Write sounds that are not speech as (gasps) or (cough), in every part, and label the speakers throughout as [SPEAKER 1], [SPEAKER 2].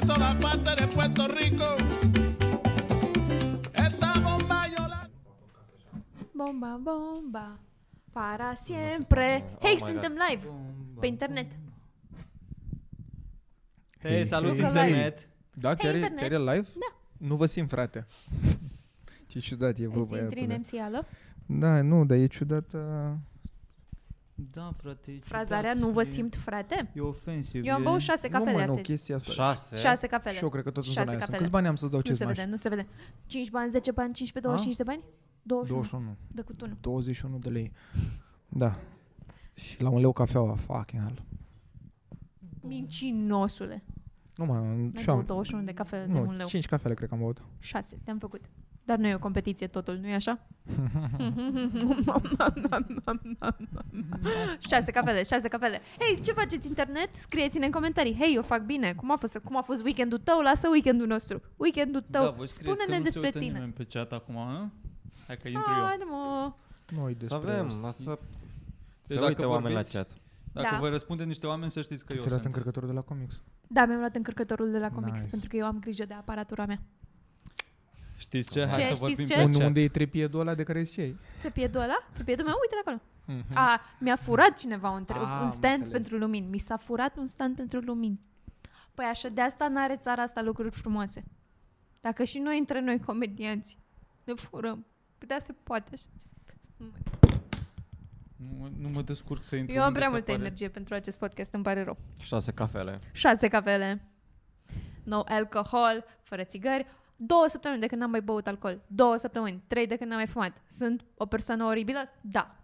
[SPEAKER 1] gente de Puerto Rico. Estamos mayorando.
[SPEAKER 2] Bomba, bomba, para siempre. Hei, suntem live pe internet.
[SPEAKER 3] Hei, salut
[SPEAKER 2] Lucru
[SPEAKER 3] internet!
[SPEAKER 4] Da,
[SPEAKER 2] Pe
[SPEAKER 4] chiar, e,
[SPEAKER 2] internet.
[SPEAKER 4] chiar e live?
[SPEAKER 2] Da.
[SPEAKER 4] Nu vă simt, frate. (laughs) Ce ciudat e, bă,
[SPEAKER 2] Azi intri în
[SPEAKER 4] băiatule.
[SPEAKER 2] MC Ală.
[SPEAKER 4] Da, nu, dar e ciudat. a,
[SPEAKER 3] Da, frate, e
[SPEAKER 2] Frazarea
[SPEAKER 3] ciudat,
[SPEAKER 2] nu vă
[SPEAKER 3] e-
[SPEAKER 2] simt frate.
[SPEAKER 3] E ofensiv.
[SPEAKER 2] Eu am
[SPEAKER 3] e-
[SPEAKER 2] băut șase
[SPEAKER 4] Nu,
[SPEAKER 2] cafele
[SPEAKER 4] mă, nu,
[SPEAKER 2] astăzi.
[SPEAKER 4] chestia asta.
[SPEAKER 5] Șase.
[SPEAKER 2] Șase cafele.
[SPEAKER 4] Și eu cred că tot în
[SPEAKER 2] Șase
[SPEAKER 4] zona aia sunt.
[SPEAKER 2] cafele.
[SPEAKER 4] Câți bani am să-ți dau
[SPEAKER 2] Nu
[SPEAKER 4] ce
[SPEAKER 2] se vede, nu se vede. 5 bani, 10 bani, 15, 25 de bani? 21.
[SPEAKER 4] 21.
[SPEAKER 2] Dă cu tunul.
[SPEAKER 4] 21 de lei. Da. Și la un leu cafeaua, fucking hell.
[SPEAKER 2] Mincinosule.
[SPEAKER 4] Nu, mă,
[SPEAKER 2] Ai
[SPEAKER 4] și am...
[SPEAKER 2] băut 21 de cafele de un
[SPEAKER 4] Nu,
[SPEAKER 2] leu.
[SPEAKER 4] 5 cafele cred că am băut.
[SPEAKER 2] 6, te-am făcut. Dar nu e o competiție totul, nu e
[SPEAKER 3] (laughs)
[SPEAKER 2] așa? 6 cafele, 6 cafele. Hei, ce faceți internet? Scrieți-ne în comentarii. Hei, eu fac bine. Cum a fost, cum a fost weekendul tău? Lasă weekendul nostru. Weekendul tău.
[SPEAKER 3] Da, voi scrieți
[SPEAKER 2] Spune-ne
[SPEAKER 3] că nu se
[SPEAKER 2] despre
[SPEAKER 3] uită
[SPEAKER 2] tine. Ah,
[SPEAKER 3] nimeni pe chat acum, hă? Hai că intru
[SPEAKER 2] Hai,
[SPEAKER 3] eu.
[SPEAKER 2] de mă.
[SPEAKER 4] Noi
[SPEAKER 5] Să
[SPEAKER 4] despre
[SPEAKER 5] avem, lasă...
[SPEAKER 3] Deci
[SPEAKER 5] se uite
[SPEAKER 3] dacă
[SPEAKER 5] oameni la
[SPEAKER 3] vorbiți-
[SPEAKER 5] chat.
[SPEAKER 3] Dacă
[SPEAKER 2] Da.
[SPEAKER 3] vă răspunde niște oameni, să știți că eu
[SPEAKER 4] Ți-ai luat
[SPEAKER 3] sunt.
[SPEAKER 4] încărcătorul de la comics.
[SPEAKER 2] Da, mi-am luat încărcătorul de la comics
[SPEAKER 4] Nice.
[SPEAKER 2] pentru că eu am grijă de aparatura mea.
[SPEAKER 3] Știți ce?
[SPEAKER 2] Ce?
[SPEAKER 3] Hai să
[SPEAKER 2] Știți
[SPEAKER 3] vorbim
[SPEAKER 2] ce?
[SPEAKER 3] pe
[SPEAKER 4] Unde,
[SPEAKER 3] chat.
[SPEAKER 4] unde e trepiedul ăla de care zici ei?
[SPEAKER 2] Pe piedul ăla? Pe piedul meu? Uite acolo. A, mi-a furat cineva un, tre-
[SPEAKER 4] Mhm. Ah,
[SPEAKER 2] un
[SPEAKER 4] am
[SPEAKER 2] stand
[SPEAKER 4] înțeles.
[SPEAKER 2] pentru lumini. Mi s-a furat un stand pentru lumini. Păi așa, de asta n-are țara asta lucruri frumoase. Dacă și noi între noi comedianți ne furăm. Păi da, se poate așa.
[SPEAKER 3] Nu, nu mă descurc să intru
[SPEAKER 2] Eu am
[SPEAKER 3] unde
[SPEAKER 2] prea
[SPEAKER 3] ți
[SPEAKER 2] multă
[SPEAKER 3] apare.
[SPEAKER 2] energie pentru acest podcast, îmi pare rău.
[SPEAKER 5] Șase cafele.
[SPEAKER 2] Șase cafele, no alcohol, fără țigări, două săptămâni de când n-am mai băut alcool, două săptămâni, trei de când n-am mai fumat. Sunt o persoană oribilă? Da.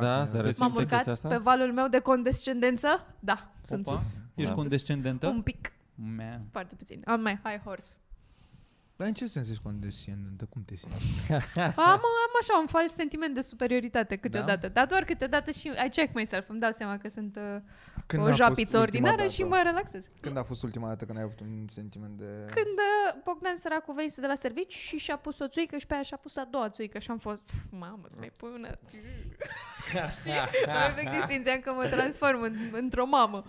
[SPEAKER 5] Da,
[SPEAKER 3] Deci
[SPEAKER 5] se
[SPEAKER 2] M-am
[SPEAKER 5] resimte chestia
[SPEAKER 2] urcat pe
[SPEAKER 5] asta?
[SPEAKER 2] valul meu de condescendență? Da, sunt
[SPEAKER 3] Opa,
[SPEAKER 2] sus.
[SPEAKER 3] Ești
[SPEAKER 5] Da.
[SPEAKER 3] condescendentă?
[SPEAKER 2] Un pic,
[SPEAKER 3] Mea.
[SPEAKER 2] foarte puțin. On my high horse.
[SPEAKER 4] Dar în ce sens ești condescendentă? Cum te simți?
[SPEAKER 2] Am, am așa un fals sentiment de superioritate câteodată, dar doar câteodată și I check myself, îmi dau seama că sunt uh, o
[SPEAKER 4] a fost
[SPEAKER 2] japiță
[SPEAKER 4] ultima
[SPEAKER 2] ordinară și
[SPEAKER 4] dată?
[SPEAKER 2] mă relaxez.
[SPEAKER 4] Când a fost ultima dată când ai avut un sentiment de...
[SPEAKER 2] Când uh, Bogdan săracul venise de la servici și și-a pus o țuică și pe aia și-a pus a doua țuică și am fost, "Pf, mamă, să mai pui una. Știi? Dar Efectiv simțeam că mă transform în, într-o mamă,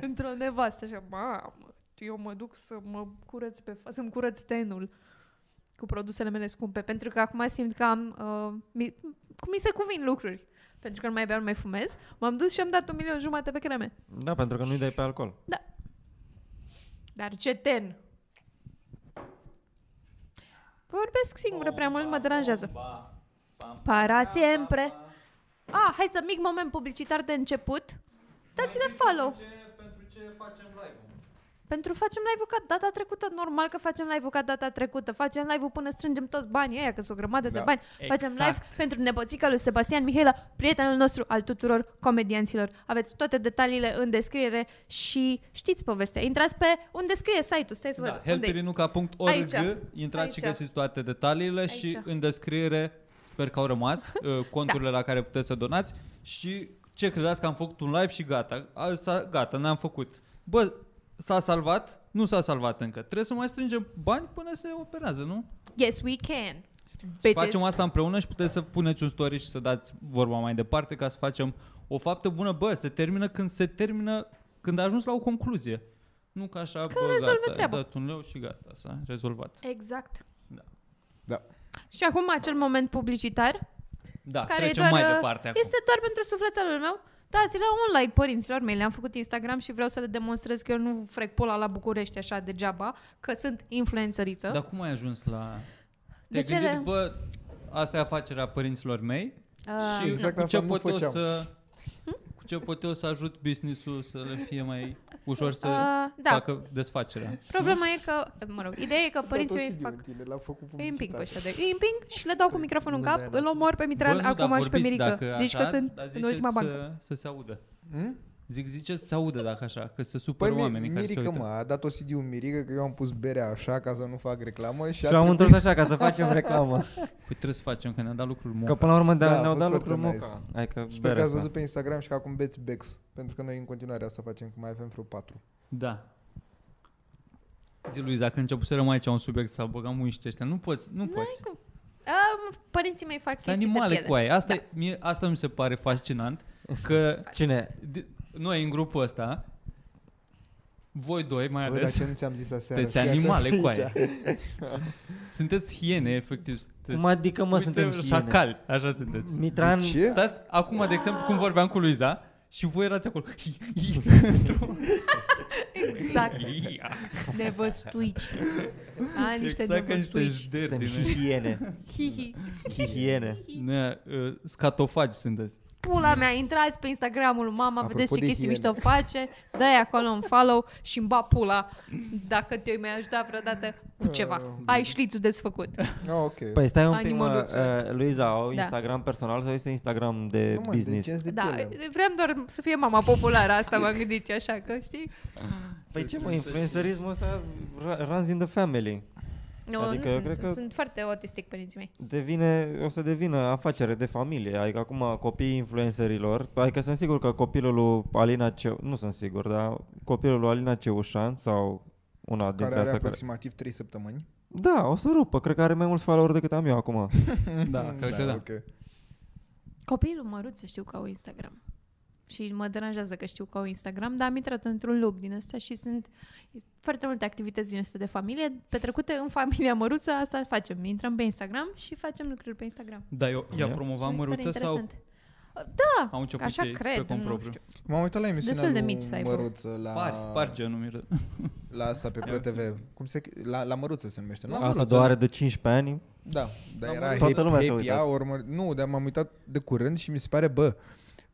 [SPEAKER 2] într-o nevastă, așa, mamă, eu mă duc să mă curăț pe, fa- să-mi curăț tenul cu produsele mele scumpe, pentru că acum simt că am, uh, mi, cum mi se cuvin lucruri, pentru că nu mai beau, nu mai fumez, m-am dus și am dat un milion jumate pe creme.
[SPEAKER 5] Da, pentru că nu-i dai pe alcool.
[SPEAKER 2] Dar ce ten! Vorbesc singură prea mult, mă deranjează. Para sempre. Ah, hai să mic moment publicitar de început. Dați-le follow.
[SPEAKER 3] Pentru ce facem live
[SPEAKER 2] Pentru facem live-ul ca data trecută, normal că facem live-ul ca data trecută. Facem live-ul până strângem toți banii ăia, că sunt o grămadă de
[SPEAKER 4] Da.
[SPEAKER 2] bani. Facem
[SPEAKER 3] exact.
[SPEAKER 2] live pentru nepoțica lui Sebastian Mihaila, prietenul nostru al tuturor comedianților. Aveți toate detaliile în descriere și știți povestea. Intrați pe unde scrie site-ul, stai să văd.
[SPEAKER 3] Da,
[SPEAKER 2] unde e.
[SPEAKER 3] helperinuca.org
[SPEAKER 2] Aici.
[SPEAKER 3] Intrați și
[SPEAKER 2] Aici.
[SPEAKER 3] găsiți toate detaliile
[SPEAKER 2] Aici.
[SPEAKER 3] și în descriere sper că au
[SPEAKER 2] (laughs)
[SPEAKER 3] rămas uh, conturile la care puteți să donați și ce credeți că am făcut un live și gata. A, s-a, gata, n-am făcut. Bă, s-a salvat? Nu s-a salvat încă. Trebuie să mai strângem bani până se operează, nu?
[SPEAKER 2] Yes, we can.
[SPEAKER 3] Și
[SPEAKER 2] Bitches.
[SPEAKER 3] Deci, facem asta împreună și puteți să puneți un story și să dați vorba mai departe ca să facem o faptă bună. Bă, se termină când se termină, când a ajuns la o concluzie. Nu ca așa,
[SPEAKER 2] Că
[SPEAKER 3] bă,
[SPEAKER 2] rezolvă
[SPEAKER 3] gata,
[SPEAKER 2] treaba.
[SPEAKER 3] ai dat un leu și gata, s-a rezolvat.
[SPEAKER 2] Exact.
[SPEAKER 3] Da.
[SPEAKER 4] Da.
[SPEAKER 2] Și acum acel moment publicitar
[SPEAKER 3] Da,
[SPEAKER 2] care e
[SPEAKER 3] trecem
[SPEAKER 2] doar,
[SPEAKER 3] mai
[SPEAKER 2] uh,
[SPEAKER 3] departe acum.
[SPEAKER 2] este doar pentru sufletelul meu. Dați-le un like părinților mei, le-am făcut Instagram și vreau să le demonstrez că eu nu frec pola la București așa degeaba, că sunt influențăriță.
[SPEAKER 3] Dar cum ai ajuns la...
[SPEAKER 2] De
[SPEAKER 3] Te-ai
[SPEAKER 2] ce
[SPEAKER 3] gândit,
[SPEAKER 2] le-
[SPEAKER 3] bă, asta e afacerea părinților mei
[SPEAKER 2] Ah, Hm?
[SPEAKER 3] și
[SPEAKER 4] Exact
[SPEAKER 3] cu
[SPEAKER 4] asta
[SPEAKER 3] ce
[SPEAKER 4] nu
[SPEAKER 3] pot eu
[SPEAKER 4] făceam.
[SPEAKER 3] să... Cu ce pot eu să ajut business-ul să le fie mai ușor să
[SPEAKER 2] Ah, da.
[SPEAKER 3] facă desfacerea.
[SPEAKER 2] Problema e că, mă rog, ideea e că părinții mei fac
[SPEAKER 4] Tine, l-a făcut
[SPEAKER 2] îi împing pe ăștia de, îi împing și le dau cu microfonul în cap, îl omor pe
[SPEAKER 3] Bă,
[SPEAKER 2] Mitran
[SPEAKER 3] nu, dar
[SPEAKER 2] acum și pe
[SPEAKER 3] vorbiți
[SPEAKER 2] Mirică.
[SPEAKER 3] dacă
[SPEAKER 2] Zici
[SPEAKER 3] așa,
[SPEAKER 2] că sunt
[SPEAKER 3] dar
[SPEAKER 2] în ultima
[SPEAKER 3] ziceți
[SPEAKER 2] bancă.
[SPEAKER 3] Să, să se audă.
[SPEAKER 4] Hmm?
[SPEAKER 3] Zic, ziceți să se audă dacă așa, că se supără
[SPEAKER 6] Hm? Păi
[SPEAKER 3] păi,
[SPEAKER 6] mi-
[SPEAKER 3] oamenii care se
[SPEAKER 6] Mirica,
[SPEAKER 3] uită.
[SPEAKER 6] mă, a dat o cd Mirica că eu am pus berea așa ca să nu fac reclamă și
[SPEAKER 4] Și
[SPEAKER 6] a
[SPEAKER 4] am
[SPEAKER 6] trebuit-
[SPEAKER 4] întors
[SPEAKER 5] Tot așa, ca să facem
[SPEAKER 6] (laughs)
[SPEAKER 5] reclamă.
[SPEAKER 3] Păi trebuie să facem, că ne-a dat lucruri
[SPEAKER 5] Că
[SPEAKER 3] mult.
[SPEAKER 5] până la urmă
[SPEAKER 6] Da,
[SPEAKER 5] da,
[SPEAKER 6] a
[SPEAKER 5] ne-au
[SPEAKER 6] fost
[SPEAKER 5] dat
[SPEAKER 6] foarte
[SPEAKER 5] lucruri
[SPEAKER 6] nice.
[SPEAKER 5] moca. Hai că
[SPEAKER 6] Sper că
[SPEAKER 5] bere
[SPEAKER 6] ați
[SPEAKER 5] asta.
[SPEAKER 6] văzut pe Instagram și că acum beți Bex, pentru că noi în continuare asta facem, că mai avem vreo patru.
[SPEAKER 3] Da. Zi, Luiza, că începuserăm aici un subiect să băgăm muiște ăștia. Nu poți, nu poți.
[SPEAKER 2] cum. Ah, părinții mei fac
[SPEAKER 3] Sunt
[SPEAKER 2] chestii de
[SPEAKER 3] animale
[SPEAKER 2] piele.
[SPEAKER 3] cu aia. Asta,
[SPEAKER 2] Da.
[SPEAKER 3] e- mie, asta mi se pare fascinant, că
[SPEAKER 6] Deci,
[SPEAKER 5] Cine?
[SPEAKER 3] de- noi în grupul ăsta Voi doi mai
[SPEAKER 6] Bă, dar
[SPEAKER 3] ales.
[SPEAKER 6] ce nu ți-am zis aseară?
[SPEAKER 3] Sunteți
[SPEAKER 6] Fii atent
[SPEAKER 3] animale,
[SPEAKER 6] aici.
[SPEAKER 3] coaie.
[SPEAKER 6] (laughs)
[SPEAKER 3] Sunteți hiene, efectiv. Sunteți...
[SPEAKER 5] Cum adică, mă,
[SPEAKER 3] Uite,
[SPEAKER 5] suntem și
[SPEAKER 3] șacali, așa sunteți.
[SPEAKER 5] Mitran,
[SPEAKER 6] Ce?
[SPEAKER 3] Stați, acum, de exemplu, cum vorbeam cu Luiza și voi erați acolo.
[SPEAKER 2] Exact.
[SPEAKER 3] (laughs)
[SPEAKER 2] Nevăstuici. A, niște
[SPEAKER 3] exact ca niște
[SPEAKER 2] nevăstuici.
[SPEAKER 3] jderi
[SPEAKER 5] suntem
[SPEAKER 3] din
[SPEAKER 5] și
[SPEAKER 6] (laughs)
[SPEAKER 5] hiene.
[SPEAKER 2] Hihi.
[SPEAKER 5] Hiene.
[SPEAKER 3] Ne, uh, scatofagi sunteți.
[SPEAKER 2] Pula mea, intrați pe Instagramul mama,
[SPEAKER 6] Apropo
[SPEAKER 2] vedeți ce
[SPEAKER 6] de
[SPEAKER 2] chestii
[SPEAKER 6] hiene.
[SPEAKER 2] mișto face, dai acolo un follow și îmi ba pula dacă te-ai mai ajutat vreodată cu
[SPEAKER 3] Ah,
[SPEAKER 2] ceva. Ai șlițul desfăcut.
[SPEAKER 6] Ah, ok.
[SPEAKER 5] Păi stai un pic, mă,
[SPEAKER 2] Animăluțe.
[SPEAKER 5] uh, Luiza, au
[SPEAKER 2] Da.
[SPEAKER 5] Instagram personal sau este Instagram de
[SPEAKER 6] Nu, mă,
[SPEAKER 5] business?
[SPEAKER 6] De ce de
[SPEAKER 2] Da,
[SPEAKER 6] da.
[SPEAKER 2] vrem doar să fie mama populară, asta m-am gândit eu așa, că știi?
[SPEAKER 5] Păi ce, mă, influencerismul ăsta ra- runs in the family.
[SPEAKER 2] Nu,
[SPEAKER 5] Adică
[SPEAKER 2] nu
[SPEAKER 5] eu
[SPEAKER 2] sunt,
[SPEAKER 5] cred că-
[SPEAKER 2] sunt foarte autistic părinții mei.
[SPEAKER 5] Devine, o să devină afacere de familie, adică acum copiii influencerilor, adică sunt sigur că copilul lui Alina Ceu, nu sunt sigur, dar copilul lui Alina Ceușan sau una dintre
[SPEAKER 6] Care are
[SPEAKER 5] astea care...
[SPEAKER 6] aproximativ 3 săptămâni.
[SPEAKER 5] Da, o să rupă, cred că are mai mulți follower decât am eu acum.
[SPEAKER 3] Da, cred că da.
[SPEAKER 6] ok.
[SPEAKER 2] Copilul măruță știu că au Instagram. Și mă deranjează că știu că au Instagram, dar am intrat într-un loop din ăsta și sunt foarte multe activități din astea de familie, petrecute în familia măruță, asta facem. Intrăm pe Instagram și facem lucruri pe Instagram.
[SPEAKER 3] Da, eu, ea
[SPEAKER 5] Da.
[SPEAKER 3] promova
[SPEAKER 2] Și mi se pare
[SPEAKER 3] măruță sau
[SPEAKER 2] interesant. Da,
[SPEAKER 3] au început
[SPEAKER 2] așa
[SPEAKER 3] ei
[SPEAKER 2] cred,
[SPEAKER 3] pe cont
[SPEAKER 2] nu
[SPEAKER 3] propriu?
[SPEAKER 2] știu.
[SPEAKER 6] M-am uitat la
[SPEAKER 2] Sunt
[SPEAKER 6] emisiunea
[SPEAKER 2] destul de
[SPEAKER 6] lui
[SPEAKER 2] mici să aibă.
[SPEAKER 6] Măruță la,
[SPEAKER 3] Par, par genul miră.
[SPEAKER 6] la asta pe ProTV. Cum se, la, la Măruță se numește, nu?
[SPEAKER 5] Asta doar are de 15 ani.
[SPEAKER 6] Da,
[SPEAKER 3] La
[SPEAKER 6] dar era
[SPEAKER 3] Măruță.
[SPEAKER 6] happy,
[SPEAKER 5] Toată lumea s-a
[SPEAKER 6] happy
[SPEAKER 5] uitat.
[SPEAKER 6] hour, mă- Nu, dar m-am uitat de curând și mi se pare, bă,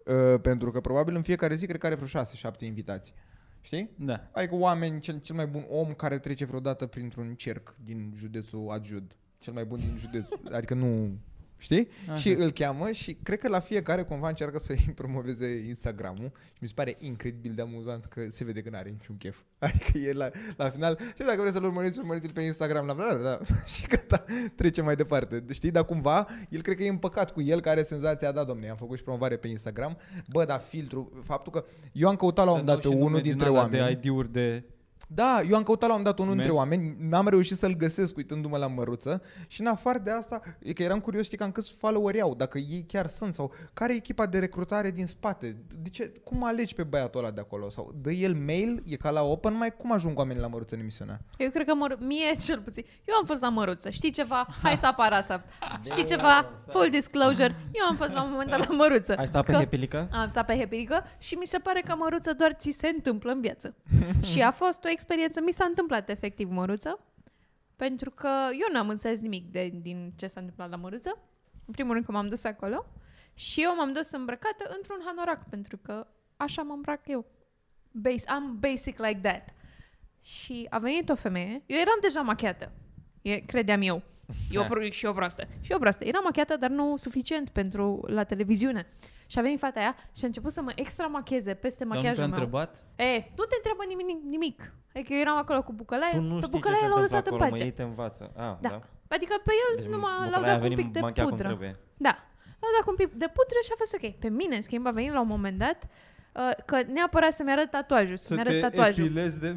[SPEAKER 6] uh, pentru că probabil în fiecare zi cred că are vreo 6-7 invitați. Știi?
[SPEAKER 3] (laughs) Da.
[SPEAKER 6] Adică oameni, cel, cel mai bun om care trece vreodată printr-un cerc din județul Adjud. Cel mai bun din județ. adică nu... Știi?
[SPEAKER 3] Așa.
[SPEAKER 6] Și îl cheamă și cred că la fiecare cumva încearcă să-i (laughs) promoveze Instagram-ul și mi se pare incredibil de amuzant că se vede că n-are niciun chef. (laughs) Adică e la, la final, și dacă vreți să-l urmăriți, urmăriți-l pe Instagram, la final, da, (laughs) și gata, trece mai departe. Știi? Dar cumva, el cred că e împăcat cu el, care are senzația, da, domne, am făcut și promovare pe Instagram, bă, dar filtru, faptul că eu am căutat la un
[SPEAKER 3] Dar dau
[SPEAKER 6] dat pe
[SPEAKER 3] și nume
[SPEAKER 6] unul
[SPEAKER 3] din
[SPEAKER 6] dintre
[SPEAKER 3] alea
[SPEAKER 6] oameni.
[SPEAKER 3] De ID-uri de...
[SPEAKER 6] Da, eu am căutat la un dat unul dintre
[SPEAKER 3] Mers.
[SPEAKER 6] oameni, n-am reușit să-l găsesc uitându-mă la măruță și în afară de asta, e că eram curios știi, cam câți followeri au, dacă ei chiar sunt sau care e echipa de recrutare din spate, de ce, cum alegi pe băiatul ăla de acolo sau dă el mail, e ca la open mai cum ajung oamenii la măruță în emisiunea?
[SPEAKER 2] Eu cred că mă, mie cel puțin. Eu am fost la măruță. Știi ceva? Hai să apară asta. Știi ceva? Full disclosure. Eu am fost la un moment dat la măruță.
[SPEAKER 5] da, Ai stat pe
[SPEAKER 2] Că-
[SPEAKER 5] Hepilica?
[SPEAKER 2] Am stat pe Hepirică și mi se pare că măruță doar ți se întâmplă în viață. și a fost o experiență, mi s-a întâmplat efectiv măruță, pentru că eu n-am înțeles nimic de, din ce s-a întâmplat la măruță. În primul rând că m-am dus acolo și eu m-am dus îmbrăcată într-un hanorac, pentru că așa mă îmbrac eu. Bas- am basic like that. Și a venit o femeie, eu eram deja machiată, e, credeam eu.
[SPEAKER 5] (laughs)
[SPEAKER 2] Eu pro- și eu proastă. Și eu proastă. Eram machiată, dar nu suficient pentru la televiziune. Și a venit fata aia și a început să mă extramacheze peste
[SPEAKER 3] Dar nu
[SPEAKER 2] machiajul
[SPEAKER 3] te-a
[SPEAKER 2] meu.
[SPEAKER 3] întrebat?
[SPEAKER 2] E, nu te întreabă nimic, nimic. Adică eu eram acolo cu
[SPEAKER 5] Tu
[SPEAKER 2] bucălaie,
[SPEAKER 5] nu
[SPEAKER 2] pe
[SPEAKER 5] știi ce
[SPEAKER 2] bucălaie
[SPEAKER 5] se
[SPEAKER 2] l-au
[SPEAKER 5] întâmplă
[SPEAKER 2] lăsat în
[SPEAKER 5] acolo, mă, ei
[SPEAKER 2] pace.
[SPEAKER 5] te învață. Ah,
[SPEAKER 2] Da.
[SPEAKER 5] da.
[SPEAKER 2] Adică pe el
[SPEAKER 5] Deci
[SPEAKER 2] numai l-au
[SPEAKER 5] bucălaia
[SPEAKER 2] dat
[SPEAKER 5] a
[SPEAKER 2] cu un
[SPEAKER 5] venit
[SPEAKER 2] pic de
[SPEAKER 5] manchiat cum
[SPEAKER 2] pudră.
[SPEAKER 5] trebuie.
[SPEAKER 2] Da. L-au dat cu un pic de pudră și a fost ok. Pe mine, în schimb, a venit la un moment dat uh, că neapărat să-mi arăt tatuajul, să-mi arăt tatuajul.
[SPEAKER 3] epilezi de... (laughs)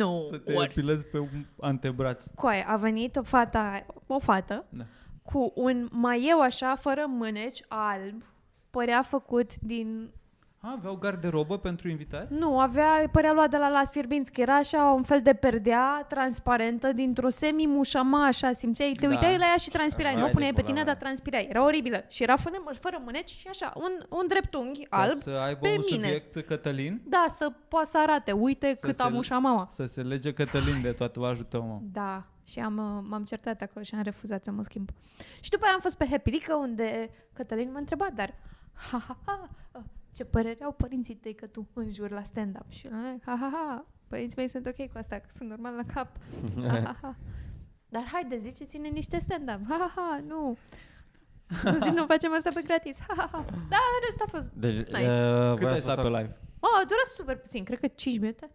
[SPEAKER 2] Nu,
[SPEAKER 3] să te
[SPEAKER 2] worse.
[SPEAKER 3] epilezi pe un antebraț.
[SPEAKER 2] Coaie, a venit o fata, o fată
[SPEAKER 3] Da.
[SPEAKER 2] cu un maieu așa, fără mâneci, alb, părea făcut din...
[SPEAKER 3] A, aveau garderobă pentru invitați?
[SPEAKER 2] Nu, avea, părea luat de la Las Fierbinți, era așa un fel de perdea transparentă, dintr-o semi-mușama, așa, simțeai, te
[SPEAKER 3] Da.
[SPEAKER 2] uitai la ea și transpirai,
[SPEAKER 5] Așa,
[SPEAKER 2] nu o
[SPEAKER 5] hai
[SPEAKER 2] puneai
[SPEAKER 5] de
[SPEAKER 2] pe
[SPEAKER 5] pula
[SPEAKER 2] tine,
[SPEAKER 5] mea.
[SPEAKER 2] dar transpirai, era oribilă. Și era fără, fără mâneci și așa, un, un dreptunghi
[SPEAKER 3] Ca
[SPEAKER 2] alb,
[SPEAKER 3] să aibă
[SPEAKER 2] pe
[SPEAKER 3] un
[SPEAKER 2] mine.
[SPEAKER 3] subiect Cătălin?
[SPEAKER 2] da, să poată să arate, uite
[SPEAKER 3] Să
[SPEAKER 2] cât
[SPEAKER 3] se-
[SPEAKER 2] am mușamama.
[SPEAKER 3] Să se lege Cătălin de tatuajul tău, mă.
[SPEAKER 2] Da, și am, uh, m-am certat acolo și am refuzat să mă schimb. Și după aia am fost pe Hepilică, unde Cătălin m-a întrebat, dar ha, ha, ha, uh, ce părere au părinții tăi că tu înjuri la stand-up? Și la mea, ha, ha, ha, părinții mei sunt ok cu asta, că sunt normal la
[SPEAKER 3] (laughs)
[SPEAKER 2] cap. Ha, ha, ha. Dar haide, ziceți-ne niște stand-up. Ha, ha, ha, nu. Nu zic, nu facem asta pe gratis. Ha, ha, ha. Da, în rest a fost...
[SPEAKER 5] Deci,
[SPEAKER 2] Nice.
[SPEAKER 5] eh,
[SPEAKER 3] Cât
[SPEAKER 5] voiam
[SPEAKER 3] ai
[SPEAKER 5] să
[SPEAKER 3] stat
[SPEAKER 5] stau-
[SPEAKER 3] pe live?
[SPEAKER 2] Oh, a durat super puțin, cred că 5 minute.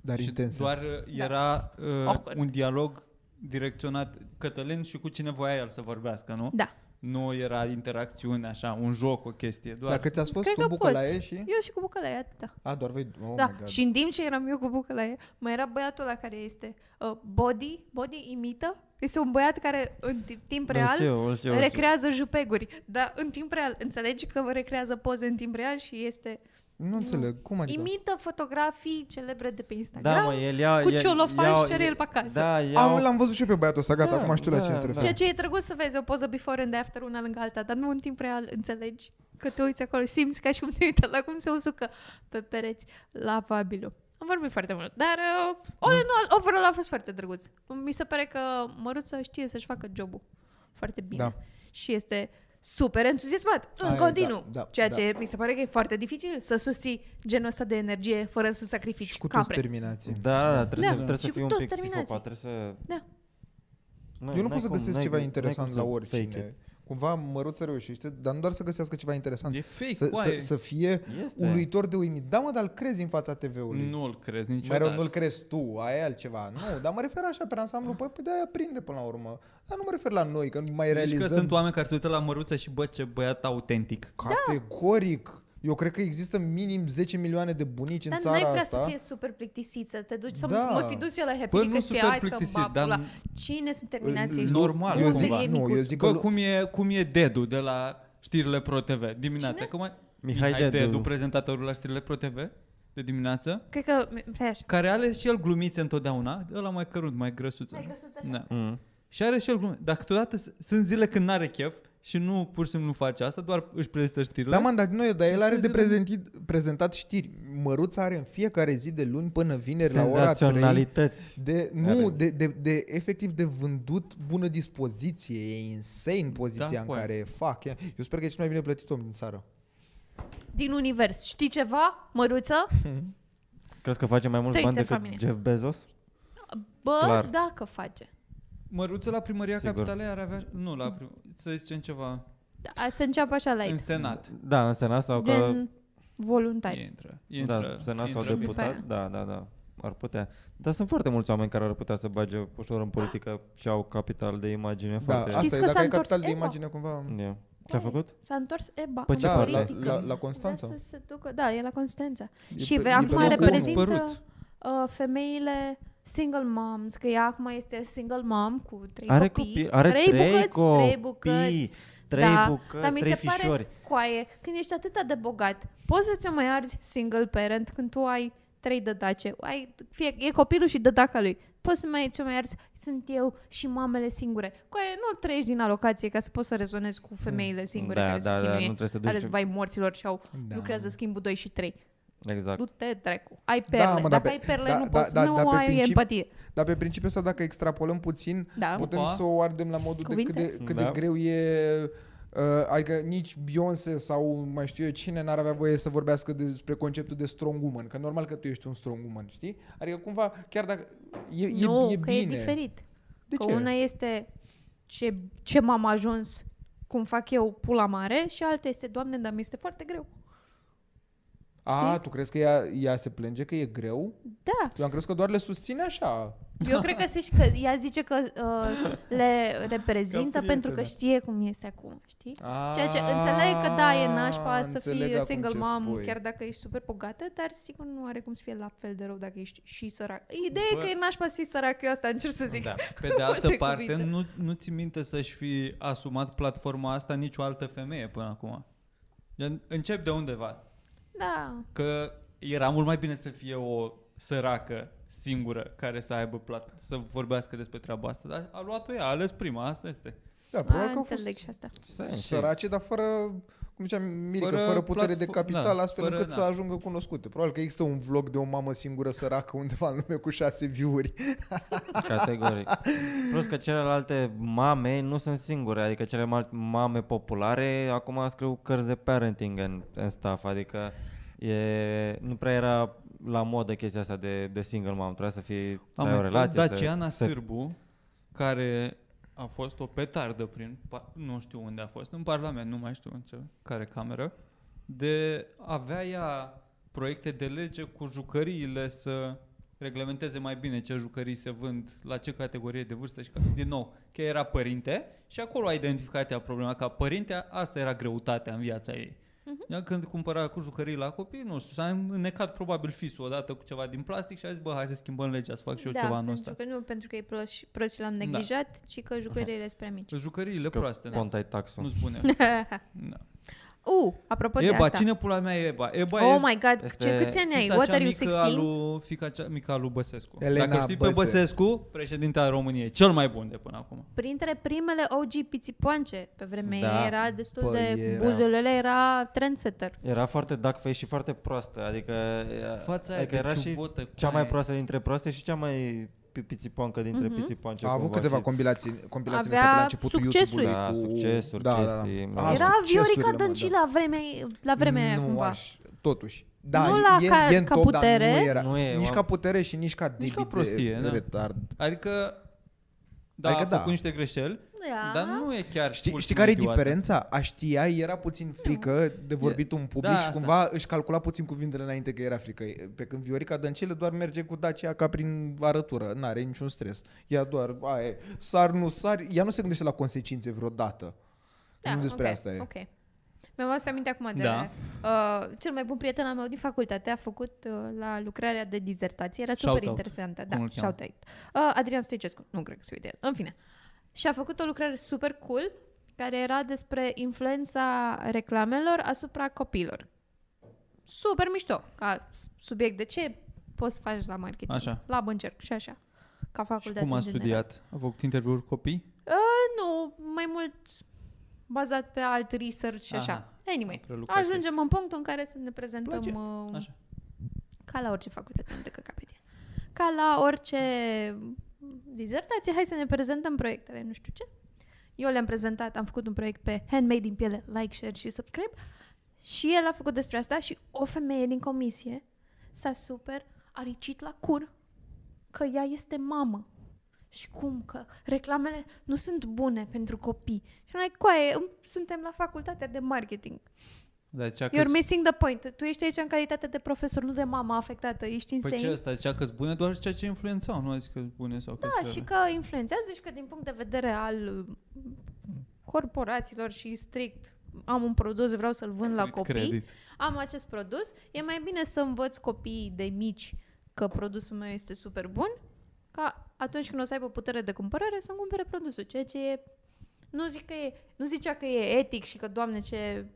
[SPEAKER 6] Dar
[SPEAKER 3] și
[SPEAKER 6] intense.
[SPEAKER 3] doar uh,
[SPEAKER 2] Da.
[SPEAKER 3] era uh,
[SPEAKER 2] Awkward.
[SPEAKER 3] un dialog direcționat Cătălin și cu cine voia el să vorbească, nu?
[SPEAKER 2] Da.
[SPEAKER 3] Nu era interacțiune așa, un joc, o chestie, doar...
[SPEAKER 6] Dacă ți-a spus
[SPEAKER 2] Cred
[SPEAKER 6] tu
[SPEAKER 2] că
[SPEAKER 6] bucălaie
[SPEAKER 2] poți.
[SPEAKER 6] și...
[SPEAKER 2] Eu și cu bucălaia, atâta.
[SPEAKER 6] A, doar voi... Oh
[SPEAKER 2] Da,
[SPEAKER 6] my God.
[SPEAKER 2] și în timp ce eram eu cu bucălaie, mai era băiatul ăla care este uh, body, body imită. Este un băiat care în ti- timp
[SPEAKER 5] Îl
[SPEAKER 2] real
[SPEAKER 5] știu, îl știu, îl știu.
[SPEAKER 2] recrează jupeguri, dar în timp real, înțelegi că recrează poze în timp real și este
[SPEAKER 6] Nu înțeleg. Cum adică?
[SPEAKER 2] Imită fotografii celebre de pe Instagram.
[SPEAKER 5] Da, mă, el ia...
[SPEAKER 2] cu
[SPEAKER 5] ia-
[SPEAKER 2] ciolofan
[SPEAKER 5] ia-
[SPEAKER 2] și cere el pe acasă.
[SPEAKER 5] Da, iau...
[SPEAKER 6] Am, l-am văzut și eu pe băiatul ăsta, gata,
[SPEAKER 5] Da,
[SPEAKER 6] acum știu la
[SPEAKER 5] da,
[SPEAKER 6] cine te referi.
[SPEAKER 2] Ceea ce e drăguț să vezi o poză before and after una lângă alta, dar nu în timp real înțelegi. Că te uiți acolo și simți ca și cum te uiți la cum se usucă pe pereți lavabilul. Am vorbit foarte mult, dar uh, all in all, overall a fost foarte drăguț. Mi se pare că Măruța știe să-și facă jobul foarte bine.
[SPEAKER 6] Da.
[SPEAKER 2] Și este super entuziasmat în
[SPEAKER 6] Aia e,
[SPEAKER 2] continuu.
[SPEAKER 6] da, da,
[SPEAKER 2] ceea
[SPEAKER 6] da.
[SPEAKER 2] ce mi se pare că e foarte dificil să susții genul ăsta de energie fără să sacrifici
[SPEAKER 6] Și cu toți
[SPEAKER 2] capre.
[SPEAKER 6] terminații.
[SPEAKER 5] Da, da, da, trebuie,
[SPEAKER 2] Da,
[SPEAKER 5] să, trebuie
[SPEAKER 2] și
[SPEAKER 5] să fii
[SPEAKER 2] cu
[SPEAKER 5] un
[SPEAKER 2] toți
[SPEAKER 5] pic
[SPEAKER 2] terminați.
[SPEAKER 5] psihopat, trebuie să...
[SPEAKER 2] Da.
[SPEAKER 5] Nu,
[SPEAKER 6] Eu nu
[SPEAKER 5] n-ai
[SPEAKER 6] pot să
[SPEAKER 5] cum,
[SPEAKER 6] găsesc
[SPEAKER 5] n-ai-
[SPEAKER 6] ceva
[SPEAKER 5] n-ai
[SPEAKER 6] interesant
[SPEAKER 5] cum
[SPEAKER 6] la
[SPEAKER 5] să fake
[SPEAKER 6] oricine.
[SPEAKER 5] it.
[SPEAKER 6] Cumva măruță reușește, dar nu doar să găsească ceva
[SPEAKER 3] E
[SPEAKER 6] interesant.
[SPEAKER 3] fake,
[SPEAKER 6] Să, să,
[SPEAKER 3] coaie.
[SPEAKER 6] să fie
[SPEAKER 5] Este.
[SPEAKER 6] uluitor de uimit. Da, mă, dar îl crezi în fața TV-ului.
[SPEAKER 3] Nu-l crezi
[SPEAKER 6] Mai rău,
[SPEAKER 3] niciodată.
[SPEAKER 6] nu-l crezi tu, aia e altceva. Nu, dar mă refer așa pe ansamblu, păi, păi de-aia prinde până la urmă. Dar nu mă refer la noi, că mai
[SPEAKER 3] Deci
[SPEAKER 6] realizăm Da.
[SPEAKER 3] că sunt oameni care se uită la măruță și bă, ce băiat autentic.
[SPEAKER 6] categoric. Eu cred că există minim 10 milioane de bunici în
[SPEAKER 2] Dar
[SPEAKER 6] țara
[SPEAKER 2] n-ai vrea
[SPEAKER 6] asta.
[SPEAKER 2] să fie super plictisit, să te duci, să
[SPEAKER 6] Da.
[SPEAKER 2] da. mă fi dus eu la happy
[SPEAKER 3] Bă,
[SPEAKER 2] Bă,
[SPEAKER 3] Păi nu
[SPEAKER 2] că spui,
[SPEAKER 3] super
[SPEAKER 2] hai să
[SPEAKER 3] plictisit,
[SPEAKER 2] bap
[SPEAKER 3] dar-
[SPEAKER 2] la... Cine sunt terminații?
[SPEAKER 3] L- normal,
[SPEAKER 2] Nu,
[SPEAKER 6] eu
[SPEAKER 3] cumva.
[SPEAKER 2] zic,
[SPEAKER 6] zic,
[SPEAKER 2] e
[SPEAKER 6] nu, eu
[SPEAKER 2] micuț.
[SPEAKER 6] zic că
[SPEAKER 3] Bă, cum e, cum e Dedu de la știrile Pro TV dimineața?
[SPEAKER 2] Cine?
[SPEAKER 3] Cum e?
[SPEAKER 5] Mihai Dedu.
[SPEAKER 3] prezentatorul la știrile Pro TV de dimineață,
[SPEAKER 2] Cred că, m- stai așa.
[SPEAKER 3] care are și el glumițe întotdeauna, ăla mai cărunt, mai grăsuță.
[SPEAKER 2] Mai grăsuță așa.
[SPEAKER 3] Da.
[SPEAKER 5] Mm.
[SPEAKER 3] Și are și el glume. Dar câteodată s- sunt zile când n-are chef și nu, pur și simplu nu face asta, doar își prezintă știrile.
[SPEAKER 6] Da, mă, dar, nu, e, dar
[SPEAKER 3] Și
[SPEAKER 6] el are de
[SPEAKER 3] să
[SPEAKER 6] prezentit, prezentat știri. Măruța are în fiecare zi de luni până vineri la ora 3
[SPEAKER 5] Senzaționalități.
[SPEAKER 6] de, nu, de, de, de, efectiv de vândut bună dispoziție. E insane poziția
[SPEAKER 3] Da,
[SPEAKER 6] în
[SPEAKER 3] coi.
[SPEAKER 6] care e, fac. E- Eu sper că e cel mai bine plătit om din țară.
[SPEAKER 2] Din univers. Știi ceva, măruță?
[SPEAKER 5] Crezi că face mai mulți
[SPEAKER 2] Trei
[SPEAKER 5] bani
[SPEAKER 2] țări
[SPEAKER 5] decât
[SPEAKER 2] familie.
[SPEAKER 5] Jeff Bezos?
[SPEAKER 2] Bă,
[SPEAKER 5] Clar.
[SPEAKER 2] dacă face.
[SPEAKER 3] Măruță la primăria
[SPEAKER 5] Sigur.
[SPEAKER 3] capitalei ar avea... Nu, la prim... să zicem ceva
[SPEAKER 2] Da, să înceapă așa la
[SPEAKER 3] în
[SPEAKER 2] ei.
[SPEAKER 3] senat.
[SPEAKER 5] Da, în senat sau că...
[SPEAKER 2] Gen voluntari.
[SPEAKER 3] Intră. intră
[SPEAKER 5] Da, senat sau
[SPEAKER 3] intră bine.
[SPEAKER 5] deputat, da, da, da. Ar putea. Dar sunt foarte mulți oameni care ar putea să bage ușor în politică și au capital de imagine
[SPEAKER 6] Da,
[SPEAKER 5] foarte...
[SPEAKER 6] asta
[SPEAKER 2] Știți
[SPEAKER 6] e,
[SPEAKER 2] că
[SPEAKER 6] dacă
[SPEAKER 2] s-a
[SPEAKER 6] ai capital
[SPEAKER 2] întors
[SPEAKER 6] de
[SPEAKER 2] Eva?
[SPEAKER 6] imagine cumva...
[SPEAKER 5] Yeah. Ce-a făcut?
[SPEAKER 2] S-a întors Eba
[SPEAKER 5] Păi
[SPEAKER 2] în
[SPEAKER 5] ce
[SPEAKER 6] Da, la,
[SPEAKER 2] politică.
[SPEAKER 6] la, la Constanța.
[SPEAKER 2] Vrea să se ducă, da, e la Constanța. și
[SPEAKER 6] pe-
[SPEAKER 2] vrea,
[SPEAKER 6] e pe
[SPEAKER 2] acum
[SPEAKER 6] locul unu.
[SPEAKER 2] reprezintă
[SPEAKER 3] Dispărut.
[SPEAKER 2] uh, femeile single moms, că ea acum este single mom cu trei
[SPEAKER 5] Are
[SPEAKER 2] copii.
[SPEAKER 5] copii, are trei,
[SPEAKER 2] bucăți,
[SPEAKER 5] copii,
[SPEAKER 2] trei bucăți.
[SPEAKER 5] trei
[SPEAKER 2] da,
[SPEAKER 5] bucăți,
[SPEAKER 2] dar mi
[SPEAKER 5] trei
[SPEAKER 2] se pare
[SPEAKER 5] fișori.
[SPEAKER 2] coaie, când ești atât de bogat, poți să ți-o mai arzi single parent când tu ai trei dădace, ai, fie, e copilul și dădaca lui, poți să mai ți-o mai arzi, sunt eu și mamele singure. Coaie, nu trăiești din alocație ca să poți să rezonezi cu femeile singure
[SPEAKER 5] Da,
[SPEAKER 2] care
[SPEAKER 5] da,
[SPEAKER 2] se
[SPEAKER 5] da,
[SPEAKER 2] chinuie,
[SPEAKER 5] nu trebuie să te duci
[SPEAKER 2] are
[SPEAKER 5] și-
[SPEAKER 2] vai morților și au
[SPEAKER 6] Da.
[SPEAKER 2] da. lucrează schimbul 2 și 3.
[SPEAKER 5] Exact.
[SPEAKER 2] Du-te, trecu. Ai perle. Da,
[SPEAKER 6] mă,
[SPEAKER 2] mă,
[SPEAKER 6] dar
[SPEAKER 2] Dacă
[SPEAKER 6] pe-
[SPEAKER 2] ai perle,
[SPEAKER 6] da,
[SPEAKER 2] nu
[SPEAKER 6] da,
[SPEAKER 2] poți,
[SPEAKER 6] da,
[SPEAKER 2] nu
[SPEAKER 6] da, pe
[SPEAKER 2] ai
[SPEAKER 6] principi-
[SPEAKER 2] empatie.
[SPEAKER 6] Dar pe principiul ăsta, dacă extrapolăm puțin,
[SPEAKER 2] Da.
[SPEAKER 6] putem
[SPEAKER 3] Opa.
[SPEAKER 6] să o ardem la modul de cât
[SPEAKER 2] Cuvinte.
[SPEAKER 6] de, cât de
[SPEAKER 5] Da.
[SPEAKER 6] greu e... Uh, adică nici Beyoncé sau mai știu eu cine n-ar avea voie să vorbească despre conceptul de strong woman, că normal că tu ești un strong woman, știi? Adică cumva, chiar dacă... E, e,
[SPEAKER 2] nu,
[SPEAKER 6] e
[SPEAKER 2] că
[SPEAKER 6] bine.
[SPEAKER 2] e diferit.
[SPEAKER 6] De
[SPEAKER 2] că
[SPEAKER 6] ce?
[SPEAKER 2] una este ce, ce m-am ajuns, cum fac eu pula mare și alta este, doamne, dar mi este foarte greu.
[SPEAKER 6] A, tu crezi că ea, ea se plânge că e greu?
[SPEAKER 2] Da,
[SPEAKER 6] Eu am crezut că doar le susține așa.
[SPEAKER 2] eu cred că, se, că ea zice că uh, le reprezintă
[SPEAKER 3] Ca
[SPEAKER 2] pentru că
[SPEAKER 3] prietena.
[SPEAKER 2] știe cum este acum, știi?
[SPEAKER 6] A,
[SPEAKER 2] Ceea ce înțeleg că da, e nașpa să
[SPEAKER 6] Ah, înțeleg
[SPEAKER 2] fii
[SPEAKER 6] acum
[SPEAKER 2] single
[SPEAKER 6] ce
[SPEAKER 2] mom,
[SPEAKER 6] spui.
[SPEAKER 2] chiar dacă ești super bogată, dar sigur nu are cum să fie la fel de rău dacă ești și sărac. Ideea e
[SPEAKER 3] Bă.
[SPEAKER 2] că e nașpa să fii sărac, eu asta încerc să zic.
[SPEAKER 3] Da. Pe
[SPEAKER 2] (laughs)
[SPEAKER 3] de altă
[SPEAKER 2] Multe
[SPEAKER 3] parte,
[SPEAKER 2] cuvinte.
[SPEAKER 3] nu, nu ți minte să-și fi asumat platforma asta nicio altă femeie până acum. Gen, Încep de undeva.
[SPEAKER 2] Da.
[SPEAKER 3] Că era mult mai bine să fie o săracă singură care să aibă plat, să vorbească despre treaba asta, dar a luat-o ea, a ales prima, asta este.
[SPEAKER 6] Da,
[SPEAKER 2] A,
[SPEAKER 6] probabil că au fost
[SPEAKER 2] înțeleg și asta.
[SPEAKER 6] Sărace, dar fără, cum ziceam, Mirica, fără,
[SPEAKER 3] Fără
[SPEAKER 6] fără putere de
[SPEAKER 3] platfo-
[SPEAKER 6] capital,
[SPEAKER 3] da,
[SPEAKER 6] astfel
[SPEAKER 3] fără-
[SPEAKER 6] încât
[SPEAKER 3] da.
[SPEAKER 6] să ajungă cunoscute. Probabil că există un vlog de o mamă singură săracă undeva în lume cu șase view-uri.
[SPEAKER 5] Categoric. Plus că celelalte mame nu sunt singure, adică cele mai mame populare acum scriu cărți de parenting în, în staff, adică e, nu prea era la modă chestia asta de, de single mom, trebuia să fii, să ai o relație.
[SPEAKER 3] Daciana
[SPEAKER 5] să, să,
[SPEAKER 3] Sârbu, care a fost o petardă prin, pa- nu știu unde a fost, în Parlament, nu mai știu în ce, care cameră, de avea ea proiecte de lege cu jucăriile să reglementeze mai bine ce jucării se vând, la ce categorie de vârstă și ca, din nou, că era părinte și acolo a identificat ea problema ca părinte, asta era greutatea în viața ei.
[SPEAKER 2] Mhm.
[SPEAKER 3] Ea când cumpăra cu jucării la copii, nu știu, s-a înnecat probabil fisul odată cu ceva din plastic și a zis, bă, hai să schimbăm legea, să fac și eu
[SPEAKER 2] da,
[SPEAKER 3] ceva în
[SPEAKER 2] pentru
[SPEAKER 3] ăsta. Da.
[SPEAKER 2] că nu, pentru că e prost, și- prost și l-am neglijat,
[SPEAKER 3] (laughs)
[SPEAKER 2] ci că jucăriile sunt prea mici.
[SPEAKER 3] Jucăriile
[SPEAKER 2] (laughs)
[SPEAKER 5] că
[SPEAKER 3] proaste, da.
[SPEAKER 5] contai taxul.
[SPEAKER 3] Nu spune. da.
[SPEAKER 2] U, Uh, apropo de
[SPEAKER 3] Eba,
[SPEAKER 2] asta.
[SPEAKER 3] cine pula mea e Eba? Eba
[SPEAKER 2] Oh
[SPEAKER 3] e
[SPEAKER 2] my god,
[SPEAKER 5] Este
[SPEAKER 2] ce, câți ani ai?
[SPEAKER 3] fiica
[SPEAKER 2] What
[SPEAKER 3] cea
[SPEAKER 2] are you,
[SPEAKER 3] mică
[SPEAKER 2] 16?
[SPEAKER 3] a lui- Fica cea mică a lui Băsescu.
[SPEAKER 6] Elena
[SPEAKER 3] Dacă știi pe
[SPEAKER 6] Băse.
[SPEAKER 3] Băsescu, președinte al României, cel mai bun de până acum.
[SPEAKER 2] Printre primele OG pițipoance pe vremea
[SPEAKER 5] Da,
[SPEAKER 2] da, era destul
[SPEAKER 6] bă,
[SPEAKER 2] de...
[SPEAKER 6] era-
[SPEAKER 2] Era. Buzulele era trendsetter.
[SPEAKER 5] Era foarte duckface și foarte proastă, adică,
[SPEAKER 3] Fața aia
[SPEAKER 5] adică
[SPEAKER 3] de
[SPEAKER 5] era și
[SPEAKER 3] ciubotă, cu
[SPEAKER 5] cea mai
[SPEAKER 3] aia.
[SPEAKER 5] proastă dintre proaste și cea mai pi- pițipoancă dintre mm-hmm. pițipoance.
[SPEAKER 6] A avut
[SPEAKER 5] cumva,
[SPEAKER 6] câteva
[SPEAKER 5] și-
[SPEAKER 6] compilații, compilații
[SPEAKER 2] Avea
[SPEAKER 6] astea pe la începutul
[SPEAKER 2] succesuri.
[SPEAKER 6] YouTube-ului.
[SPEAKER 5] Da,
[SPEAKER 6] cu-
[SPEAKER 5] succesuri, chestii, mă.
[SPEAKER 2] Era
[SPEAKER 6] A, succesurile,
[SPEAKER 2] Viorica
[SPEAKER 6] mă,
[SPEAKER 2] Dăncilă
[SPEAKER 6] da.
[SPEAKER 2] la vremea, la vremea aia,
[SPEAKER 6] nu
[SPEAKER 2] cumva.
[SPEAKER 6] Aș, totuși. Da,
[SPEAKER 2] Nu
[SPEAKER 6] e-
[SPEAKER 2] la
[SPEAKER 6] e,
[SPEAKER 2] ca-
[SPEAKER 6] e în
[SPEAKER 2] ca
[SPEAKER 6] top,
[SPEAKER 2] putere.
[SPEAKER 6] Dar nu, era,
[SPEAKER 5] Nu e,
[SPEAKER 6] nici
[SPEAKER 5] o-
[SPEAKER 6] ca putere și nici ca debit
[SPEAKER 3] Nici ca prostie,
[SPEAKER 6] de,
[SPEAKER 3] da.
[SPEAKER 6] retard.
[SPEAKER 3] Adică, da, adică
[SPEAKER 6] Adică
[SPEAKER 3] a
[SPEAKER 6] da.
[SPEAKER 3] făcut da. niște greșeli,
[SPEAKER 2] Da.
[SPEAKER 3] dar nu e chiar
[SPEAKER 6] Știi,
[SPEAKER 3] pur
[SPEAKER 6] știi
[SPEAKER 3] și
[SPEAKER 6] care e
[SPEAKER 3] idiotă.
[SPEAKER 6] diferența? A știa, era puțin frică de vorbit un public
[SPEAKER 3] Da,
[SPEAKER 6] și
[SPEAKER 3] asta.
[SPEAKER 6] cumva își calcula puțin cuvintele înainte că era frică. Pe când Viorica Dăncilă doar merge cu Dacia ca prin arătură, n-are niciun stres. Ea doar, a, e, sar, nu sar, ea nu se gândește la consecințe vreodată.
[SPEAKER 2] Da,
[SPEAKER 6] nu despre
[SPEAKER 2] ok,
[SPEAKER 6] asta e.
[SPEAKER 2] Ok. Mi-am adus aminte acum de...
[SPEAKER 3] Da.
[SPEAKER 2] Uh, cel mai bun prieten al meu din facultate a făcut uh, la lucrarea de dizertație. Era super
[SPEAKER 3] Shout-out.
[SPEAKER 2] interesantă. Da,
[SPEAKER 3] Cum îl cheamă?
[SPEAKER 2] shout out. Uh, Adrian Stoicescu. Nu cred că se vede el. În fine. Și a făcut o lucrare super cool care era despre influența reclamelor asupra copiilor. Super mișto ca s- subiect. De ce poți să faci la marketing?
[SPEAKER 3] Așa.
[SPEAKER 2] La băncerc și așa. Ca
[SPEAKER 3] Și
[SPEAKER 2] facultate
[SPEAKER 3] cum a
[SPEAKER 2] în general.
[SPEAKER 3] studiat? A făcut interviuri cu copii?
[SPEAKER 2] Nu, mai mult bazat pe alt research și
[SPEAKER 3] Aha.
[SPEAKER 2] așa. Anyway,
[SPEAKER 3] A prelucrat
[SPEAKER 2] ajungem în punctul în care să ne prezentăm
[SPEAKER 3] Plagiat.
[SPEAKER 2] uh,
[SPEAKER 3] Așa.
[SPEAKER 2] ca la orice facultate, nu de căcapetie. Ca la orice dizertație, hai să ne prezentăm proiectele, nu știu ce. Eu le-am prezentat, am făcut un proiect pe handmade din piele, like, share și subscribe. Și el a făcut despre asta și o femeie din comisie s-a super aricit la cur că ea este mamă. Și cum că reclamele nu sunt bune pentru copii. Și noi, coaie, îm- suntem la facultatea de marketing.
[SPEAKER 3] Dar zicea că
[SPEAKER 2] You're missing the point. Tu ești aici în calitate de profesor, nu de mama afectată. Ești insane.
[SPEAKER 3] Păi ce asta, zicea că bune doar ceea ce influențau, nu a zis că bune sau că
[SPEAKER 2] da, și că influențează și că din punct de vedere al uh, corporațiilor și strict am un produs, vreau să-l vând la copii,
[SPEAKER 3] Credit.
[SPEAKER 2] am acest produs, e mai bine să învăț copiii de mici că produsul meu este super bun, ca atunci când o să aibă putere de cumpărare să-mi cumpere produsul, ceea ce e nu, zic că e, nu zicea că e etic și că, doamne, ce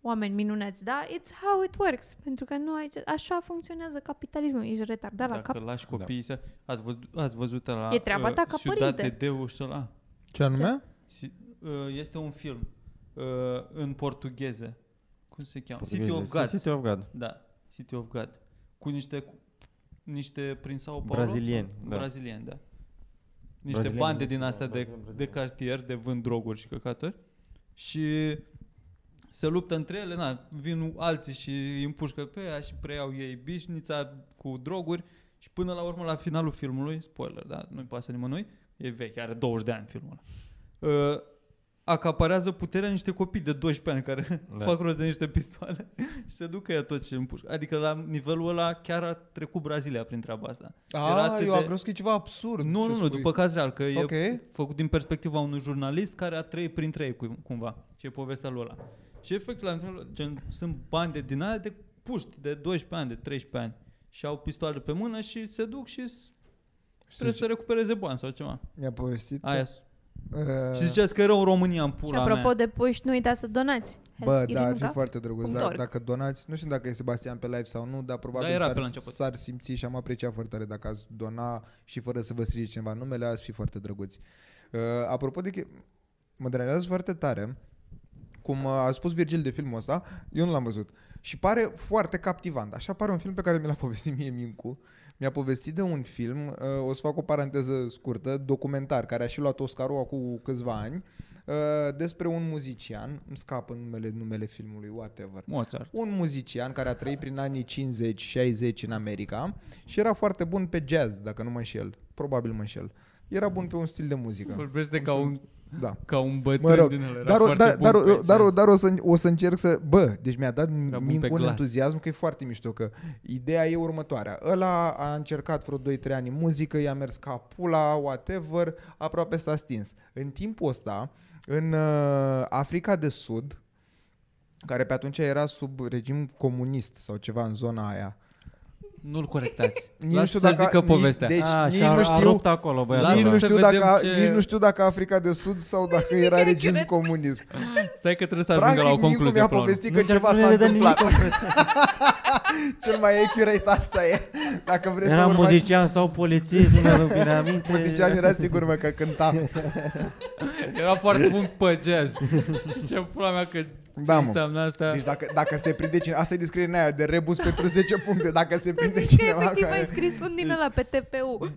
[SPEAKER 2] oameni minuneți, da? It's how it works. Pentru că nu ai ce... Așa funcționează capitalismul. Ești retardat da, la
[SPEAKER 3] Dacă
[SPEAKER 2] cap.
[SPEAKER 3] lași copiii să... Ați, văzut, ați văzut ă, la...
[SPEAKER 2] E treaba ta ca
[SPEAKER 3] Ciudate
[SPEAKER 2] părinte.
[SPEAKER 3] Deu și ăla?
[SPEAKER 6] Ce
[SPEAKER 2] anume?
[SPEAKER 3] Si- uh, Este un film uh, în portugheză. Cum se cheamă? City
[SPEAKER 5] Portugheză.
[SPEAKER 3] of God.
[SPEAKER 5] City of God.
[SPEAKER 3] Da, City of God. Cu niște cu- niște prin Sao Paulo.
[SPEAKER 5] Brazilieni, da.
[SPEAKER 3] Brazilieni, da. Niște
[SPEAKER 5] Brazilieni,
[SPEAKER 3] bande
[SPEAKER 5] nu
[SPEAKER 3] din
[SPEAKER 5] știu,
[SPEAKER 3] astea de,
[SPEAKER 5] Da, brazilieni,
[SPEAKER 3] de
[SPEAKER 5] brazilieni.
[SPEAKER 3] cartier, de vând droguri și căcaturi. Și se luptă între ele, na, vin alții și îi împușcă pe ea și preiau ei bișnița cu droguri și până la urmă, la finalul filmului, spoiler, da, nu-i pasă nimănui, e vechi, are 20 de ani filmul ăla. Uh, acaparează puterea niște copii de 12 ani care
[SPEAKER 5] (laughs) Da.
[SPEAKER 3] da. fac rost de niște pistoale (laughs) și se ducă ea tot ce împușcă. Adică la nivelul ăla chiar a trecut Brazilia prin treaba asta. Era
[SPEAKER 6] A,
[SPEAKER 3] atât
[SPEAKER 6] eu
[SPEAKER 3] de-
[SPEAKER 6] am crezut că e ceva absurd.
[SPEAKER 3] Nu, nu,
[SPEAKER 6] ce
[SPEAKER 3] nu,
[SPEAKER 6] spui.
[SPEAKER 3] după caz real, că okay. e
[SPEAKER 6] Ok.
[SPEAKER 3] făcut din perspectiva unui jurnalist care a trăit printre ei cum- cumva și e povestea lui ăla. Și efectiv, la nivelul- gen, sunt bande din aia de puști, de 12 ani, de 13 ani și au pistoale pe mână și se duc și s- trebuie să recupereze bani sau ceva.
[SPEAKER 4] Mi-a povestit.
[SPEAKER 3] Aia.
[SPEAKER 6] Da.
[SPEAKER 4] Uh,
[SPEAKER 3] Și ziceați că e rău în România în
[SPEAKER 2] Și
[SPEAKER 3] pula
[SPEAKER 2] apropo
[SPEAKER 3] mea.
[SPEAKER 2] de puști, nu uitați să donați.
[SPEAKER 6] Bă,
[SPEAKER 2] Help
[SPEAKER 6] da, ar fi
[SPEAKER 2] Iliuca.
[SPEAKER 6] foarte drăguț
[SPEAKER 2] punct
[SPEAKER 6] dar
[SPEAKER 2] org.
[SPEAKER 6] dacă donați, nu știu dacă e Sebastian pe live sau nu, dar probabil
[SPEAKER 3] Da, era
[SPEAKER 6] s-ar,
[SPEAKER 3] pe la început.
[SPEAKER 6] s-ar simți și am apreciat foarte tare dacă ați dona și fără să vă strige cineva numele, ați fi foarte drăguți. Uh, apropo de che- mă deranjează foarte tare cum uh, a spus Virgil de filmul ăsta, eu nu l-am văzut. Și pare foarte captivant. Așa pare un film pe care mi l-a (laughs) povestit mie Mincu. Mi-a povestit de un film, uh, o să fac o paranteză scurtă, documentar, care a și luat Oscarul acum câțiva ani, uh, despre un muzician, îmi scapă numele, numele filmului, whatever
[SPEAKER 3] Mozart.
[SPEAKER 6] un muzician care a trăit prin anii 50-60 în America și era foarte bun pe jazz, dacă nu mă înșel. Probabil mă înșel. Era bun pe un stil de muzică.
[SPEAKER 3] Vorbește
[SPEAKER 6] ca un- Da.
[SPEAKER 3] ca un
[SPEAKER 6] Mă
[SPEAKER 3] bătrân
[SPEAKER 6] rog,
[SPEAKER 3] din ăla.
[SPEAKER 6] dar, o, dar, dar, o- da- dar, o- dar o, să, o să încerc să... Bă, deci mi-a dat
[SPEAKER 3] exact. bun
[SPEAKER 6] min
[SPEAKER 3] pe
[SPEAKER 6] un
[SPEAKER 3] glas.
[SPEAKER 6] entuziasm că e foarte mișto, că ideea e următoarea. Ăla a încercat vreo 2-3 ani în muzică, i-a mers ca pula, whatever, aproape s-a stins. În timpul ăsta, în uh, Africa de Sud, care pe atunci era sub regim comunist sau ceva în zona aia,
[SPEAKER 3] Nu-l corectați.
[SPEAKER 6] Nici nu
[SPEAKER 3] Lasă
[SPEAKER 6] știu
[SPEAKER 3] să
[SPEAKER 6] dacă-
[SPEAKER 3] zică
[SPEAKER 6] nici-
[SPEAKER 3] povestea.
[SPEAKER 6] deci-
[SPEAKER 5] a,
[SPEAKER 6] nici
[SPEAKER 5] și a,
[SPEAKER 6] nu
[SPEAKER 5] a
[SPEAKER 6] știu-
[SPEAKER 5] rupt acolo băiatul
[SPEAKER 6] Nici
[SPEAKER 3] Lasă
[SPEAKER 5] ăla.
[SPEAKER 6] nu,
[SPEAKER 3] să
[SPEAKER 6] știu
[SPEAKER 3] vedem
[SPEAKER 6] dacă,
[SPEAKER 3] ce-
[SPEAKER 6] nici nu știu dacă Africa de Sud sau dacă era regim comunism.
[SPEAKER 3] Stai că trebuie să ajungă
[SPEAKER 6] Practic,
[SPEAKER 3] la o
[SPEAKER 6] Mincu
[SPEAKER 3] concluzie
[SPEAKER 6] mi-a
[SPEAKER 3] până la urmă.
[SPEAKER 6] povestit că ceva s-a întâmplat. Cel mai accurate asta e. Dacă vreți
[SPEAKER 5] Era
[SPEAKER 6] să urmați...
[SPEAKER 5] muzician sau polițist, nu mi-aduc bine aminte.
[SPEAKER 6] Muzician era sigur, mă, că cânta.
[SPEAKER 3] Era foarte bun pe jazz. Ce pula mea că
[SPEAKER 6] Da,
[SPEAKER 3] ce
[SPEAKER 6] mă.
[SPEAKER 3] înseamnă asta?
[SPEAKER 6] Deci dacă, dacă se prinde cineva, asta e descrierea aia de rebus pentru 10 puncte, dacă se
[SPEAKER 2] Să
[SPEAKER 6] prinde
[SPEAKER 2] zici că
[SPEAKER 6] cineva
[SPEAKER 2] efectiv ai
[SPEAKER 6] care...
[SPEAKER 2] scris un din ăla pe
[SPEAKER 6] (laughs)
[SPEAKER 2] (laughs) TPU.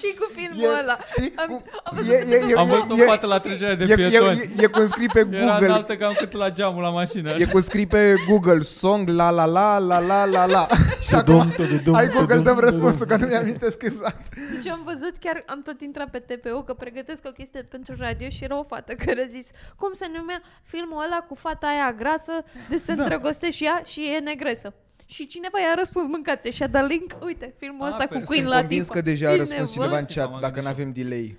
[SPEAKER 2] ce cu filmul
[SPEAKER 6] E-
[SPEAKER 2] ăla?
[SPEAKER 6] știi,
[SPEAKER 2] Am-
[SPEAKER 6] cum-
[SPEAKER 2] am văzut-
[SPEAKER 6] e- e- da, e-
[SPEAKER 3] Am văzut o
[SPEAKER 6] e-
[SPEAKER 3] fată la trecerea de
[SPEAKER 6] E, e,
[SPEAKER 3] pietoni.
[SPEAKER 6] e, e cum scrii pe
[SPEAKER 3] Era
[SPEAKER 6] Google.
[SPEAKER 3] înaltă cam cât la geamul la mașină.
[SPEAKER 6] E cum scrii pe Google Song la la la la la la la. Și acum ai Google dăm răspunsul că nu mi-am amintesc exact.
[SPEAKER 2] Deci am văzut chiar, am tot intrat pe TPU că pregătesc o chestie pentru radio și era o fată care a zis cum se numea filmul ăla cu fata aia grasă de se da. îndrăgostește și ea și e negresă. Și cineva i-a răspuns, mâncați și a dat link, uite, filmul
[SPEAKER 3] Ah,
[SPEAKER 2] ăsta
[SPEAKER 3] pe-
[SPEAKER 2] cu Queen la
[SPEAKER 6] convins
[SPEAKER 2] Diva.
[SPEAKER 6] că deja a
[SPEAKER 2] Ești
[SPEAKER 6] răspuns
[SPEAKER 2] nebun?
[SPEAKER 6] cineva în chat,
[SPEAKER 3] M-am
[SPEAKER 6] dacă
[SPEAKER 3] gândit
[SPEAKER 6] nu avem delay.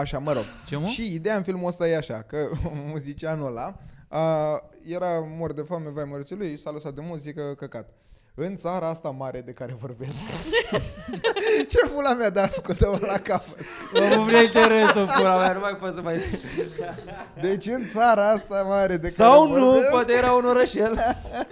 [SPEAKER 6] Așa, mă rog.
[SPEAKER 3] Ce, mă?
[SPEAKER 6] Și ideea în filmul ăsta e așa, că (laughs) muzicianul ăla a, era mor de foame, vai mărțul lui, s-a lăsat de muzică, căcat. În țara asta mare de care vorbesc. Ce pula mea de ascultă la capăt.
[SPEAKER 5] Mă buvrei de râsul, pula mea, nu mai pot să mai...
[SPEAKER 6] Deci în țara asta mare de
[SPEAKER 5] Sau
[SPEAKER 6] care
[SPEAKER 5] nu,
[SPEAKER 6] vorbesc,
[SPEAKER 5] poate era un orășel.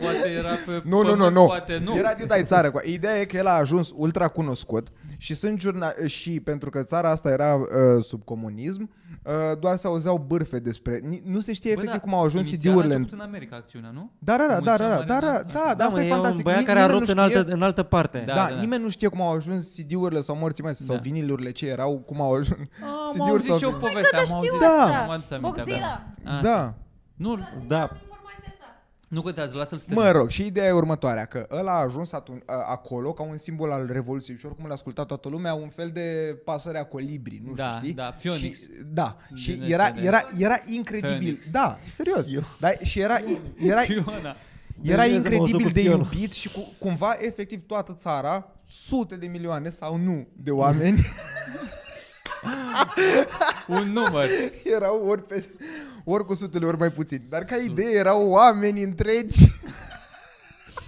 [SPEAKER 3] Poate era pe
[SPEAKER 6] Nu, nu, nu,
[SPEAKER 3] pământ,
[SPEAKER 6] nu.
[SPEAKER 3] Poate nu.
[SPEAKER 6] Era din dai țară. cu- Ideea e că el a ajuns ultra cunoscut și sunt jurna... și pentru că țara asta era uh, sub comunism, uh, doar se auzeau bârfe despre. Ni- Nu se știe Bă, efectiv
[SPEAKER 3] da,
[SPEAKER 6] da, cum au ajuns
[SPEAKER 3] inițial
[SPEAKER 6] ideurile.
[SPEAKER 3] a
[SPEAKER 6] în-
[SPEAKER 3] început în America acțiunea, nu?
[SPEAKER 6] Da, da, da, da, da,
[SPEAKER 3] Comunismul în America.
[SPEAKER 6] da, da, da, da, da, asta
[SPEAKER 5] mă,
[SPEAKER 6] e
[SPEAKER 5] e
[SPEAKER 6] fantastic.
[SPEAKER 5] un băiat
[SPEAKER 6] Ni-
[SPEAKER 5] care a
[SPEAKER 6] nimeni nu
[SPEAKER 5] rupt în
[SPEAKER 6] știe-
[SPEAKER 5] altă, în altă parte.
[SPEAKER 6] Da,
[SPEAKER 3] Da,
[SPEAKER 6] da,
[SPEAKER 3] da, da.
[SPEAKER 6] nimeni nu știe cum au ajuns CD-urile sau morții mei sau
[SPEAKER 3] Da.
[SPEAKER 6] vinilurile ce erau, cum au ajuns.
[SPEAKER 3] Am
[SPEAKER 6] CD-uri
[SPEAKER 3] auzit
[SPEAKER 6] sau
[SPEAKER 3] și eu
[SPEAKER 6] film.
[SPEAKER 3] povestea, am
[SPEAKER 2] știu
[SPEAKER 3] auzit.
[SPEAKER 2] asta.
[SPEAKER 3] nu m-am adus aminte,
[SPEAKER 2] Boxila.
[SPEAKER 3] da. Așa.
[SPEAKER 6] Da.
[SPEAKER 3] Nu,
[SPEAKER 5] Da.
[SPEAKER 3] nu contează, lasă-l să
[SPEAKER 6] Mă rog, și ideea e următoarea, că ăla a ajuns atun- a- acolo ca un simbol al Revoluției și oricum l-a ascultat toată lumea, un fel de pasărea colibri, nu
[SPEAKER 3] Da,
[SPEAKER 6] știu, știi?
[SPEAKER 3] da, Phoenix.
[SPEAKER 6] Și, da, și
[SPEAKER 3] Din
[SPEAKER 6] era,
[SPEAKER 3] ăștia de-
[SPEAKER 6] era, era incredibil.
[SPEAKER 3] Phoenix.
[SPEAKER 6] Da, serios. Da, și era, era,
[SPEAKER 3] Fiona.
[SPEAKER 6] era
[SPEAKER 5] Bine, mă duc
[SPEAKER 6] incredibil
[SPEAKER 5] cu
[SPEAKER 6] de
[SPEAKER 5] Fiona.
[SPEAKER 6] iubit și cu, cumva, efectiv, toată țara, sute de milioane sau nu de oameni,
[SPEAKER 3] Un număr.
[SPEAKER 6] erau ori, pe, ori cu sutele, ori mai puțin. Dar ca idee erau oameni întregi.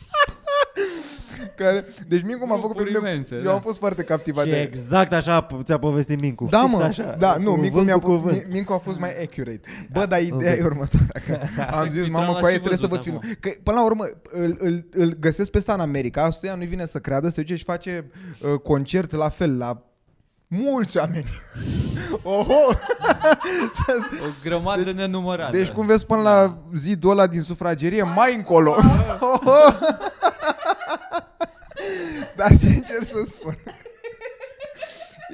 [SPEAKER 6] (laughs) Care, deci Mincu m-a făcut un
[SPEAKER 3] Grupuri
[SPEAKER 6] meme.
[SPEAKER 3] imense,
[SPEAKER 6] Eu
[SPEAKER 3] da.
[SPEAKER 6] am fost foarte captivat
[SPEAKER 5] Și
[SPEAKER 6] de
[SPEAKER 5] exact așa p- ți-a povestit Mincu.
[SPEAKER 6] Da,
[SPEAKER 5] fix
[SPEAKER 6] mă,
[SPEAKER 5] așa.
[SPEAKER 6] da, nu,
[SPEAKER 5] Cuvânt
[SPEAKER 6] Mincu, mi-a,
[SPEAKER 5] cu Da. cuvânt.
[SPEAKER 6] Mi- Mincu a fost mai
[SPEAKER 5] (laughs)
[SPEAKER 6] accurate. Bă, dar ideea e următoarea. Că am zis,
[SPEAKER 3] Efectiv,
[SPEAKER 6] mamă,
[SPEAKER 3] l-a
[SPEAKER 6] cu aia
[SPEAKER 3] și
[SPEAKER 6] trebuie să văd
[SPEAKER 3] văzut
[SPEAKER 6] filmul.
[SPEAKER 3] acum.
[SPEAKER 6] Că, până la urmă, îl, îl, îl găsesc pe ăsta în America, asta nu-i vine să creadă, se duce și face uh, concert la fel, la mulți oameni. (laughs) Oho!
[SPEAKER 3] O grămadă deci, nenumărată.
[SPEAKER 6] Deci cum vezi până la zidul ăla din sufragerie, mai încolo. (laughs) Dar ce încerc să spun?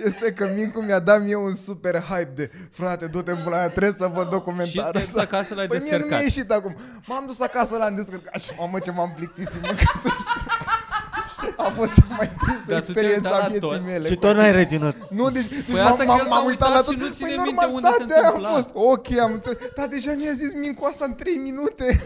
[SPEAKER 6] Este că Mincu mi-a dat mie un super hype de Frate, du-te în pula mea, trebuie să văd
[SPEAKER 3] și
[SPEAKER 6] documentarul
[SPEAKER 3] text
[SPEAKER 6] ăsta
[SPEAKER 3] acasă l-ai
[SPEAKER 6] Păi mie nu mi-a
[SPEAKER 3] descărcat.
[SPEAKER 6] ieșit acum M-am dus acasă, l-am descărcat Și mamă ce m-am plictisit
[SPEAKER 3] (laughs)
[SPEAKER 6] mâncat A fost cea mai tristă
[SPEAKER 3] Dar tu te-ai
[SPEAKER 6] experiență
[SPEAKER 3] uitat
[SPEAKER 6] a
[SPEAKER 3] la
[SPEAKER 6] vieții
[SPEAKER 3] tot?
[SPEAKER 6] mele
[SPEAKER 5] Și tot n-ai reținut.
[SPEAKER 6] nu, deci, deci
[SPEAKER 3] Păi asta că
[SPEAKER 6] m-am, m-am,
[SPEAKER 3] el s-a
[SPEAKER 6] m-am uitat la
[SPEAKER 3] uitat
[SPEAKER 6] tot.
[SPEAKER 3] și nu ține
[SPEAKER 6] păi
[SPEAKER 3] minte
[SPEAKER 6] normal,
[SPEAKER 3] unde
[SPEAKER 6] da,
[SPEAKER 3] se
[SPEAKER 6] de-aia
[SPEAKER 3] întâmpla.
[SPEAKER 6] a fost. Ok, am înțeles. Da, deja mi-a zis Mincu asta în 3 minute.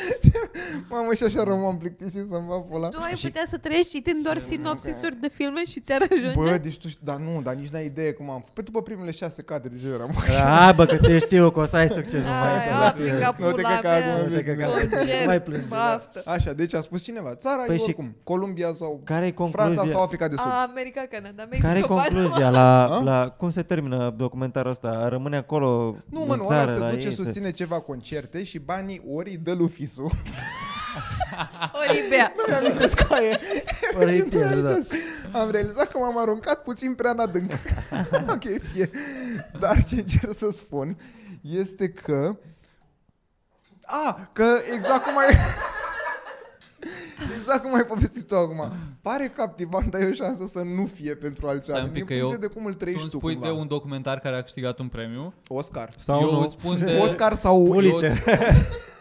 [SPEAKER 6] (laughs) Mamă, și așa rămân plictisit să-mi fac pula.
[SPEAKER 2] Tu ai putea să trăiești citind doar sinopsisuri de filme și ți-ar ajunge?
[SPEAKER 6] Bă, deci tu, știi- dar nu, dar nici n-ai idee cum am făcut. Pe după primele șase cadre deja eram. (laughs)
[SPEAKER 5] Hai bă, că te știu că o să ai succes. mă, mai
[SPEAKER 2] Ai,
[SPEAKER 5] e
[SPEAKER 2] a, pica
[SPEAKER 5] tot.
[SPEAKER 6] Nu te
[SPEAKER 2] pula
[SPEAKER 6] căca acum,
[SPEAKER 2] mea.
[SPEAKER 6] nu te căca.
[SPEAKER 2] Concert,
[SPEAKER 5] Mai plânge, da.
[SPEAKER 2] baftă.
[SPEAKER 6] Așa, deci a spus cineva, țara
[SPEAKER 5] Păi
[SPEAKER 6] păi e
[SPEAKER 5] și-
[SPEAKER 6] oricum, Columbia sau
[SPEAKER 5] Care-i
[SPEAKER 6] Franța
[SPEAKER 5] concluzia?
[SPEAKER 6] sau Africa de Sud.
[SPEAKER 2] A, America, Canada, Mexico,
[SPEAKER 5] Care e
[SPEAKER 2] Panama.
[SPEAKER 5] concluzia la,
[SPEAKER 6] (laughs) A?
[SPEAKER 5] la cum se termină documentarul ăsta? Rămâne acolo
[SPEAKER 6] Nu,
[SPEAKER 5] în
[SPEAKER 6] mă, nu, ăla
[SPEAKER 5] țară,
[SPEAKER 6] se
[SPEAKER 5] la
[SPEAKER 6] duce,
[SPEAKER 5] ei, (laughs)
[SPEAKER 6] susține ceva concerte și banii ori îi dă lui Fisu.
[SPEAKER 2] Olivia.
[SPEAKER 6] (laughs) Nu mi-am amintesc ca e. (laughs)
[SPEAKER 5] Ori
[SPEAKER 6] Nu mi-am
[SPEAKER 5] el, da.
[SPEAKER 6] amintesc. Păi, Am realizat că m-am aruncat puțin prea în adânc. (laughs) ok, fie. Dar ce încerc să spun este că... A, că exact cum ai... (laughs) Exact cum ai povestit tu acum. Pare captivant, dar e o șansă să nu fie pentru alți
[SPEAKER 3] Stai un
[SPEAKER 6] oameni. În
[SPEAKER 3] pic, că
[SPEAKER 6] funcție
[SPEAKER 3] eu-
[SPEAKER 6] de cum îl
[SPEAKER 3] tu
[SPEAKER 6] trăiești
[SPEAKER 3] îmi
[SPEAKER 6] tu,
[SPEAKER 3] spui
[SPEAKER 6] cumva.
[SPEAKER 3] de un documentar care a câștigat un premiu.
[SPEAKER 6] Oscar.
[SPEAKER 5] Sau
[SPEAKER 3] eu
[SPEAKER 5] nu.
[SPEAKER 3] îți spun de...
[SPEAKER 6] Oscar sau...
[SPEAKER 5] Pulitzer.
[SPEAKER 3] (laughs)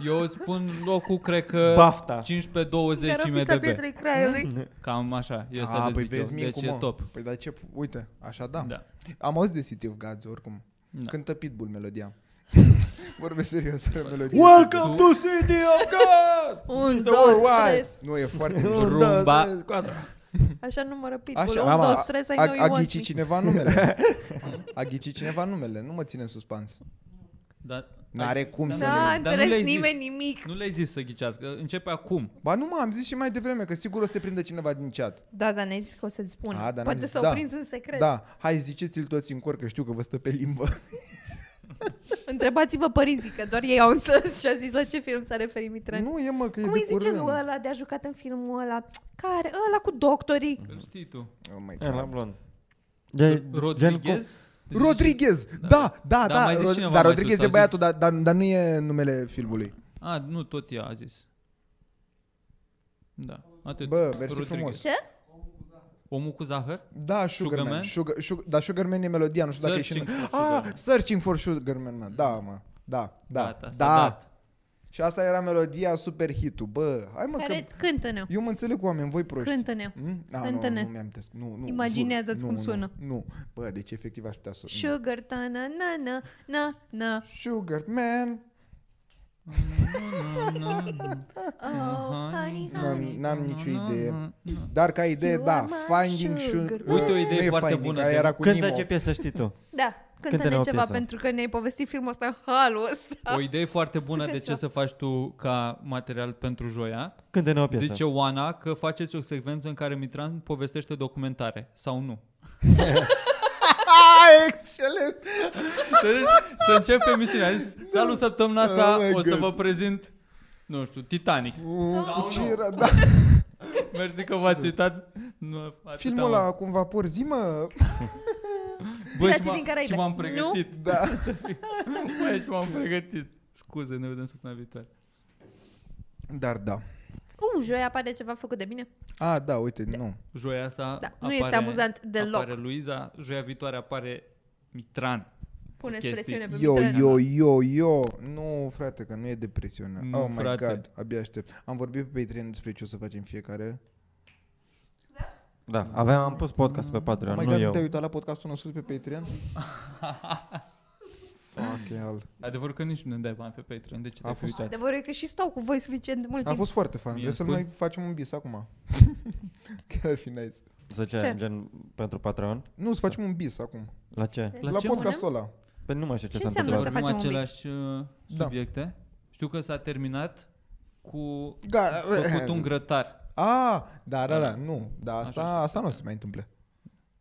[SPEAKER 3] Eu îți spun locul, cred că...
[SPEAKER 5] Bafta.
[SPEAKER 3] 15-20
[SPEAKER 2] Carafița
[SPEAKER 3] IMDB.
[SPEAKER 2] Pietrei Craiului.
[SPEAKER 3] Cam așa, este
[SPEAKER 6] A,
[SPEAKER 3] de
[SPEAKER 6] păi
[SPEAKER 3] zic eu.
[SPEAKER 6] vezi, Mincu,
[SPEAKER 3] Deci e
[SPEAKER 6] mă.
[SPEAKER 3] top.
[SPEAKER 6] Păi dar ce... Uite, așa da.
[SPEAKER 3] Da.
[SPEAKER 6] Am auzit de City of Gods, oricum.
[SPEAKER 3] Da.
[SPEAKER 6] Cântă Pitbull
[SPEAKER 3] (laughs)
[SPEAKER 6] melodia. Vorbesc serios, are melodie.
[SPEAKER 5] Welcome to City of God!
[SPEAKER 2] (laughs) Un,
[SPEAKER 5] The
[SPEAKER 2] două,
[SPEAKER 5] worldwide.
[SPEAKER 2] stres.
[SPEAKER 6] Nu, e foarte mișto. Da,
[SPEAKER 3] Rumba.
[SPEAKER 2] Așa numără
[SPEAKER 6] Așa,
[SPEAKER 2] pitbull. Un, două, stres, I
[SPEAKER 6] a,
[SPEAKER 2] know
[SPEAKER 6] a
[SPEAKER 2] you want me.
[SPEAKER 3] (laughs)
[SPEAKER 6] ghicit cineva numele. A ghicit cineva numele, nu mă ține în suspans.
[SPEAKER 3] Da.
[SPEAKER 6] N-are cum să...
[SPEAKER 2] N-a
[SPEAKER 3] Dar nu le-ai
[SPEAKER 2] înțeles
[SPEAKER 3] zis.
[SPEAKER 2] nimeni nimic.
[SPEAKER 3] Nu le-ai zis să ghicească, începe acum.
[SPEAKER 6] Ba nu, mă, am zis și mai devreme că sigur o să se prindă cineva din chat.
[SPEAKER 2] Da, dar ne-ai zis că o să-ți spun.
[SPEAKER 6] A, dar n-am
[SPEAKER 2] Poate
[SPEAKER 6] zis,
[SPEAKER 2] să o
[SPEAKER 6] da.
[SPEAKER 2] prins în secret.
[SPEAKER 6] Da, hai ziceți-l toți în cor că știu că vă stă pe limbă.
[SPEAKER 2] Întrebați-vă părinții, că doar ei au înțeles și a zis la ce film s-a referit Mitran.
[SPEAKER 6] nu, e mă, că
[SPEAKER 2] Cum
[SPEAKER 6] e
[SPEAKER 2] îi
[SPEAKER 6] de
[SPEAKER 2] zice
[SPEAKER 6] curând.
[SPEAKER 2] lui ăla de a jucat în filmul ăla? Care? Ăla cu doctorii.
[SPEAKER 3] Îl știi tu.
[SPEAKER 6] Oh, mai,
[SPEAKER 5] E la blond. Eh, De,
[SPEAKER 3] Rodriguez? Zici-
[SPEAKER 6] Rodriguez! Da, da,
[SPEAKER 3] Dar
[SPEAKER 6] da,
[SPEAKER 3] mai zis
[SPEAKER 6] Rod-
[SPEAKER 3] cineva
[SPEAKER 6] dar
[SPEAKER 3] mai
[SPEAKER 6] Rodriguez
[SPEAKER 3] sus,
[SPEAKER 6] e
[SPEAKER 3] au
[SPEAKER 6] băiatul, dar, dar, dar nu e numele filmului.
[SPEAKER 3] A, nu, tot ea a zis. Da, atât.
[SPEAKER 6] Bă, mersi
[SPEAKER 3] Rodriguez.
[SPEAKER 6] frumos.
[SPEAKER 2] Ce?
[SPEAKER 3] Omul cu zahăr?
[SPEAKER 6] Da, Sugarman.
[SPEAKER 3] Sugarman?
[SPEAKER 6] Sugar, sugar, dar Sugarman e melodia, nu știu dacă e și...
[SPEAKER 3] Searching for
[SPEAKER 6] Ah,
[SPEAKER 3] Sugarman.
[SPEAKER 6] Searching for Sugarman, mă. da, mă. Da, da,
[SPEAKER 3] Gata, s-a
[SPEAKER 6] da.
[SPEAKER 3] dat.
[SPEAKER 6] Și asta era melodia super hitul. Bă, hai mă
[SPEAKER 2] Care
[SPEAKER 6] că...
[SPEAKER 2] cântă-ne.
[SPEAKER 6] Eu mă înțeleg cu oameni, voi proști.
[SPEAKER 2] Cântă-ne.
[SPEAKER 6] Mm? A,
[SPEAKER 2] Cântă-ne.
[SPEAKER 6] Nu, nu mi-am test. Nu, nu,
[SPEAKER 2] Imaginează-ți
[SPEAKER 6] jur.
[SPEAKER 2] cum
[SPEAKER 6] nu,
[SPEAKER 2] sună.
[SPEAKER 6] Nu, nu, Bă, deci efectiv aș putea să...
[SPEAKER 2] Sugar, ta, na, na, na, na, na.
[SPEAKER 6] Sugarman.
[SPEAKER 2] Oh, honey,
[SPEAKER 6] N-am,
[SPEAKER 2] honey.
[SPEAKER 6] n-am nicio idee. Dar ca idee,
[SPEAKER 2] You
[SPEAKER 6] da,
[SPEAKER 2] are my
[SPEAKER 6] Finding
[SPEAKER 2] sugar.
[SPEAKER 6] Sugar.
[SPEAKER 3] Uite o idee
[SPEAKER 6] Nu e
[SPEAKER 3] foarte
[SPEAKER 6] finding,
[SPEAKER 3] bună
[SPEAKER 6] aia
[SPEAKER 3] de-
[SPEAKER 6] Era cu
[SPEAKER 5] Cântă
[SPEAKER 6] Nemo.
[SPEAKER 5] ce piesă știi tu?
[SPEAKER 2] Da,
[SPEAKER 5] Cântă-ne
[SPEAKER 2] cântă-ne
[SPEAKER 5] o
[SPEAKER 2] ceva,
[SPEAKER 5] piesă.
[SPEAKER 2] pentru că ne-ai povestit filmul ăsta în halul ăsta.
[SPEAKER 3] O idee foarte bună de ce
[SPEAKER 2] Sugestiune.
[SPEAKER 3] să faci tu ca material pentru joia.
[SPEAKER 5] Cântă-ne o piesă.
[SPEAKER 3] Zice Oana că faceți o secvență în care Mitran povestește documentare, sau nu?
[SPEAKER 6] Ah, excelent!
[SPEAKER 3] Să, zici- să începe emisiunea. A zis, Salut săptămâna asta,
[SPEAKER 6] Oh my
[SPEAKER 3] o să
[SPEAKER 6] God.
[SPEAKER 3] vă prezint, nu știu, Titanic.
[SPEAKER 6] Cu Cira, da.
[SPEAKER 3] Mersi că v-ați uitat. Nu, atâta,
[SPEAKER 6] Filmul
[SPEAKER 3] mă.
[SPEAKER 6] ăla cu un vapor, zi mă!
[SPEAKER 3] Bă, și,
[SPEAKER 2] Pirații din
[SPEAKER 3] m-a,
[SPEAKER 2] Caraibe.
[SPEAKER 3] și m-am
[SPEAKER 2] Nu?
[SPEAKER 3] pregătit. (laughs)
[SPEAKER 6] Da.
[SPEAKER 3] Bă, și m-am pregătit. Scuze, ne vedem săptămâna viitoare.
[SPEAKER 6] Dar da.
[SPEAKER 2] Uh, joi apare ceva făcut de bine.
[SPEAKER 6] A, da, uite, nu.
[SPEAKER 3] Joia asta
[SPEAKER 2] Da, nu
[SPEAKER 3] apare,
[SPEAKER 2] este amuzant deloc.
[SPEAKER 3] Apare Luiza, joia viitoare apare Mitran.
[SPEAKER 2] Pune
[SPEAKER 3] Chestii.
[SPEAKER 2] presiune pe
[SPEAKER 6] Yo,
[SPEAKER 2] Mitran.
[SPEAKER 6] yo, yo, yo! Nu, frate, că nu e depresionat.
[SPEAKER 3] Nu,
[SPEAKER 6] oh my
[SPEAKER 3] frate.
[SPEAKER 6] god, abia aștept. Am vorbit pe Patreon despre ce o să facem fiecare.
[SPEAKER 5] Da, aveam, am pus podcast pe Patreon,
[SPEAKER 6] oh my
[SPEAKER 5] nu
[SPEAKER 6] god,
[SPEAKER 5] eu.
[SPEAKER 6] te-ai uitat la podcastul nostru pe
[SPEAKER 3] (laughs)
[SPEAKER 6] Patreon? Fuck hell.
[SPEAKER 3] Adevărul că nici nu ne dai bani pe Patreon, de ce
[SPEAKER 6] A
[SPEAKER 3] te-ai fi
[SPEAKER 6] fost-
[SPEAKER 3] uitat?
[SPEAKER 2] Adevărul e că și stau cu voi suficient de mult
[SPEAKER 6] A
[SPEAKER 2] timp.
[SPEAKER 6] fost foarte fan.
[SPEAKER 3] Mie
[SPEAKER 6] Vrei să-l
[SPEAKER 3] îmi
[SPEAKER 6] mai facem un
[SPEAKER 3] (laughs)
[SPEAKER 6] bis acum? Chiar ar fi nice.
[SPEAKER 5] Să ce,
[SPEAKER 2] Ce?
[SPEAKER 5] gen pentru Patreon?
[SPEAKER 6] Nu, să facem un bis acum.
[SPEAKER 5] La ce?
[SPEAKER 6] La,
[SPEAKER 3] ce
[SPEAKER 6] podcastul ăla.
[SPEAKER 5] Pe nu mai știu ce,
[SPEAKER 2] Ce
[SPEAKER 5] s-a
[SPEAKER 3] Să
[SPEAKER 2] înseamnă
[SPEAKER 5] întâmplat.
[SPEAKER 2] să facem
[SPEAKER 3] vorbim
[SPEAKER 2] un bis.
[SPEAKER 3] aceleași uh,
[SPEAKER 6] Da.
[SPEAKER 3] subiecte. Știu că s-a terminat cu
[SPEAKER 6] Ga-
[SPEAKER 3] făcut
[SPEAKER 6] (laughs)
[SPEAKER 3] un grătar.
[SPEAKER 6] A, da, da, da, nu. Da, asta,
[SPEAKER 3] Așa, așa,
[SPEAKER 6] asta nu o să se mai întâmple.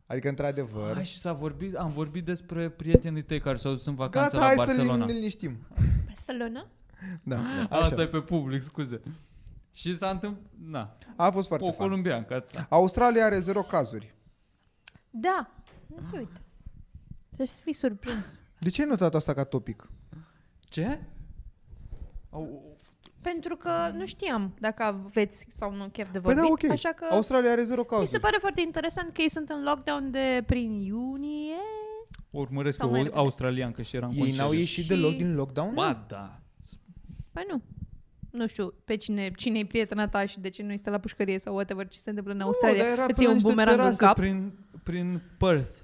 [SPEAKER 6] Adică, într-adevăr...
[SPEAKER 3] Ai, și s-a vorbit, am vorbit despre prietenii tăi care s-au dus în vacanță
[SPEAKER 6] Gata,
[SPEAKER 3] la
[SPEAKER 6] hai să
[SPEAKER 3] Barcelona.
[SPEAKER 6] ne liniștim.
[SPEAKER 2] Barcelona?
[SPEAKER 6] Da,
[SPEAKER 2] Ah.
[SPEAKER 3] Asta e
[SPEAKER 6] așa.
[SPEAKER 3] pe public, scuze. Și s-a întâmplat, na,
[SPEAKER 6] A fost foarte Da.
[SPEAKER 3] o
[SPEAKER 6] fan.
[SPEAKER 3] columbiancă. atâta.
[SPEAKER 6] Australia are zero cazuri.
[SPEAKER 2] Da. Nu te uita. Deci să fii surprins.
[SPEAKER 6] De ce ai notat asta ca topic? Păi
[SPEAKER 3] Ce? Au,
[SPEAKER 2] Pentru că nu știam dacă aveți sau nu chef de
[SPEAKER 6] Păi
[SPEAKER 2] vorbit,
[SPEAKER 6] da, ok.
[SPEAKER 2] așa că
[SPEAKER 6] Australia are zero
[SPEAKER 2] mi se
[SPEAKER 6] cazuri.
[SPEAKER 2] pare foarte interesant că ei sunt în lockdown de prin iunie.
[SPEAKER 3] o urmăresc
[SPEAKER 2] Sau
[SPEAKER 3] o
[SPEAKER 2] mai repede.
[SPEAKER 3] australiancă și eram
[SPEAKER 6] Ei n-au ieșit
[SPEAKER 2] Și-
[SPEAKER 6] deloc din lockdown?
[SPEAKER 3] Ba, da.
[SPEAKER 2] Păi nu. Nu știu pe cine, cine e prietena ta și de ce nu este la pușcărie sau whatever ce se întâmplă în Australia.
[SPEAKER 3] dar era
[SPEAKER 2] Îți
[SPEAKER 3] până
[SPEAKER 2] iei un
[SPEAKER 3] niște
[SPEAKER 2] bumerang în
[SPEAKER 3] terase
[SPEAKER 2] cap.
[SPEAKER 3] Prin, prin Perth.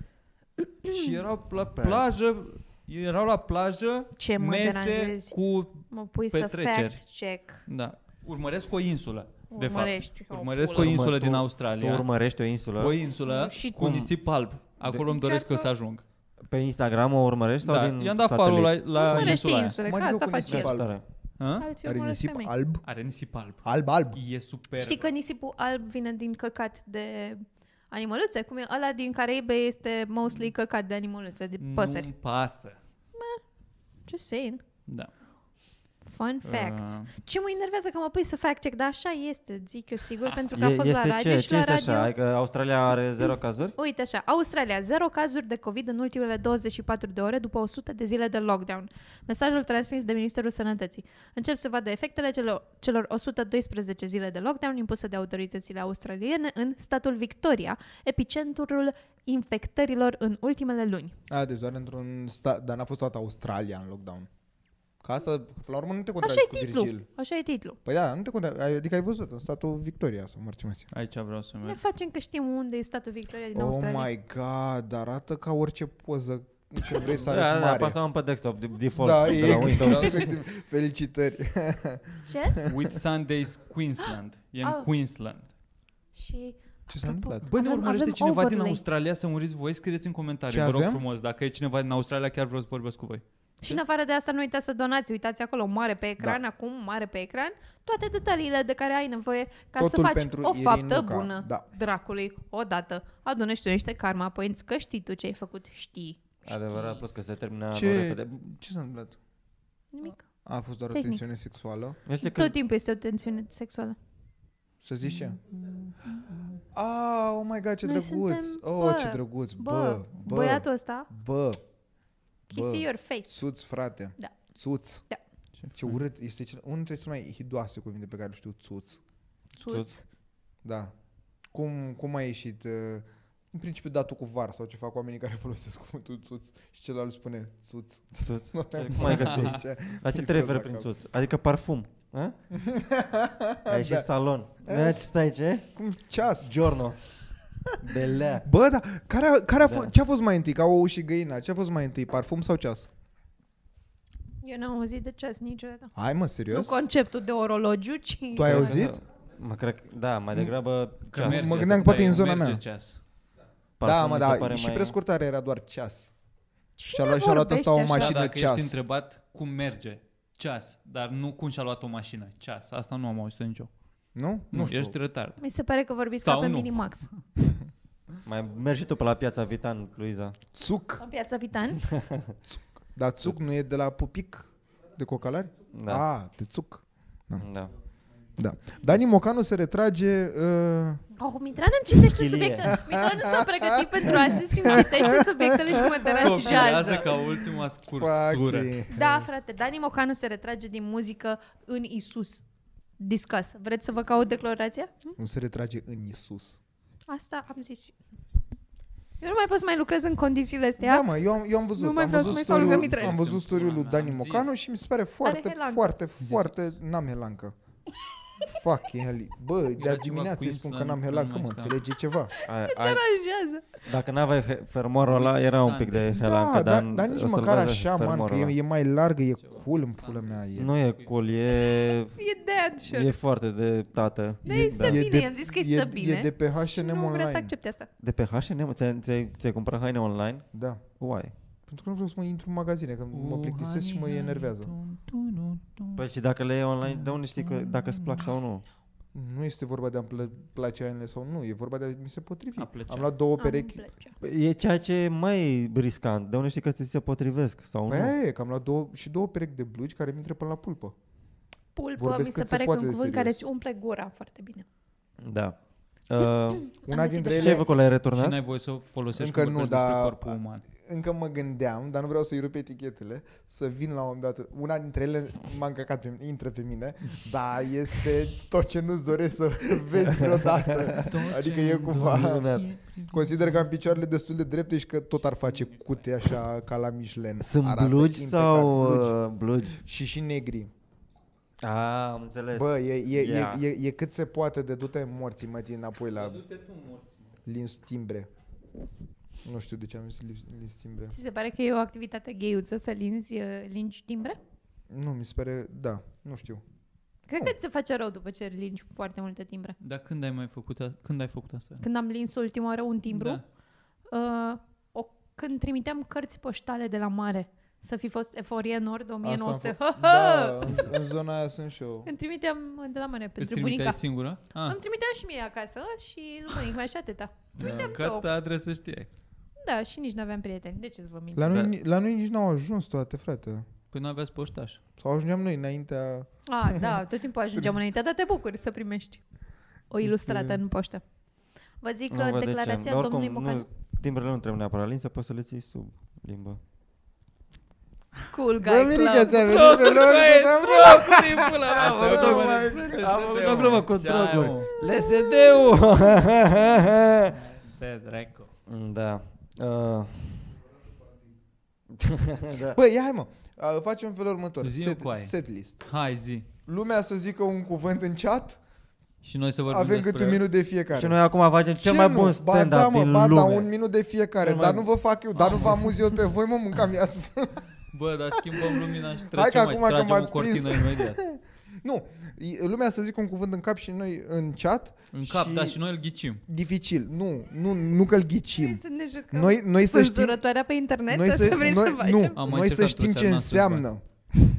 [SPEAKER 2] Mm.
[SPEAKER 3] și erau la plajă, erau la plajă,
[SPEAKER 2] Ce mă
[SPEAKER 3] mese
[SPEAKER 2] deranjezi?
[SPEAKER 3] cu,
[SPEAKER 2] Mă pui să
[SPEAKER 3] Petreceri.
[SPEAKER 2] fact check.
[SPEAKER 3] da, urmăresc o insulă, de fapt.
[SPEAKER 2] Urmărești, o
[SPEAKER 3] Urmăresc o
[SPEAKER 2] pulă.
[SPEAKER 3] insulă
[SPEAKER 5] Urmă-
[SPEAKER 3] din
[SPEAKER 5] tu- Tu
[SPEAKER 3] Australia.
[SPEAKER 5] urmărești o insulă?
[SPEAKER 6] Păi-
[SPEAKER 3] O insulă
[SPEAKER 2] Și Deci
[SPEAKER 3] cu
[SPEAKER 5] cum?
[SPEAKER 3] nisip alb. Acolo îmi doresc că o să ajung.
[SPEAKER 5] Pe Instagram o urmărești sau
[SPEAKER 3] Da,
[SPEAKER 5] din
[SPEAKER 3] i-am dat
[SPEAKER 5] satelit?
[SPEAKER 3] follow la, la
[SPEAKER 2] Urmărești
[SPEAKER 3] insula aia.
[SPEAKER 2] insule,
[SPEAKER 6] Mă
[SPEAKER 2] că
[SPEAKER 6] duc
[SPEAKER 2] asta
[SPEAKER 6] cu
[SPEAKER 2] faci
[SPEAKER 6] nisip
[SPEAKER 5] Ce
[SPEAKER 2] el.
[SPEAKER 6] alb.
[SPEAKER 5] tare.
[SPEAKER 3] Hă?
[SPEAKER 2] Alții
[SPEAKER 6] Are
[SPEAKER 2] urmăresc
[SPEAKER 6] nisip
[SPEAKER 2] femei.
[SPEAKER 6] alb?
[SPEAKER 3] Are nisip alb.
[SPEAKER 6] Alb, alb.
[SPEAKER 3] E super.
[SPEAKER 2] Știi că nisipul alb vine din căcat de animăluțe? Cum e ăla din Caraibe este mostly căcat de animăluțe, de
[SPEAKER 3] Mm.
[SPEAKER 2] păsări.
[SPEAKER 3] Nu pasă.
[SPEAKER 2] Just saying.
[SPEAKER 3] Da.
[SPEAKER 2] Fun fact.
[SPEAKER 3] Uh.
[SPEAKER 2] Ce mă enervează că mă pui să fact check, dar așa este, zic eu
[SPEAKER 3] Ah.
[SPEAKER 2] sigur, pentru că
[SPEAKER 5] E,
[SPEAKER 2] a fost la
[SPEAKER 5] este
[SPEAKER 2] radio
[SPEAKER 5] ce?
[SPEAKER 2] și
[SPEAKER 5] Ce
[SPEAKER 2] la
[SPEAKER 5] este
[SPEAKER 2] radio...
[SPEAKER 5] așa? Adică Australia are zero cazuri?
[SPEAKER 2] Uite așa, Australia, zero cazuri de COVID în ultimele 24 de ore după 100 de zile de lockdown. Mesajul transmis de Ministerul Sănătății. Încep să vadă efectele celor, celor 112 zile de lockdown impuse de autoritățile australiene în statul Victoria, epicentrul infectărilor în ultimele luni.
[SPEAKER 6] A, deci doar într-un stat, dar n-a fost toată Australia în lockdown. Ca asta, că la urmă nu te
[SPEAKER 2] Așa
[SPEAKER 6] contrazici cu
[SPEAKER 2] e titlu.
[SPEAKER 6] Virgil.
[SPEAKER 2] Așa e titlu.
[SPEAKER 6] Păi da, nu te contrazici, adică ai văzut în statul Victoria sau mărțimesia.
[SPEAKER 3] Aici vreau să
[SPEAKER 2] Ne (laughs)
[SPEAKER 3] merg.
[SPEAKER 2] facem că știm unde e statul Victoria din
[SPEAKER 6] Oh
[SPEAKER 2] Australia.
[SPEAKER 6] my god, arată ca orice poză când vrei să
[SPEAKER 5] da,
[SPEAKER 6] arăți
[SPEAKER 5] da, pe
[SPEAKER 6] mare.
[SPEAKER 5] asta am pe desktop, de-
[SPEAKER 6] (laughs)
[SPEAKER 5] default,
[SPEAKER 6] da,
[SPEAKER 5] de
[SPEAKER 6] e
[SPEAKER 5] la Windows.
[SPEAKER 6] efectiv. Felicitări. (laughs)
[SPEAKER 2] Ce?
[SPEAKER 3] With Sundays Queensland. E în
[SPEAKER 2] Ah.
[SPEAKER 3] Queensland.
[SPEAKER 2] Și
[SPEAKER 6] Ce s-a
[SPEAKER 2] Apropo,
[SPEAKER 6] întâmplat?
[SPEAKER 3] Bă, ne
[SPEAKER 2] Avem-
[SPEAKER 3] urmărește
[SPEAKER 2] avem
[SPEAKER 3] cineva din
[SPEAKER 2] overlay.
[SPEAKER 3] Australia să muriți voi? Scrieți în comentarii,
[SPEAKER 6] Ce
[SPEAKER 3] vă rog
[SPEAKER 6] avem?
[SPEAKER 3] frumos. Dacă e cineva din Australia, chiar vreau să vorbesc cu voi.
[SPEAKER 2] Și în afară de asta, nu uitați să donați, uitați acolo, mare pe ecran,
[SPEAKER 6] Da.
[SPEAKER 2] acum, mare pe ecran, toate detaliile de care ai nevoie ca
[SPEAKER 6] Totul
[SPEAKER 2] să faci
[SPEAKER 6] pentru
[SPEAKER 2] o
[SPEAKER 6] Irin
[SPEAKER 2] faptă
[SPEAKER 6] Luca,
[SPEAKER 2] bună
[SPEAKER 6] da.
[SPEAKER 2] dracului odată. Adunești tu niște karma points, că știi tu ce ai făcut, știi.
[SPEAKER 5] Adevărat, plus că se termină anul
[SPEAKER 6] Ce,
[SPEAKER 5] repede.
[SPEAKER 6] ce s-a întâmplat?
[SPEAKER 2] Nimic.
[SPEAKER 6] A fost doar o
[SPEAKER 2] Tehnic.
[SPEAKER 6] tensiune sexuală?
[SPEAKER 5] Nu știu
[SPEAKER 2] Tot
[SPEAKER 5] că
[SPEAKER 2] timpul este o tensiune sexuală.
[SPEAKER 6] Să zici ce? Ah, oh my god, ce
[SPEAKER 2] Mm. Noi
[SPEAKER 6] drăguț!
[SPEAKER 2] suntem-
[SPEAKER 6] Oh,
[SPEAKER 2] bă,
[SPEAKER 6] ce drăguț!
[SPEAKER 2] Bă,
[SPEAKER 6] Bă, bă,
[SPEAKER 2] băiatul ăsta,
[SPEAKER 6] bă,
[SPEAKER 2] kiss
[SPEAKER 6] Bă.
[SPEAKER 2] your face.
[SPEAKER 6] țuț, frate.
[SPEAKER 2] Da.
[SPEAKER 6] Țuț.
[SPEAKER 2] Da.
[SPEAKER 6] Ce urât, este cel, unul dintre cele mai hidoase cuvinte pe care le știu, țuț.
[SPEAKER 2] Țuț.
[SPEAKER 6] Da. Cum, cum a ieșit? uh, În principiu datul cu var sau ce fac oamenii care folosesc cuvântul țuț și celălalt spune țuț.
[SPEAKER 5] țuț.
[SPEAKER 6] Nu te-am
[SPEAKER 5] Cum
[SPEAKER 6] (laughs)
[SPEAKER 5] ai
[SPEAKER 6] putut
[SPEAKER 5] găsit?
[SPEAKER 6] zice.
[SPEAKER 5] La ce
[SPEAKER 6] Mi-e
[SPEAKER 5] te
[SPEAKER 6] fel
[SPEAKER 5] referi
[SPEAKER 6] la
[SPEAKER 5] prin
[SPEAKER 6] cap.
[SPEAKER 5] țuț? Adică parfum.
[SPEAKER 6] (laughs)
[SPEAKER 5] a?
[SPEAKER 6] Da.
[SPEAKER 5] Ai și salon. Da, ce stai ce?
[SPEAKER 6] Cum ceas?
[SPEAKER 5] Giorno. Belea.
[SPEAKER 6] Bă, da, care a, care a
[SPEAKER 5] Da.
[SPEAKER 6] da. ce a fost mai întâi? Ca ou și găina, ce a fost mai întâi? Parfum sau ceas?
[SPEAKER 2] Eu n-am auzit de ceas niciodată.
[SPEAKER 6] Hai mă,
[SPEAKER 2] Nu
[SPEAKER 6] serios?
[SPEAKER 2] conceptul de orologiu, ci...
[SPEAKER 6] Tu ai auzit?
[SPEAKER 5] Mă cred, că- da, mai degrabă
[SPEAKER 3] Că merge,
[SPEAKER 6] mă gândeam că poate e în zona
[SPEAKER 3] merge
[SPEAKER 6] mea.
[SPEAKER 3] Ceas.
[SPEAKER 6] Da, mă,
[SPEAKER 5] mi se
[SPEAKER 6] da,
[SPEAKER 5] pare
[SPEAKER 6] și
[SPEAKER 5] mai-
[SPEAKER 6] prescurtarea era doar ceas.
[SPEAKER 2] Cine
[SPEAKER 6] Și-a luat- și-a luat
[SPEAKER 2] vorbește
[SPEAKER 6] ăsta o
[SPEAKER 2] așa?
[SPEAKER 3] Da,
[SPEAKER 6] mașină. Și de
[SPEAKER 3] dacă
[SPEAKER 6] ceas.
[SPEAKER 3] ești întrebat cum merge, ceas, dar nu cum și-a luat o mașină, ceas. Asta nu am auzit nicio.
[SPEAKER 6] Nu?
[SPEAKER 3] Nu, nu știu. ești retard.
[SPEAKER 2] Mi se pare că vorbiți
[SPEAKER 3] Sau
[SPEAKER 2] ca pe
[SPEAKER 3] nu.
[SPEAKER 2] Minimax.
[SPEAKER 5] Mai mergi și tu pe la piața Vitan, Luiza.
[SPEAKER 6] Țuc.
[SPEAKER 2] În piața Vitan?
[SPEAKER 6] Dar țuc nu e de la pupic de cocalari?
[SPEAKER 5] Da.
[SPEAKER 6] A, de țuc.
[SPEAKER 5] Da.
[SPEAKER 6] Da. Dani Mocanu se retrage... Uh,
[SPEAKER 2] Oh, Mitran îmi citește
[SPEAKER 5] Chilie.
[SPEAKER 2] subiectele. Mitran nu s-a pregătit pentru astăzi și
[SPEAKER 6] (laughs)
[SPEAKER 2] îmi citește subiectele și mă
[SPEAKER 3] Copiază
[SPEAKER 2] deranjează.
[SPEAKER 3] ca ultima scursură.
[SPEAKER 6] fucking-
[SPEAKER 2] Da, frate, Dani Mocanu se retrage din muzică în Isus. Discuss. Vreți să vă caut declarația? Hm?
[SPEAKER 6] Nu se retrage în Isus.
[SPEAKER 2] Asta am zis. și- Eu nu mai pot să mai lucrez în condițiile astea.
[SPEAKER 6] Da, mă, eu am, eu am văzut.
[SPEAKER 2] Nu mai
[SPEAKER 6] am
[SPEAKER 2] vreau să
[SPEAKER 6] văzut
[SPEAKER 2] mai fac
[SPEAKER 6] story-ul-
[SPEAKER 2] gămitrele.
[SPEAKER 6] Am văzut storiul lui
[SPEAKER 3] Am
[SPEAKER 6] Dani
[SPEAKER 3] zis.
[SPEAKER 6] Mocanu și mi se pare foarte,
[SPEAKER 2] helancă.
[SPEAKER 6] foarte, foarte... N-am helancă. Fuck, hell. Bă, de azi
[SPEAKER 3] ceva
[SPEAKER 6] dimineață îi
[SPEAKER 3] Queensland,
[SPEAKER 6] spun că n-am
[SPEAKER 3] nu
[SPEAKER 6] helancă, mă,
[SPEAKER 3] mai știu.
[SPEAKER 6] înțelege ceva.
[SPEAKER 5] Ai, ai,
[SPEAKER 2] Deranjează.
[SPEAKER 5] dacă n-aveai fe- fermorul ăla, era un pic de
[SPEAKER 6] da,
[SPEAKER 5] helancă, dar,
[SPEAKER 6] dar, dar nici
[SPEAKER 5] o să-l
[SPEAKER 6] măcar
[SPEAKER 5] vadă
[SPEAKER 6] așa, man, că
[SPEAKER 5] fermorul ăla.
[SPEAKER 6] e, e mai largă, e cool în pula mea. E.
[SPEAKER 5] Nu e cool, e,
[SPEAKER 2] E dead
[SPEAKER 5] e
[SPEAKER 2] sure.
[SPEAKER 5] foarte de tată.
[SPEAKER 2] Da, îi stă
[SPEAKER 6] E
[SPEAKER 2] bine,
[SPEAKER 6] de-
[SPEAKER 2] i-am zis că îi stă
[SPEAKER 6] e,
[SPEAKER 2] bine.
[SPEAKER 6] E de pe
[SPEAKER 2] Și
[SPEAKER 6] H&M
[SPEAKER 2] nu vrea să
[SPEAKER 6] online.
[SPEAKER 2] accepte asta.
[SPEAKER 5] De pe H&M? Ți-ai, ți-ai, ți-ai cumpărat haine online?
[SPEAKER 6] Da.
[SPEAKER 5] Why?
[SPEAKER 6] Pentru că nu vreau să mă intru în magazine, că mă plictisesc și mă enervează.
[SPEAKER 5] Păi și dacă le iei online, de unde știi că, dacă îți plac sau nu?
[SPEAKER 6] Nu este vorba de a-mi plă- place hainele sau nu, e vorba de a mi se potrivi.
[SPEAKER 3] A plăcea.
[SPEAKER 6] Am luat două
[SPEAKER 2] Am
[SPEAKER 6] perechi
[SPEAKER 2] plăcea.
[SPEAKER 5] Păi E ceea ce e mai riscant, de unde știi că ți se potrivesc sau
[SPEAKER 6] Păi
[SPEAKER 5] nu?
[SPEAKER 6] aia e, că am luat două, și două perechi de blugi care mi intră până la pulpă.
[SPEAKER 2] Pulpă,
[SPEAKER 6] Vorbesc
[SPEAKER 2] mi se
[SPEAKER 6] cât se
[SPEAKER 2] pare că un
[SPEAKER 6] poate de
[SPEAKER 2] cuvânt
[SPEAKER 6] serios.
[SPEAKER 2] care îți umple gura foarte bine.
[SPEAKER 5] Da. Uh,
[SPEAKER 6] Una
[SPEAKER 2] găsit
[SPEAKER 6] dintre
[SPEAKER 2] de
[SPEAKER 5] ce ai
[SPEAKER 6] ele,
[SPEAKER 2] știață.
[SPEAKER 5] făcut? L-ai
[SPEAKER 3] Și
[SPEAKER 5] returnat?
[SPEAKER 3] n-ai voie să o folosești
[SPEAKER 6] Încă
[SPEAKER 3] Încă
[SPEAKER 6] nu,
[SPEAKER 3] nu,
[SPEAKER 6] dar-
[SPEAKER 3] dar... corpul uman.
[SPEAKER 6] încă mă gândeam, dar nu vreau să-i rup etichetele, să vin la un moment dat. Una dintre ele m-a încăcat, pe, intră pe mine, dar este tot ce nu-ți doresc să vezi vreodată. Adică e cumva... Consider că am picioarele destul de drepte și că tot ar face cute așa ca la Michelin.
[SPEAKER 5] Sunt
[SPEAKER 6] Arată
[SPEAKER 5] blugi
[SPEAKER 6] impecabil.
[SPEAKER 5] sau
[SPEAKER 6] Blugi.
[SPEAKER 5] uh, blugi?
[SPEAKER 6] Și și negri.
[SPEAKER 5] Ah, am înțeles.
[SPEAKER 6] Bă, e, e,
[SPEAKER 5] Yeah.
[SPEAKER 6] e, e, e cât se poate de du-te morții, mă, tine înapoi la lins timbre. Nu știu de ce am zis lins- lins timbre.
[SPEAKER 2] Ți se pare că e o activitate geiuță să linzi, uh, lingi timbre?
[SPEAKER 6] Nu, mi se pare, da, nu știu.
[SPEAKER 2] Cred
[SPEAKER 6] Nu.
[SPEAKER 2] că ți se face rău după ce lingi foarte multe timbre.
[SPEAKER 3] Dar când ai mai făcut, a- când ai făcut asta?
[SPEAKER 2] Când am lins ultima oară un timbru,
[SPEAKER 3] Da.
[SPEAKER 2] uh, o, când trimiteam cărți poștale de la mare, să fi fost Eforie Nord 1900, (laughs)
[SPEAKER 6] Asta am fă- da, în, în zona aia sunt și eu.
[SPEAKER 2] îmi trimiteam de la mare
[SPEAKER 3] Îți
[SPEAKER 2] pentru bunica.
[SPEAKER 3] trimiteai singură? Ah,
[SPEAKER 2] Îmi trimiteam și mie acasă și lui bunica și atâta. Trimiteam
[SPEAKER 3] că
[SPEAKER 2] două.
[SPEAKER 3] ta adresă știai.
[SPEAKER 2] Da, și nici n-aveam prieteni. De ce să vă mint?
[SPEAKER 6] La noi,
[SPEAKER 5] Da.
[SPEAKER 6] ni- la noi nici n-au ajuns toate, frate.
[SPEAKER 3] Păi nu aveați poștaș.
[SPEAKER 6] Sau ajungeam noi înaintea...
[SPEAKER 2] A, da, tot timpul ajungeam înainte, dar te bucuri să primești o ilustrată în poștă. Vă zic
[SPEAKER 5] Nu
[SPEAKER 2] că
[SPEAKER 5] văd de ce.
[SPEAKER 2] Adică declarația
[SPEAKER 5] Dar oricum,
[SPEAKER 2] domnului Mocan...
[SPEAKER 5] Nu, timbrele nu trebuie neapărat linse, poți să le ții sub limbă.
[SPEAKER 2] Cool guy
[SPEAKER 6] Bă, Mirica,
[SPEAKER 2] club. (laughs)
[SPEAKER 6] ți-a venit pe lor,
[SPEAKER 3] Am
[SPEAKER 5] făcut
[SPEAKER 6] Oh
[SPEAKER 5] o glumă-
[SPEAKER 3] am făcut o glumă cu droguri.
[SPEAKER 5] LSD-ul!
[SPEAKER 3] De dracu.
[SPEAKER 5] (laughs) da. Uh, da.
[SPEAKER 6] Bă, ia hai mă, A, facem în felul următor.
[SPEAKER 3] Zi-mi
[SPEAKER 6] Set,
[SPEAKER 3] cu aia.
[SPEAKER 6] set list.
[SPEAKER 3] Hai zi.
[SPEAKER 6] Lumea să zică un cuvânt în chat,
[SPEAKER 3] Și noi să vorbim
[SPEAKER 6] avem
[SPEAKER 3] despre...
[SPEAKER 6] câte un minut de fiecare.
[SPEAKER 5] Și noi acum facem cel mai
[SPEAKER 6] nu?
[SPEAKER 5] bun stand-up
[SPEAKER 6] ba, da, mă,
[SPEAKER 5] din
[SPEAKER 6] ba,
[SPEAKER 5] lume.
[SPEAKER 6] Da, un minut de fiecare,
[SPEAKER 5] Cel mai
[SPEAKER 6] dar nu vă fac eu, dar nu vă amuz eu pe voi, mă,
[SPEAKER 5] (laughs)
[SPEAKER 6] mâncam ia
[SPEAKER 3] Bă, dar schimbăm lumina și
[SPEAKER 6] Hai că
[SPEAKER 3] trecem mai,
[SPEAKER 6] acum că
[SPEAKER 3] tragem o
[SPEAKER 6] m-ați prins.
[SPEAKER 3] cortină imediat.
[SPEAKER 6] Nu, e- lumea să zic un cuvânt în cap și noi în chat.
[SPEAKER 3] În cap,
[SPEAKER 6] (laughs) și
[SPEAKER 3] da, și noi îl ghicim.
[SPEAKER 6] Dificil. Nu, nu, nu că-l ghicim.
[SPEAKER 2] Noi să ne jucăm
[SPEAKER 6] Noi, noi să
[SPEAKER 2] cu
[SPEAKER 6] știm,
[SPEAKER 2] zurătoarea pe internet?
[SPEAKER 6] noi
[SPEAKER 2] Asta
[SPEAKER 6] să,
[SPEAKER 2] vrei să
[SPEAKER 6] noi,
[SPEAKER 2] facem?
[SPEAKER 6] nu,
[SPEAKER 3] Am mai
[SPEAKER 6] noi să
[SPEAKER 3] încercat
[SPEAKER 6] știm
[SPEAKER 3] o
[SPEAKER 6] ce
[SPEAKER 3] seară, n-am să-l
[SPEAKER 6] înseamnă.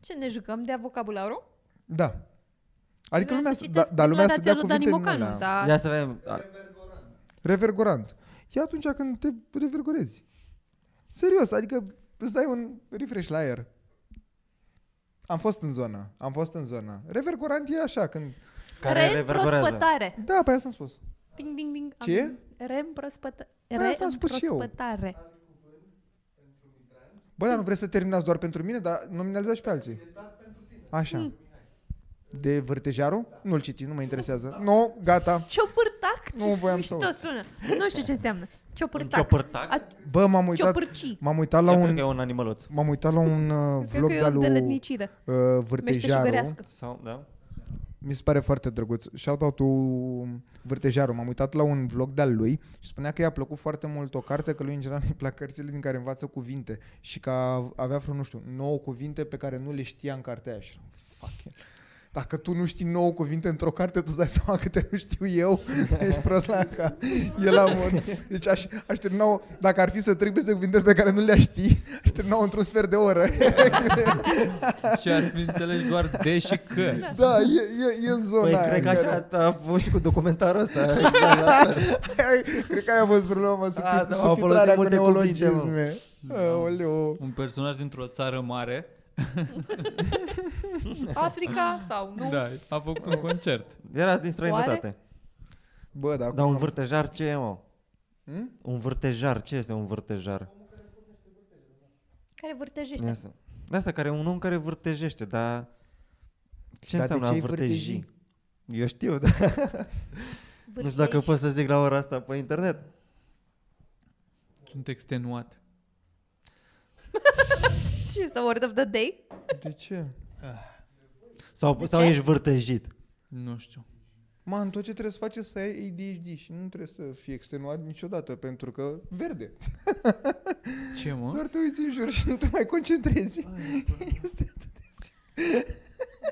[SPEAKER 2] Ce ne jucăm? De vocabularii?
[SPEAKER 6] Da. Adică lumea, să, da,
[SPEAKER 2] citesc
[SPEAKER 6] da, lumea să
[SPEAKER 2] declarația
[SPEAKER 6] dea
[SPEAKER 2] lui
[SPEAKER 6] cuvinte
[SPEAKER 2] Dani
[SPEAKER 6] din
[SPEAKER 2] Mocanu,
[SPEAKER 6] alea.
[SPEAKER 2] da.
[SPEAKER 5] Ia să vedem. A,
[SPEAKER 6] Revergorant. E atunci când te revergorezi. Serios, adică îți dai un refresh la aer. Am fost în zona, am fost în zona. Revergorant e așa, când...
[SPEAKER 2] Reîmprospătare.
[SPEAKER 6] Da, pe asta am spus.
[SPEAKER 2] Ding, ding, ding.
[SPEAKER 6] Ce?
[SPEAKER 2] Am- Reîmprospătă-
[SPEAKER 6] Păi asta am spus și eu.
[SPEAKER 2] Reîmprospătare.
[SPEAKER 6] Bă, dar nu vreți să terminați doar pentru mine, dar nominalizați și pe alții. Așa. De vârtejarul? Nu-l citi, nu mă interesează. Nu, no, gata.
[SPEAKER 2] Ciopârtac? Ce
[SPEAKER 6] Nu voiam să
[SPEAKER 2] mișto
[SPEAKER 6] aud.
[SPEAKER 2] sună. Nu știu ce înseamnă. Ciopârtac.
[SPEAKER 5] Ciopârtac?
[SPEAKER 2] A-
[SPEAKER 6] Bă, m-am uitat,
[SPEAKER 2] Ciopârci.
[SPEAKER 6] m-am uitat la
[SPEAKER 5] Eu cred că
[SPEAKER 6] un,
[SPEAKER 5] e un animăluț.
[SPEAKER 6] m-am uitat la un uh,
[SPEAKER 2] Cred
[SPEAKER 6] vlog
[SPEAKER 2] că e
[SPEAKER 6] de-a
[SPEAKER 2] o
[SPEAKER 6] lui
[SPEAKER 2] deletnicire.
[SPEAKER 6] uh, vârtejarul. (laughs)
[SPEAKER 2] Meșteșugărească.
[SPEAKER 5] Sau, da?
[SPEAKER 6] Mi se pare foarte drăguț. Shout-out-ul Vârtejaru. M-am uitat la un vlog de-al lui și spunea că i-a plăcut foarte mult o carte, că lui în general (laughs) îi plac cărțile din care învață cuvinte și că avea vreo, nu știu, 9 cuvinte pe care nu le știa în cartea aia. Și eram, fuck it. Dacă tu nu știi 9 cuvinte într-o carte, tu îți dai seama că te nu știu eu. (laughs) Ești prost la ca. E la mod. Deci aș, aș termina dacă ar fi să trec peste cuvinte pe care nu le știi, aș termina într-un sfert de oră. (laughs)
[SPEAKER 3] Și ar fi înțeles doar de și că.
[SPEAKER 6] da, e, e, e în zona
[SPEAKER 5] Păi,
[SPEAKER 6] aia
[SPEAKER 5] cred că
[SPEAKER 6] în care-
[SPEAKER 5] așa a fost și cu documentarul ăsta.
[SPEAKER 6] (laughs) Cred că aia a fost problema
[SPEAKER 5] Asta,
[SPEAKER 6] subtit-
[SPEAKER 5] m-au
[SPEAKER 6] subtitrarea
[SPEAKER 5] da, folosit
[SPEAKER 6] cu
[SPEAKER 5] multe cuvinte, mă. Da.
[SPEAKER 6] neologisme. Aoleu.
[SPEAKER 3] Un personaj dintr-o țară mare
[SPEAKER 2] Africa sau nu?
[SPEAKER 3] da, a făcut un concert.
[SPEAKER 5] Era din străinătate.
[SPEAKER 6] Bă, da,
[SPEAKER 5] Dar
[SPEAKER 6] acum
[SPEAKER 5] un
[SPEAKER 6] am-
[SPEAKER 5] vârtejar ce e, mă?
[SPEAKER 6] Hmm?
[SPEAKER 5] Un vârtejar, ce este un vârtejar?
[SPEAKER 2] Care vârtejește.
[SPEAKER 5] De asta. De asta care e un om care vârtejește, dar ce
[SPEAKER 6] Dar de
[SPEAKER 5] înseamnă
[SPEAKER 6] ce
[SPEAKER 5] a
[SPEAKER 6] ai
[SPEAKER 5] vârteji?
[SPEAKER 6] vârteji?
[SPEAKER 5] Eu știu, da. dar nu știu dacă pot să zic la ora asta pe internet.
[SPEAKER 3] Sunt extenuat.
[SPEAKER 2] Ce este word of the day?
[SPEAKER 6] De ce?
[SPEAKER 5] Sau, sau
[SPEAKER 2] ce?
[SPEAKER 5] ești vârtejit.
[SPEAKER 3] Nu știu.
[SPEAKER 6] Man, tot ce trebuie să faci e să ai ADHD și nu trebuie să fii extenuat niciodată, pentru că verde.
[SPEAKER 3] Ce, mă?
[SPEAKER 6] Doar te uiți în jur și nu te mai concentrezi. Este atât de-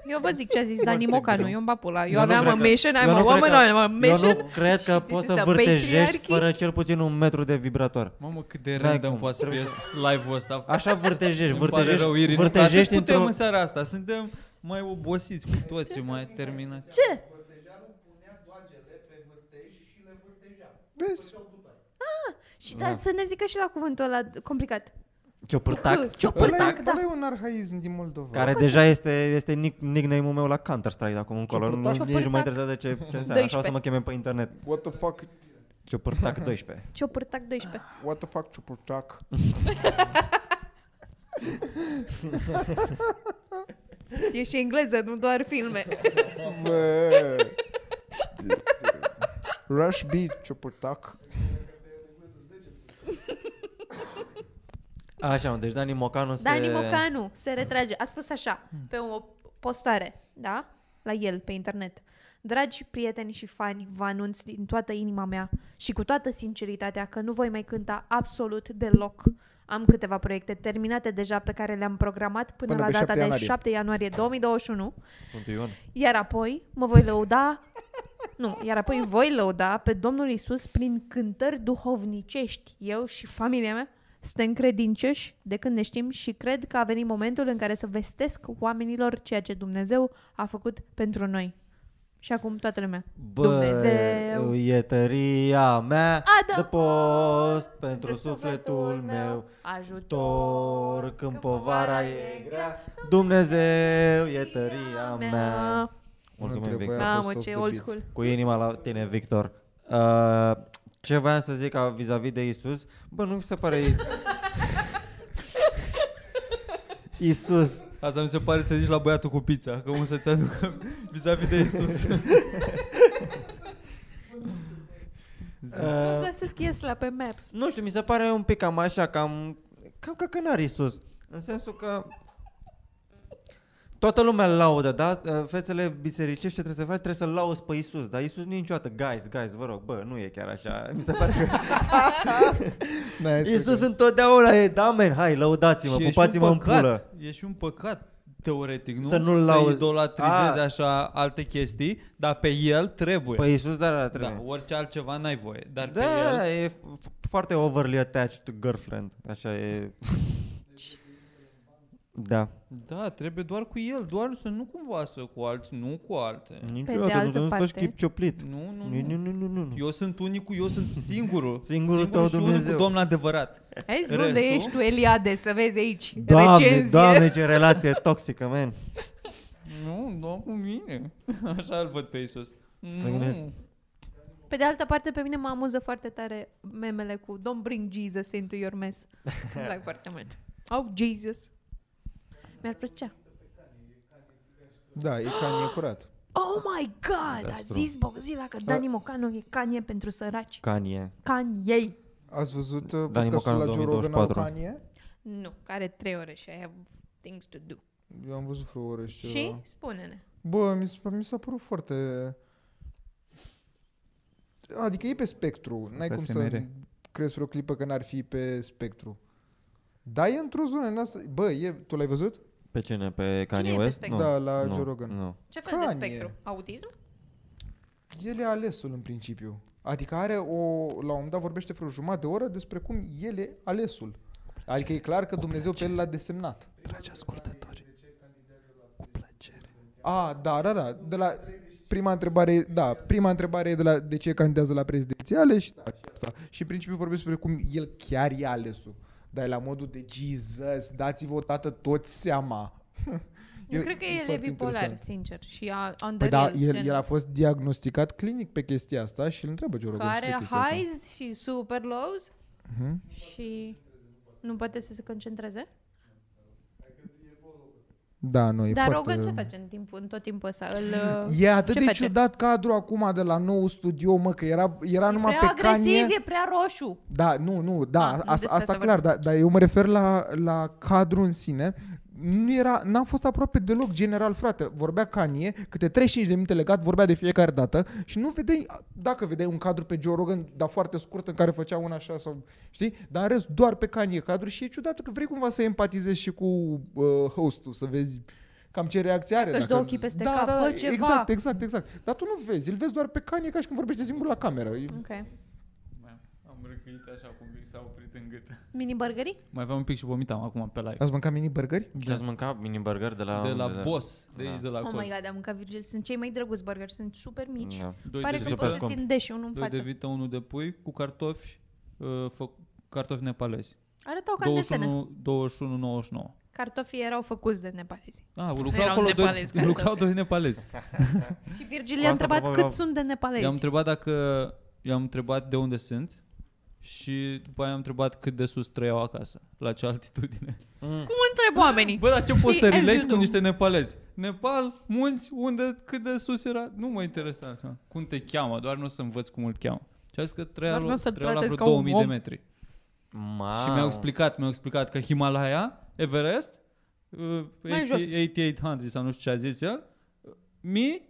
[SPEAKER 2] Eu vă zic ce a zis Dani
[SPEAKER 6] Foarte
[SPEAKER 2] Mocanu,
[SPEAKER 6] greu.
[SPEAKER 2] eu în papula. Eu
[SPEAKER 5] Eu nu
[SPEAKER 2] aveam
[SPEAKER 5] cred
[SPEAKER 2] a
[SPEAKER 5] că-
[SPEAKER 2] mission, I'm
[SPEAKER 5] eu
[SPEAKER 2] a
[SPEAKER 5] nu cred
[SPEAKER 2] woman,
[SPEAKER 5] că-
[SPEAKER 2] I'm a
[SPEAKER 5] Eu
[SPEAKER 2] mission.
[SPEAKER 5] nu cred că
[SPEAKER 2] this
[SPEAKER 5] poți
[SPEAKER 2] is
[SPEAKER 5] să
[SPEAKER 2] the
[SPEAKER 5] vârtejești
[SPEAKER 2] patriarchy.
[SPEAKER 5] fără cel puțin un metru de vibrator.
[SPEAKER 3] Mamă, cât de
[SPEAKER 5] N-ai
[SPEAKER 3] random
[SPEAKER 5] Da, cum.
[SPEAKER 3] poate să fie live-ul ăsta.
[SPEAKER 2] (laughs)
[SPEAKER 5] Așa vârtejești,
[SPEAKER 3] Îmi pare
[SPEAKER 5] vârtejești,
[SPEAKER 3] rău, Irin,
[SPEAKER 5] vârtejești
[SPEAKER 3] atât putem
[SPEAKER 5] într-o...
[SPEAKER 3] în seara asta. Suntem mai obosiți cu toții, mai terminați.
[SPEAKER 2] Ce?
[SPEAKER 6] Vezi?
[SPEAKER 2] Și da, să ne zică și la cuvântul ăla complicat.
[SPEAKER 5] Ciopârtac,
[SPEAKER 6] Ăla e,
[SPEAKER 2] Ciopârtac, da.
[SPEAKER 6] ăla e un arhaism din Moldova.
[SPEAKER 5] Păi care deja este, este nick, nickname-ul meu la Counter-Strike de acum încolo. Nu,
[SPEAKER 6] Ciopârtac.
[SPEAKER 5] nici nu mă
[SPEAKER 2] Ciopârtac.
[SPEAKER 5] interesează ce, ce înseamnă. Așa o
[SPEAKER 2] 12.
[SPEAKER 5] să mă chemem pe internet.
[SPEAKER 6] What the fuck?
[SPEAKER 5] Ciopârtac
[SPEAKER 2] (laughs)
[SPEAKER 5] 12.
[SPEAKER 2] Ciopârtac 12.
[SPEAKER 6] What the fuck, ciupurtac?
[SPEAKER 5] (laughs)
[SPEAKER 2] E și engleză, nu doar filme.
[SPEAKER 6] Bă. Rush beat, ciupurtac.
[SPEAKER 5] Așa, mă, deci Dani Mocanu se...
[SPEAKER 2] Dani Mocanu se retrage. A spus așa, pe o postare, da? La el, pe internet. Dragi prieteni și fani, vă anunț din toată inima mea și cu toată sinceritatea că nu voi mai cânta absolut deloc. Am câteva proiecte terminate deja pe care le-am programat până,
[SPEAKER 6] Până
[SPEAKER 2] până
[SPEAKER 6] pe
[SPEAKER 2] la data
[SPEAKER 6] 7
[SPEAKER 2] de
[SPEAKER 6] ianuarie.
[SPEAKER 2] 7 ianuarie 2021
[SPEAKER 5] Sunt Ion.
[SPEAKER 2] Iar apoi mă voi lăuda nu, iar apoi voi lăuda pe Domnul Isus prin cântări duhovnicești. Eu și familia mea suntem credincioși de când ne știm și cred că a venit momentul în care să vestesc oamenilor ceea ce Dumnezeu a făcut pentru noi. Și acum toată lumea.
[SPEAKER 5] Bă,
[SPEAKER 2] Dumnezeu.
[SPEAKER 5] e tăria mea
[SPEAKER 2] Adă-
[SPEAKER 5] de post da. pentru sufletul meu. Tor când povara e grea, Dumnezeu e tăria mea. Mulțumim,
[SPEAKER 6] Nu trebuia.
[SPEAKER 5] Victor.
[SPEAKER 6] A
[SPEAKER 2] Mamă,
[SPEAKER 6] fost off
[SPEAKER 2] ce
[SPEAKER 6] the
[SPEAKER 2] old
[SPEAKER 6] beat.
[SPEAKER 2] school.
[SPEAKER 5] Cu inima la tine, Victor. Uh, ce voiam să zic a, vis-a-vis de Isus? Bă, nu mi se (laughs) pare... Isus.
[SPEAKER 3] Asta mi se pare să zici la băiatul cu pizza, că un să-ți aducă (laughs) vis-a-vis de Isus.
[SPEAKER 2] Nu
[SPEAKER 5] Uh,
[SPEAKER 2] găsesc Iesla pe Maps.
[SPEAKER 5] nu știu, mi se pare un pic cam așa, cam, cam căcănar Isus. În sensul că toată lumea îl laudă, da? Uh, Fețele bisericești ce trebuie să faci, trebuie să-L lauzi pe Isus, dar Isus nu e niciodată, guys, guys, vă rog, bă, nu e chiar așa, (laughs) mi se pare că
[SPEAKER 6] Da, hai să
[SPEAKER 5] Isus
[SPEAKER 6] cred.
[SPEAKER 5] întotdeauna e, da, men, hai, lăudați-mă,
[SPEAKER 3] Și e și un
[SPEAKER 5] pupați-mă în
[SPEAKER 3] păcat,
[SPEAKER 5] pulă.
[SPEAKER 3] E și un păcat teoretic, nu?
[SPEAKER 5] Să nu-l
[SPEAKER 3] să
[SPEAKER 5] lauzi.
[SPEAKER 3] idolatrizezi
[SPEAKER 5] Ah.
[SPEAKER 3] așa alte chestii, dar pe el trebuie.
[SPEAKER 5] Păi Iisus, da, da,
[SPEAKER 3] da,
[SPEAKER 5] trebuie.
[SPEAKER 3] orice altceva n-ai voie, dar
[SPEAKER 5] Da,
[SPEAKER 3] pe el...
[SPEAKER 5] da, e f- f- foarte overly attached to girlfriend. Așa e.
[SPEAKER 2] Deci,
[SPEAKER 5] da.
[SPEAKER 3] Da, trebuie doar cu el, doar să nu cumva să cu alții, nu cu alte.
[SPEAKER 5] Niciodată nu-
[SPEAKER 2] altă
[SPEAKER 5] nu stai
[SPEAKER 2] parte- Mm.
[SPEAKER 5] chip cioplit.
[SPEAKER 3] Nu, nu,
[SPEAKER 5] Mm. Nu,
[SPEAKER 3] nu.
[SPEAKER 5] nu, nu, nu, nu, nu.
[SPEAKER 3] Eu sunt unicul, eu sunt singurul.
[SPEAKER 5] (laughs) Singurul tău
[SPEAKER 3] și unicul
[SPEAKER 5] Dumnezeu.
[SPEAKER 3] domn adevărat.
[SPEAKER 2] Hai zi,
[SPEAKER 3] Restul?
[SPEAKER 2] unde ești tu, Eliade, să vezi aici
[SPEAKER 5] Doamne,
[SPEAKER 2] recenzie.
[SPEAKER 5] doamne, ce relație toxică, man.
[SPEAKER 3] Nu, doar cu mine. (laughs) Așa îl văd pe Isus.
[SPEAKER 2] Mm.
[SPEAKER 5] gândești.
[SPEAKER 3] Nu.
[SPEAKER 2] Pe de altă parte, pe mine mă amuză foarte tare memele cu Don't bring Jesus into your mess. Îmi plac foarte mult. Oh, Jesus. Mi-ar plăcea.
[SPEAKER 6] Da, e ca necurat.
[SPEAKER 2] Oh my God!
[SPEAKER 6] Da,
[SPEAKER 2] A zis Bogzila că
[SPEAKER 5] Da.
[SPEAKER 2] Dani Mocanu e canie pentru săraci.
[SPEAKER 5] Kanye.
[SPEAKER 2] Caniei.
[SPEAKER 6] Ați văzut uh,
[SPEAKER 5] Dani
[SPEAKER 6] podcastul la
[SPEAKER 5] Bocanu
[SPEAKER 6] Joe Rogan al
[SPEAKER 5] 2024.
[SPEAKER 6] Kanye?
[SPEAKER 2] Nu, care trei ore și I have things to do.
[SPEAKER 6] Eu am văzut vreo oră și
[SPEAKER 2] Și?
[SPEAKER 6] ceva.
[SPEAKER 2] Spune-ne.
[SPEAKER 6] Bă, mi s-a, mi s-a părut foarte... Adică e pe spectru. N-ai cum să
[SPEAKER 3] ASMR.
[SPEAKER 6] crezi vreo clipă că n-ar fi pe spectru. Da, e într-o zonă în asta. Bă, e, tu l-ai văzut?
[SPEAKER 5] Pe cine? Pe Kanye
[SPEAKER 2] e pe
[SPEAKER 5] West?
[SPEAKER 2] spectru?
[SPEAKER 5] Nu.
[SPEAKER 6] Da, la
[SPEAKER 5] nu.
[SPEAKER 6] Joe Rogan.
[SPEAKER 5] Nu.
[SPEAKER 2] Ce fel de
[SPEAKER 6] Canie.
[SPEAKER 2] spectru? Autism?
[SPEAKER 6] El e alesul în principiu. Adică are o... La un moment dat vorbește vreo jumătate de oră despre cum el e alesul. Adică e clar că Dumnezeu pe el l-a desemnat.
[SPEAKER 4] Dragi ascultători, cu plăcere.
[SPEAKER 6] A, da, da, da. De la prima întrebare, da, prima întrebare e de la de ce candidează la prezidențiale și da, și asta. Și în principiu vorbesc despre cum el chiar e alesul. Dar e la modul de Jesus, dați-vă odată toți seama. (laughs)
[SPEAKER 2] Eu, cred că el e
[SPEAKER 6] foarte
[SPEAKER 2] bipolar,
[SPEAKER 6] interesant.
[SPEAKER 2] sincer. Și a, on the
[SPEAKER 6] Păi da,
[SPEAKER 2] real,
[SPEAKER 6] el,
[SPEAKER 2] gen,
[SPEAKER 6] el, a fost diagnosticat clinic pe chestia asta și îl întreabă Joe
[SPEAKER 2] că
[SPEAKER 6] Rogan și pe
[SPEAKER 2] are
[SPEAKER 6] chestia asta.
[SPEAKER 2] highs și super lows
[SPEAKER 6] Mhm.
[SPEAKER 2] și nu poate să se concentreze.
[SPEAKER 6] Da, nu, e
[SPEAKER 2] Dar
[SPEAKER 6] foarte...
[SPEAKER 2] Rogan ce face în, timpul, în tot timpul ăsta? Îl, uh,
[SPEAKER 6] E atât
[SPEAKER 2] Ce
[SPEAKER 6] de
[SPEAKER 2] face?
[SPEAKER 6] ciudat cadrul acum de la nou studio, mă, că era, era
[SPEAKER 2] e
[SPEAKER 6] numai
[SPEAKER 2] prea
[SPEAKER 6] pe Kanye.
[SPEAKER 2] agresiv, e prea roșu.
[SPEAKER 6] Da, nu, nu, da,
[SPEAKER 2] Ah, nu,
[SPEAKER 6] a, asta,
[SPEAKER 2] despre
[SPEAKER 6] asta
[SPEAKER 2] asta
[SPEAKER 6] clar, dar da, eu mă refer la, la cadru în sine. Nu era, n-a fost aproape deloc general, frate. Vorbea Kanye, câte 35 de minute legat, vorbea de fiecare dată și nu vedeai, dacă vedeai un cadru pe Joe Rogan, dar foarte scurt, în care făcea una așa sau, știi? Dar în rest, doar pe Kanye cadru și e ciudat că vrei cumva să empatizezi și cu uh, hostul, să vezi cam ce reacție are.
[SPEAKER 2] Dacă își dă ochii peste
[SPEAKER 6] da,
[SPEAKER 2] cap,
[SPEAKER 6] da,
[SPEAKER 2] fă
[SPEAKER 6] Exact,
[SPEAKER 2] ceva.
[SPEAKER 6] exact, exact. Dar tu nu vezi, îl vezi doar pe Kanye ca și când vorbește singur la cameră. E-
[SPEAKER 2] Ok.
[SPEAKER 3] Am răcăit așa cum s-a oprit în gât.
[SPEAKER 2] Mini burgeri?
[SPEAKER 3] Mai aveam un pic și vomitam acum pe live.
[SPEAKER 6] Ați mâncat mini burgeri?
[SPEAKER 2] Da.
[SPEAKER 5] Ce ați mâncat? Mini burger de la...
[SPEAKER 3] De la boss,
[SPEAKER 5] Da.
[SPEAKER 3] de aici, de la
[SPEAKER 2] Oh my
[SPEAKER 3] colț.
[SPEAKER 2] god, am mâncat Virgil. Sunt cei mai drăguți burgeri. Sunt super mici.
[SPEAKER 5] Da.
[SPEAKER 3] Doi
[SPEAKER 2] Pare
[SPEAKER 3] de
[SPEAKER 2] că
[SPEAKER 5] super
[SPEAKER 3] vită-
[SPEAKER 2] poți să
[SPEAKER 5] scump.
[SPEAKER 2] țin deși unul în
[SPEAKER 3] doi de
[SPEAKER 2] față.
[SPEAKER 3] vită, unul de pui, cu cartofi, uh, fă, cartofi nepalezi.
[SPEAKER 2] Arătau ca în desene.
[SPEAKER 3] 21, 21, 99.
[SPEAKER 2] Cartofii erau făcuți de nepalezi.
[SPEAKER 3] Ah, lucrau
[SPEAKER 2] Erau
[SPEAKER 3] acolo doi,
[SPEAKER 2] nepalezi,
[SPEAKER 3] lucrau
[SPEAKER 2] cartofi.
[SPEAKER 3] doi nepalezi.
[SPEAKER 2] Și Virgil
[SPEAKER 5] Cu
[SPEAKER 2] i-a
[SPEAKER 5] Mm. asta
[SPEAKER 2] întrebat
[SPEAKER 5] probabil
[SPEAKER 2] cât
[SPEAKER 5] au-
[SPEAKER 2] sunt de
[SPEAKER 3] I-am
[SPEAKER 2] nepalezi.
[SPEAKER 3] întrebat dacă i-am întrebat de unde sunt și după aia am întrebat cât de sus trăiau acasă, la ce altitudine.
[SPEAKER 2] Cum întreb oamenii?
[SPEAKER 3] Bă, dar ce poți să
[SPEAKER 2] as you
[SPEAKER 3] relate cu
[SPEAKER 2] do.
[SPEAKER 3] niște nepalezi? Nepal, munți, unde, cât de sus era? Nu mă interesa așa. Cum te cheamă, doar nu o să învăț cum îl cheamă. Și a zis că trăia,
[SPEAKER 2] Doar nu o
[SPEAKER 3] la,
[SPEAKER 2] să-l
[SPEAKER 3] trăia la
[SPEAKER 2] tratezi
[SPEAKER 3] vreo
[SPEAKER 2] ca un
[SPEAKER 3] 2000
[SPEAKER 2] om.
[SPEAKER 3] de metri.
[SPEAKER 5] Ma.
[SPEAKER 3] Și mi-au explicat, mi-au explicat că Himalaya, Everest, uh,
[SPEAKER 2] Mai
[SPEAKER 3] 80-
[SPEAKER 2] jos.
[SPEAKER 3] 8800 sau nu știu ce a zis el, uh, me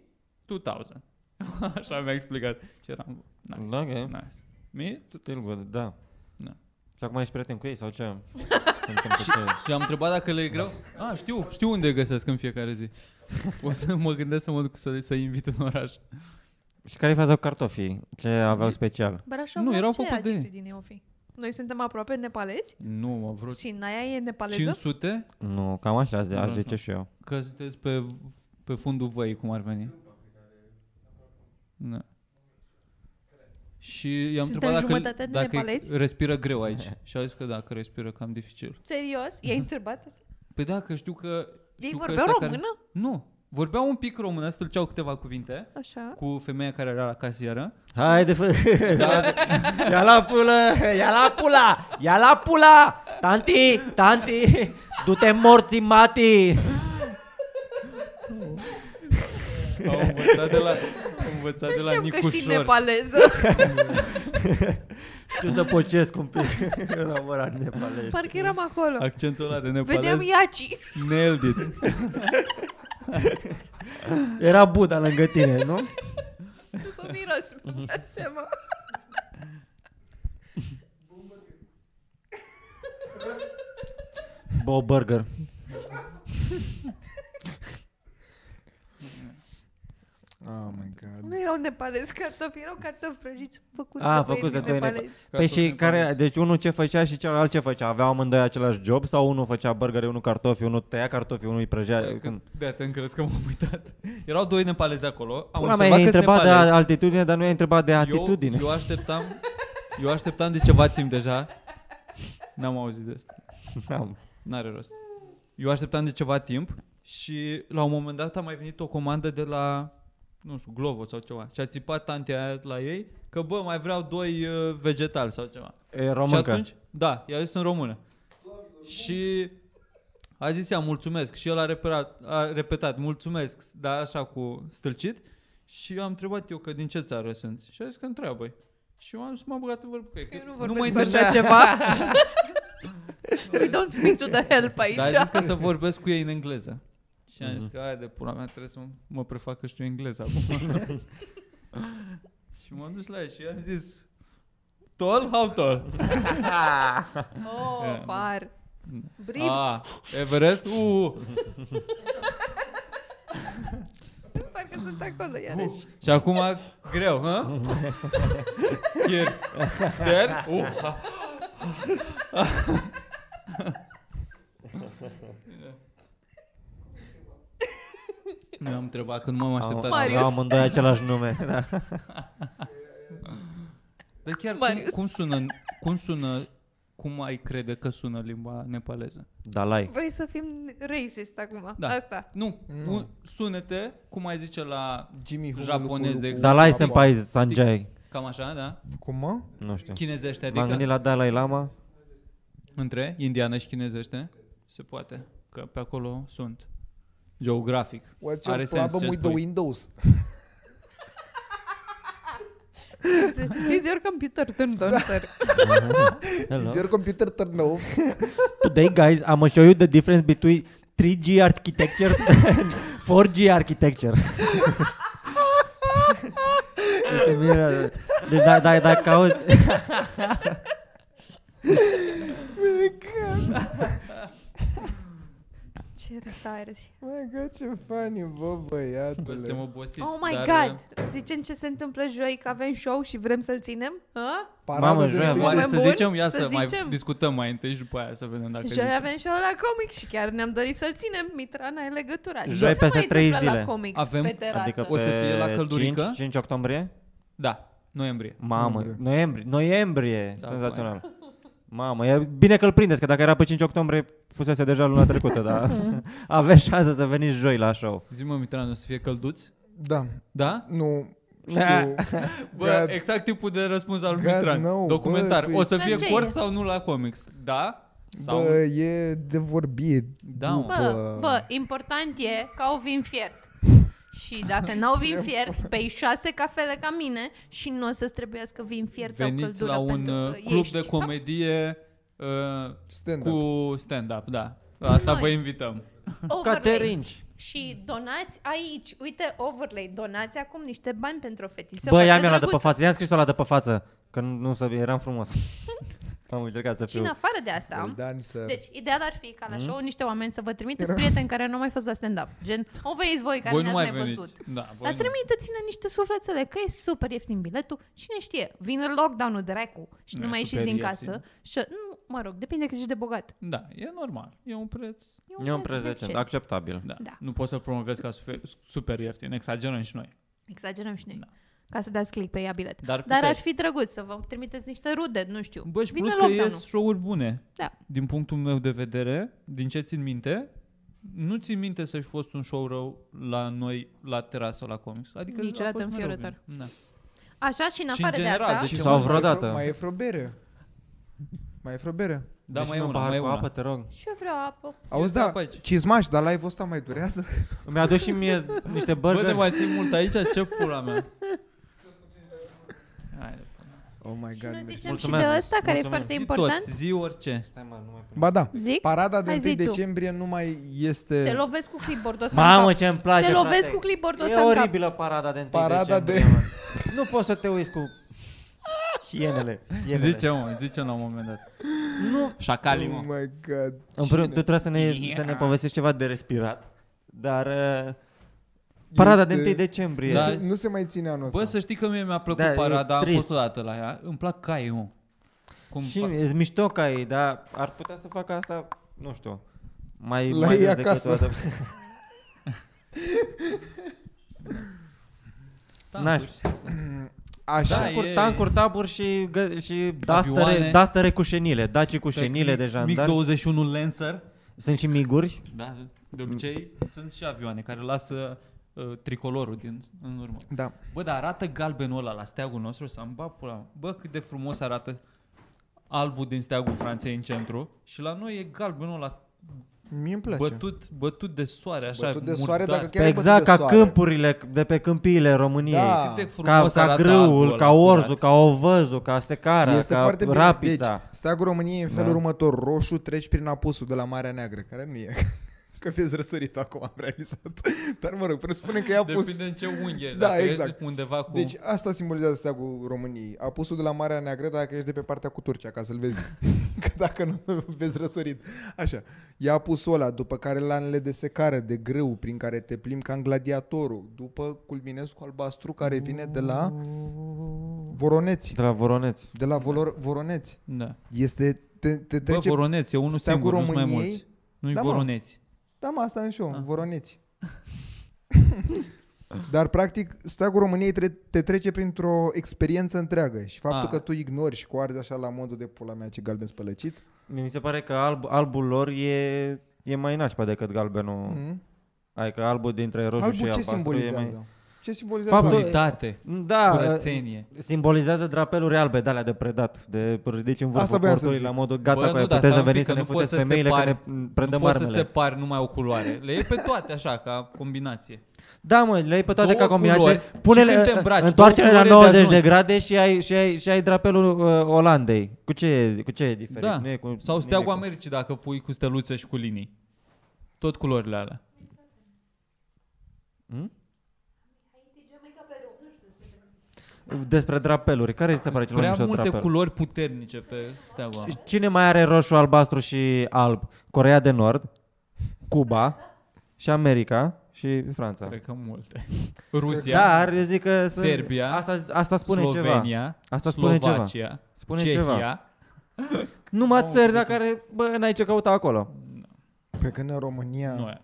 [SPEAKER 3] 2000. (laughs) Așa mi-a explicat. Și eram, nice,
[SPEAKER 5] Da, ok.
[SPEAKER 3] nice. Me?
[SPEAKER 5] Still good, da.
[SPEAKER 3] Da.
[SPEAKER 5] Și acum ești prieten cu ei sau
[SPEAKER 2] (laughs)
[SPEAKER 5] ce? Se întâmplă ce?
[SPEAKER 3] Și am întrebat dacă le e greu. Ah, știu, știu unde găsesc în fiecare zi. O să mă gândesc să mă duc să, să invit în oraș.
[SPEAKER 5] Și care e faza cu cartofii? Ce aveau special?
[SPEAKER 2] Brașov,
[SPEAKER 3] Nu,
[SPEAKER 2] la
[SPEAKER 3] erau
[SPEAKER 2] ce
[SPEAKER 3] făcut de-
[SPEAKER 2] altitudine o fi? Noi suntem aproape nepalezi?
[SPEAKER 3] Nu, mă, vreo
[SPEAKER 2] Sinaia e nepaleză?
[SPEAKER 3] 500,
[SPEAKER 5] Nu, cam așa, azi de, aș zice și eu.
[SPEAKER 3] că sunteți pe, pe fundul văii, cum ar veni. Da. Și i-am
[SPEAKER 2] Suntem
[SPEAKER 3] întrebat
[SPEAKER 2] jumătate de
[SPEAKER 3] dacă, dacă ex-
[SPEAKER 2] nepalezi?
[SPEAKER 3] respiră greu aici. Și a zis că dacă respiră cam dificil.
[SPEAKER 2] Serios? I-ai întrebat asta?
[SPEAKER 3] Păi da, că știu că...
[SPEAKER 2] Ei
[SPEAKER 3] Mhm. știu că
[SPEAKER 2] vorbeau
[SPEAKER 3] ăștia care-
[SPEAKER 2] română?
[SPEAKER 3] Nu, vorbeau un pic română, stâlceau câteva cuvinte
[SPEAKER 2] Așa.
[SPEAKER 3] cu femeia care era la casieră.
[SPEAKER 5] Haide, fă...
[SPEAKER 3] (laughs) Da.
[SPEAKER 5] (laughs) ia la pula, ia la pula, ia la pula, tanti, tanti, du-te morții, mati.
[SPEAKER 3] Au învățat de la, au învățat de
[SPEAKER 2] Nu
[SPEAKER 3] la
[SPEAKER 2] Păi știam că și
[SPEAKER 3] Nicușor. (laughs)
[SPEAKER 2] nepaleză.
[SPEAKER 5] Știu să pocesc un pic. (laughs) Eu am ora nepalești.
[SPEAKER 2] Parcă eram acolo.
[SPEAKER 3] Accentul ăla de
[SPEAKER 2] Vedeam
[SPEAKER 3] nepalez. (laughs)
[SPEAKER 2] Iaci.
[SPEAKER 3] Nailed it.
[SPEAKER 5] Era Buda lângă tine, nu?
[SPEAKER 2] După miros,
[SPEAKER 3] Mhm.
[SPEAKER 2] mi-am dat
[SPEAKER 3] (laughs)
[SPEAKER 2] seama.
[SPEAKER 5] Bo Burger.
[SPEAKER 6] Ah,
[SPEAKER 2] erau nepalezi cartofi, erau cartofi prăjiți făcuți
[SPEAKER 5] Ah,
[SPEAKER 2] de
[SPEAKER 5] făcuți
[SPEAKER 2] băieții
[SPEAKER 5] de doi nepa-
[SPEAKER 2] nepalezi.
[SPEAKER 5] Păi și care, deci unul ce făcea și celălalt ce făcea? Aveau amândoi același job sau unul făcea burgere, unul cartofi, unul tăia cartofi, unul îi
[SPEAKER 3] Păi
[SPEAKER 5] prăjea? Când...
[SPEAKER 3] De te crezi că m-am uitat. Erau doi nepalezi acolo. Am
[SPEAKER 5] Pula mea,
[SPEAKER 3] observat
[SPEAKER 5] e
[SPEAKER 3] că
[SPEAKER 5] întrebat de altitudine, dar nu e întrebat de atitudine.
[SPEAKER 3] Eu, eu așteptam, eu așteptam de ceva timp deja. N-am auzit de asta.
[SPEAKER 5] (laughs) Am.
[SPEAKER 3] N-are rost. Eu așteptam de ceva timp și la un moment dat a mai venit o comandă de la, nu știu, Glovo sau ceva. Și a țipat tantea aia la ei că, bă, mai vreau doi uh, vegetali sau ceva.
[SPEAKER 5] E româncă.
[SPEAKER 3] Și atunci, da, i-a zis în română. Și a zis ea, mulțumesc. Și el a, repetat, a repetat, mulțumesc, dar așa cu stâlcit. Și eu am întrebat eu că din ce țară sunt. Și a zis că întreabă Și eu am zis, m-am băgat în vorbă. cu ei, că
[SPEAKER 2] Eu nu
[SPEAKER 3] mă
[SPEAKER 2] vorbesc cu
[SPEAKER 3] interesa-
[SPEAKER 2] așa ceva. (laughs) We don't speak to the help
[SPEAKER 3] Dar a
[SPEAKER 2] aici.
[SPEAKER 3] Da, zis că să vorbesc cu ei în engleză. Și am zis că, aia de pula mea, trebuie să mă, mă prefac că știu engleză acum. (laughs) și m-am dus la ei și i-am zis, tall, how tall?
[SPEAKER 2] Oh, far. Brief.
[SPEAKER 3] Ah, Everest? Uh.
[SPEAKER 2] Parcă sunt acolo iarăși.
[SPEAKER 3] Și acum, greu, hă? Here, there, uh. ha. Mi-am întrebat când m-am așteptat.
[SPEAKER 5] Am,
[SPEAKER 2] Marius.
[SPEAKER 5] aveau amândoi același nume. (laughs) Da.
[SPEAKER 3] Dar chiar cum,
[SPEAKER 2] Marius.
[SPEAKER 3] cum, sună, cum sună, cum ai crede că sună limba nepaleză?
[SPEAKER 5] Dalai.
[SPEAKER 2] Vrei să fim racist acum?
[SPEAKER 3] Da.
[SPEAKER 2] Asta.
[SPEAKER 3] Nu,
[SPEAKER 6] Nu.
[SPEAKER 3] un, sunete, cum ai zice la,
[SPEAKER 6] Jimmy Hulu,
[SPEAKER 3] Japonez,
[SPEAKER 6] Hulu,
[SPEAKER 3] de
[SPEAKER 6] Hulu,
[SPEAKER 5] Dalai
[SPEAKER 6] Hulu,
[SPEAKER 5] Senpai Sanjay.
[SPEAKER 3] cam așa, da?
[SPEAKER 6] Cum mă?
[SPEAKER 5] Nu știu.
[SPEAKER 3] Chinezește,
[SPEAKER 5] M-am
[SPEAKER 3] adică
[SPEAKER 5] gândit la Dalai Lama.
[SPEAKER 3] între indiană și chinezește? Se poate, că pe acolo sunt. Geografic.
[SPEAKER 6] What's
[SPEAKER 3] Are
[SPEAKER 6] your
[SPEAKER 3] sens
[SPEAKER 6] problem
[SPEAKER 3] ce
[SPEAKER 6] with the
[SPEAKER 3] spui.
[SPEAKER 6] Windows?
[SPEAKER 2] Is, is your computer turned
[SPEAKER 3] Da.
[SPEAKER 2] on, sir?
[SPEAKER 6] Is
[SPEAKER 5] Hello.
[SPEAKER 6] your computer turned off?
[SPEAKER 5] Today, guys, I'm gonna show you the difference between 3G architecture and (laughs) 4G architecture. Este bine, deci da, da, da, cauți...
[SPEAKER 2] (laughs) Ce retarzi.
[SPEAKER 6] My God, ce funny, bă,
[SPEAKER 3] Bă, suntem
[SPEAKER 6] băiatule.
[SPEAKER 3] obosiți,
[SPEAKER 2] Oh my
[SPEAKER 3] dar, uh,
[SPEAKER 2] god! Zicem ce se întâmplă joi, că avem show și vrem să-l ținem? Hă?
[SPEAKER 6] Parada
[SPEAKER 5] Mamă,
[SPEAKER 6] de
[SPEAKER 5] joia,
[SPEAKER 6] tâi-
[SPEAKER 3] Oare
[SPEAKER 2] Pe
[SPEAKER 3] să
[SPEAKER 2] bun?
[SPEAKER 3] zicem, ia
[SPEAKER 2] Să
[SPEAKER 3] să, mai
[SPEAKER 2] zicem?
[SPEAKER 3] discutăm mai întâi și după aia să vedem dacă
[SPEAKER 2] Joi
[SPEAKER 3] zicem.
[SPEAKER 2] avem show la comics și chiar ne-am dorit să-l ținem. Mitra, n-ai legătura. Ce
[SPEAKER 5] Joi
[SPEAKER 2] se
[SPEAKER 5] peste
[SPEAKER 2] mai
[SPEAKER 5] trei
[SPEAKER 2] întâmplă
[SPEAKER 5] zile.
[SPEAKER 2] la comics
[SPEAKER 3] Avem-
[SPEAKER 2] pe terasă?
[SPEAKER 5] Adică
[SPEAKER 3] O să
[SPEAKER 5] pe
[SPEAKER 3] fie la căldurică?
[SPEAKER 5] 5, 5 octombrie?
[SPEAKER 3] Da, noiembrie.
[SPEAKER 5] Mamă,
[SPEAKER 6] Noiembrie.
[SPEAKER 5] noiembrie, noiembrie,
[SPEAKER 3] Da,
[SPEAKER 5] senzațional. Mamă, e bine că îl prindeți, că dacă era pe 5 octombrie, fusese deja luna trecută, (laughs) dar aveți șansa să veniți joi la show.
[SPEAKER 3] Zi-mă, Mitran, o să fie călduți?
[SPEAKER 6] Da,
[SPEAKER 3] Da? (laughs)
[SPEAKER 6] nu știu.
[SPEAKER 3] Bă,
[SPEAKER 6] God-
[SPEAKER 3] exact tipul de răspuns al lui
[SPEAKER 6] God,
[SPEAKER 3] Mitran.
[SPEAKER 6] no,
[SPEAKER 3] Documentar.
[SPEAKER 6] bă, tu
[SPEAKER 3] o să
[SPEAKER 2] ești-
[SPEAKER 3] fie
[SPEAKER 2] Dar ce
[SPEAKER 3] cort
[SPEAKER 2] e?
[SPEAKER 3] sau nu la comics? Da? Sau...
[SPEAKER 6] Bă, e de vorbit.
[SPEAKER 3] da, mă.
[SPEAKER 6] Bă.
[SPEAKER 2] Bă,
[SPEAKER 5] uh,
[SPEAKER 2] bă, important e că au vin fiert. Și
[SPEAKER 5] (laughs)
[SPEAKER 2] dacă n-au vin fiert, pe șase cafele ca mine și nu o să-ți trebuiască vin fiert sau
[SPEAKER 3] Veniți
[SPEAKER 2] căldură
[SPEAKER 3] la un
[SPEAKER 2] pentru că
[SPEAKER 3] uh, club
[SPEAKER 2] ești.
[SPEAKER 3] de comedie uh,
[SPEAKER 6] Stand-up.
[SPEAKER 3] cu stand-up, da. Asta
[SPEAKER 2] Noi.
[SPEAKER 3] vă invităm.
[SPEAKER 2] Overlay.
[SPEAKER 5] Caterinci!
[SPEAKER 2] Și donați aici, uite, overlay, donați acum niște bani pentru o fetiță.
[SPEAKER 5] Bă, ia
[SPEAKER 2] foarte
[SPEAKER 5] mi la de pe
[SPEAKER 2] drăguță.
[SPEAKER 5] față, i-am scris o la de pe față, că nu, nu să, eram
[SPEAKER 3] (laughs)
[SPEAKER 5] frumos. Am încercat să
[SPEAKER 2] Și în
[SPEAKER 5] fiu.
[SPEAKER 2] afară de asta,
[SPEAKER 6] Bogdan Păi, să...
[SPEAKER 2] deci ideal ar fi ca la
[SPEAKER 3] Mm.
[SPEAKER 2] show niște oameni să vă trimiteți prieteni care nu au mai fost la stand-up. Gen, o veiți voi care
[SPEAKER 3] voi nu
[SPEAKER 2] ne-ați
[SPEAKER 3] mai
[SPEAKER 2] mai
[SPEAKER 3] veniți.
[SPEAKER 2] văzut.
[SPEAKER 3] Da, voi
[SPEAKER 2] Dar
[SPEAKER 3] nu.
[SPEAKER 2] trimiteți-ne niște sufletele, că e super ieftin biletul. Cine știe, vine lockdown-ul dracu și nu,
[SPEAKER 3] Nu, e
[SPEAKER 2] mai ieșiți
[SPEAKER 3] super
[SPEAKER 2] din
[SPEAKER 3] ieftin.
[SPEAKER 2] casă. Și, nu, mă rog, depinde că ești de bogat.
[SPEAKER 3] Da, e normal. E un preț.
[SPEAKER 5] E un preț decent, acceptabil.
[SPEAKER 3] Da.
[SPEAKER 2] Da.
[SPEAKER 3] Nu poți să-l promovezi ca super, super ieftin. Exagerăm și noi.
[SPEAKER 2] Exagerăm și noi.
[SPEAKER 3] Da.
[SPEAKER 2] Ca să dați click pe ea bilet.
[SPEAKER 3] Dar
[SPEAKER 2] Dar ar
[SPEAKER 3] puteți.
[SPEAKER 2] fi drăguț să vă trimiteți niște rude, nu știu.
[SPEAKER 3] Bă, și
[SPEAKER 2] Vine
[SPEAKER 3] plus că
[SPEAKER 2] lockdown-ul.
[SPEAKER 3] ies show-uri bune.
[SPEAKER 2] Da.
[SPEAKER 3] Din punctul meu de vedere, din ce țin minte, nu țin minte să-și fost un show rău la noi, la terasă, la comics. Adică a
[SPEAKER 2] Niciodată
[SPEAKER 3] fost mereu
[SPEAKER 2] înfiorător.
[SPEAKER 3] bine. Da.
[SPEAKER 2] Așa și în
[SPEAKER 3] Și în
[SPEAKER 2] afară
[SPEAKER 3] general,
[SPEAKER 2] de asta.
[SPEAKER 3] deci-
[SPEAKER 6] Și
[SPEAKER 5] Sau
[SPEAKER 6] mai e vreo-
[SPEAKER 5] vreodată.
[SPEAKER 6] Mai e vreo bere. Mai e vreo bere.
[SPEAKER 3] Da,
[SPEAKER 5] Deci
[SPEAKER 3] mai e
[SPEAKER 5] mi-un
[SPEAKER 3] una,
[SPEAKER 5] pahar
[SPEAKER 3] mai e
[SPEAKER 5] cu
[SPEAKER 3] una.
[SPEAKER 5] apă, te rog.
[SPEAKER 2] Și eu vreau apă.
[SPEAKER 6] Auzi,
[SPEAKER 3] Este
[SPEAKER 6] da,
[SPEAKER 3] apă aici.
[SPEAKER 6] cizmaș, dar live-ul ăsta mai durează?
[SPEAKER 5] Mi-a adus și
[SPEAKER 3] (laughs)
[SPEAKER 5] mie niște
[SPEAKER 3] Bă, ne
[SPEAKER 5] burgeri.
[SPEAKER 3] mai țin mult aici? Ce pula
[SPEAKER 2] (laughs)
[SPEAKER 3] mea? Haide, pula mea.
[SPEAKER 6] Oh my
[SPEAKER 2] Și
[SPEAKER 6] God.
[SPEAKER 2] nu
[SPEAKER 6] mersi.
[SPEAKER 2] zicem și de
[SPEAKER 5] deci Mulțumesc.
[SPEAKER 2] ăsta care e
[SPEAKER 5] Mulțumesc.
[SPEAKER 2] foarte
[SPEAKER 3] Zi
[SPEAKER 2] important.
[SPEAKER 3] Tot, zi orice.
[SPEAKER 5] Stai, mă, nu mai pun.
[SPEAKER 6] Ba da,
[SPEAKER 2] Zic?
[SPEAKER 6] parada de
[SPEAKER 2] Hai,
[SPEAKER 6] 1
[SPEAKER 2] zi tu.
[SPEAKER 6] decembrie nu mai
[SPEAKER 2] Te
[SPEAKER 6] este...
[SPEAKER 2] lovesc cu clipboard-ul ăsta în
[SPEAKER 5] Mamă,
[SPEAKER 2] cap.
[SPEAKER 5] ce îmi place,
[SPEAKER 2] Te lovesc
[SPEAKER 5] frate.
[SPEAKER 2] cu clipboard-ul
[SPEAKER 5] E
[SPEAKER 2] ăsta în cap.
[SPEAKER 5] oribilă parada de 1
[SPEAKER 6] Parada
[SPEAKER 5] decembrie,
[SPEAKER 6] de-
[SPEAKER 5] mă. Nu poți să te uiți cu ienele. ienele.
[SPEAKER 3] Zice, mă, zice la un moment dat.
[SPEAKER 5] Nu.
[SPEAKER 3] Șacalii,
[SPEAKER 6] Oh
[SPEAKER 3] mă.
[SPEAKER 6] my God.
[SPEAKER 5] În primul, tu trebuie să ne, să ne povestești ceva de respirat. Dar uh, Parada de
[SPEAKER 6] Este-
[SPEAKER 5] 1 decembrie.
[SPEAKER 6] Nu
[SPEAKER 3] Da.
[SPEAKER 6] se- Nu se mai ține anul ăsta.
[SPEAKER 3] Bă, să știi că mie mi-a plăcut
[SPEAKER 5] Da,
[SPEAKER 3] da,
[SPEAKER 5] e
[SPEAKER 3] parada, am
[SPEAKER 5] trist.
[SPEAKER 3] fost odată la ea. Îmi plac caii, mă. Cum
[SPEAKER 5] Și
[SPEAKER 3] fac?
[SPEAKER 5] e mișto ca ei, dar ar putea să facă asta, nu știu, mai,
[SPEAKER 6] La
[SPEAKER 5] mai
[SPEAKER 6] ei
[SPEAKER 5] des decât
[SPEAKER 6] acasă.
[SPEAKER 5] o dată. n-aș-
[SPEAKER 3] Tancuri Da, și astea.
[SPEAKER 6] Așa.
[SPEAKER 3] Da,
[SPEAKER 5] Da, tancuri,
[SPEAKER 3] e-
[SPEAKER 5] e... tancuri, taburi și, gă- și
[SPEAKER 3] Avioane.
[SPEAKER 5] dastere, dastere cu șenile, daci cu șenile de
[SPEAKER 3] Mic
[SPEAKER 5] jandarmi.
[SPEAKER 3] 21 Lancer.
[SPEAKER 5] Sunt și miguri.
[SPEAKER 3] Da, de obicei sunt și avioane care lasă uh, tricolorul din, în urmă.
[SPEAKER 6] Da.
[SPEAKER 3] Bă, dar arată galbenul ăla la steagul nostru să am bat pula. Bă, cât de frumos arată albul din steagul Franței în centru și la noi e galbenul ăla
[SPEAKER 6] Mie îmi place.
[SPEAKER 3] bătut, bătut de soare, așa,
[SPEAKER 6] Bătut de soare,
[SPEAKER 3] murdar.
[SPEAKER 6] dacă chiar e bătut
[SPEAKER 5] Exact
[SPEAKER 6] de
[SPEAKER 5] ca
[SPEAKER 6] soare.
[SPEAKER 5] câmpurile de pe câmpiile României.
[SPEAKER 6] Da.
[SPEAKER 3] Cât de
[SPEAKER 5] Ca,
[SPEAKER 3] frumos
[SPEAKER 5] ca
[SPEAKER 3] arată albul
[SPEAKER 5] grâul,
[SPEAKER 3] ăla
[SPEAKER 5] ca orzul,
[SPEAKER 3] curat.
[SPEAKER 5] ca ovăzul, ca secara,
[SPEAKER 6] Este
[SPEAKER 5] ca
[SPEAKER 6] foarte bine.
[SPEAKER 5] rapița.
[SPEAKER 6] Deci, steagul României e în felul
[SPEAKER 5] Da.
[SPEAKER 6] următor. Roșu treci prin apusul de la Marea Neagră, care nu e. (laughs) Că fieți răsărit acum, am realizat. Dar mă rog, presupune că e apus.
[SPEAKER 3] Depinde în ce unghi ești,
[SPEAKER 6] Da,
[SPEAKER 3] dacă
[SPEAKER 6] exact.
[SPEAKER 3] ești undeva cu...
[SPEAKER 6] Deci asta simbolizează steagul României. Apusul de la Marea Neagră dacă ești de pe partea cu Turcia, ca să-l vezi. Că dacă nu, îl vezi răsărit. Așa. E apusul ăla, după care lanele de secară, de grâu, prin care te plimbi ca în gladiatorul. După culminezi cu albastru care vine de la Voroneți.
[SPEAKER 5] De la Voroneț.
[SPEAKER 6] De la Volor- Voroneți.
[SPEAKER 3] da.
[SPEAKER 6] Este... Te, te
[SPEAKER 3] Bă,
[SPEAKER 6] trece...
[SPEAKER 3] voroneți, e unul
[SPEAKER 6] steagul
[SPEAKER 3] singur, nu mai
[SPEAKER 6] României-
[SPEAKER 3] mulți. Nu-i
[SPEAKER 6] Da, mă.
[SPEAKER 3] voroneți.
[SPEAKER 6] da, mă, asta am și eu,
[SPEAKER 3] Ah.
[SPEAKER 6] Voroneți. Dar, practic, steagul României tre- te trece printr-o experiență întreagă și faptul
[SPEAKER 3] Ah.
[SPEAKER 6] că tu ignori și coarzi așa la modul de pula mea ce galben spălăcit.
[SPEAKER 5] Mi se pare că alb, albul lor e, e mai nașpa decât galbenul. Mm.
[SPEAKER 6] Mm.
[SPEAKER 5] Adică albul dintre roșu și
[SPEAKER 6] Albul ce
[SPEAKER 5] albastru e
[SPEAKER 6] simbolizează?
[SPEAKER 5] mai...
[SPEAKER 6] Ce simbolizează? Păi,
[SPEAKER 5] Faptul-
[SPEAKER 6] albul?
[SPEAKER 3] Unitate,
[SPEAKER 5] Da,
[SPEAKER 3] curățenie.
[SPEAKER 5] simbolizează drapeluri albe de alea de predat, de ridici în
[SPEAKER 6] Asta
[SPEAKER 5] vârful
[SPEAKER 6] voiam să
[SPEAKER 5] cortului
[SPEAKER 6] zic.
[SPEAKER 5] la modul gata,
[SPEAKER 3] Bă,
[SPEAKER 5] Bă,
[SPEAKER 3] nu,
[SPEAKER 5] puteți
[SPEAKER 3] dar stai
[SPEAKER 5] să
[SPEAKER 3] un pic,
[SPEAKER 5] veniți
[SPEAKER 3] că
[SPEAKER 5] să
[SPEAKER 3] nu
[SPEAKER 5] ne
[SPEAKER 3] poți
[SPEAKER 5] puteți
[SPEAKER 3] să
[SPEAKER 5] femeile că ne
[SPEAKER 3] separi- nu
[SPEAKER 5] prendem
[SPEAKER 3] poți să
[SPEAKER 5] armele.
[SPEAKER 3] separi numai o culoare. Le iei pe toate așa, ca combinație.
[SPEAKER 5] Da, mă, le ai pe toate
[SPEAKER 3] Două
[SPEAKER 5] ca combinație.
[SPEAKER 3] culori și când te
[SPEAKER 5] Pune-le,
[SPEAKER 3] îmbraci, două
[SPEAKER 5] întoarce la
[SPEAKER 3] culori de
[SPEAKER 5] 90 de
[SPEAKER 3] ajuns.
[SPEAKER 5] grade și ai, și ai, și ai drapelul uh, Olandei. Cu ce, e- cu ce e diferit?
[SPEAKER 3] Da.
[SPEAKER 5] Nu e cu,
[SPEAKER 3] Sau
[SPEAKER 5] nu e
[SPEAKER 3] steagul
[SPEAKER 5] cu-
[SPEAKER 3] Americii dacă pui cu steluțe și cu linii. Tot culorile alea.
[SPEAKER 5] Hmm? Despre drapeluri. Care îți se pare cel mai
[SPEAKER 3] Prea
[SPEAKER 5] mișto
[SPEAKER 3] multe
[SPEAKER 5] drapel?
[SPEAKER 3] culori puternice pe steagul ăla.
[SPEAKER 5] Cine mai are roșu, albastru și alb? Corea de Nord, Cuba și America și Franța.
[SPEAKER 3] Cred că
[SPEAKER 6] (laughs)
[SPEAKER 3] multe. Rusia,
[SPEAKER 5] Da. Dar eu zic că sunt,
[SPEAKER 3] Serbia,
[SPEAKER 5] asta, asta spune ceva.
[SPEAKER 3] Slovenia,
[SPEAKER 5] Asta spune ceva.
[SPEAKER 3] Slovacia,
[SPEAKER 5] Spune
[SPEAKER 3] Cehia.
[SPEAKER 5] ceva. Numai țări la care, bă, n-ai ce căuta acolo.
[SPEAKER 6] Pe păi când în România...
[SPEAKER 3] Nu e.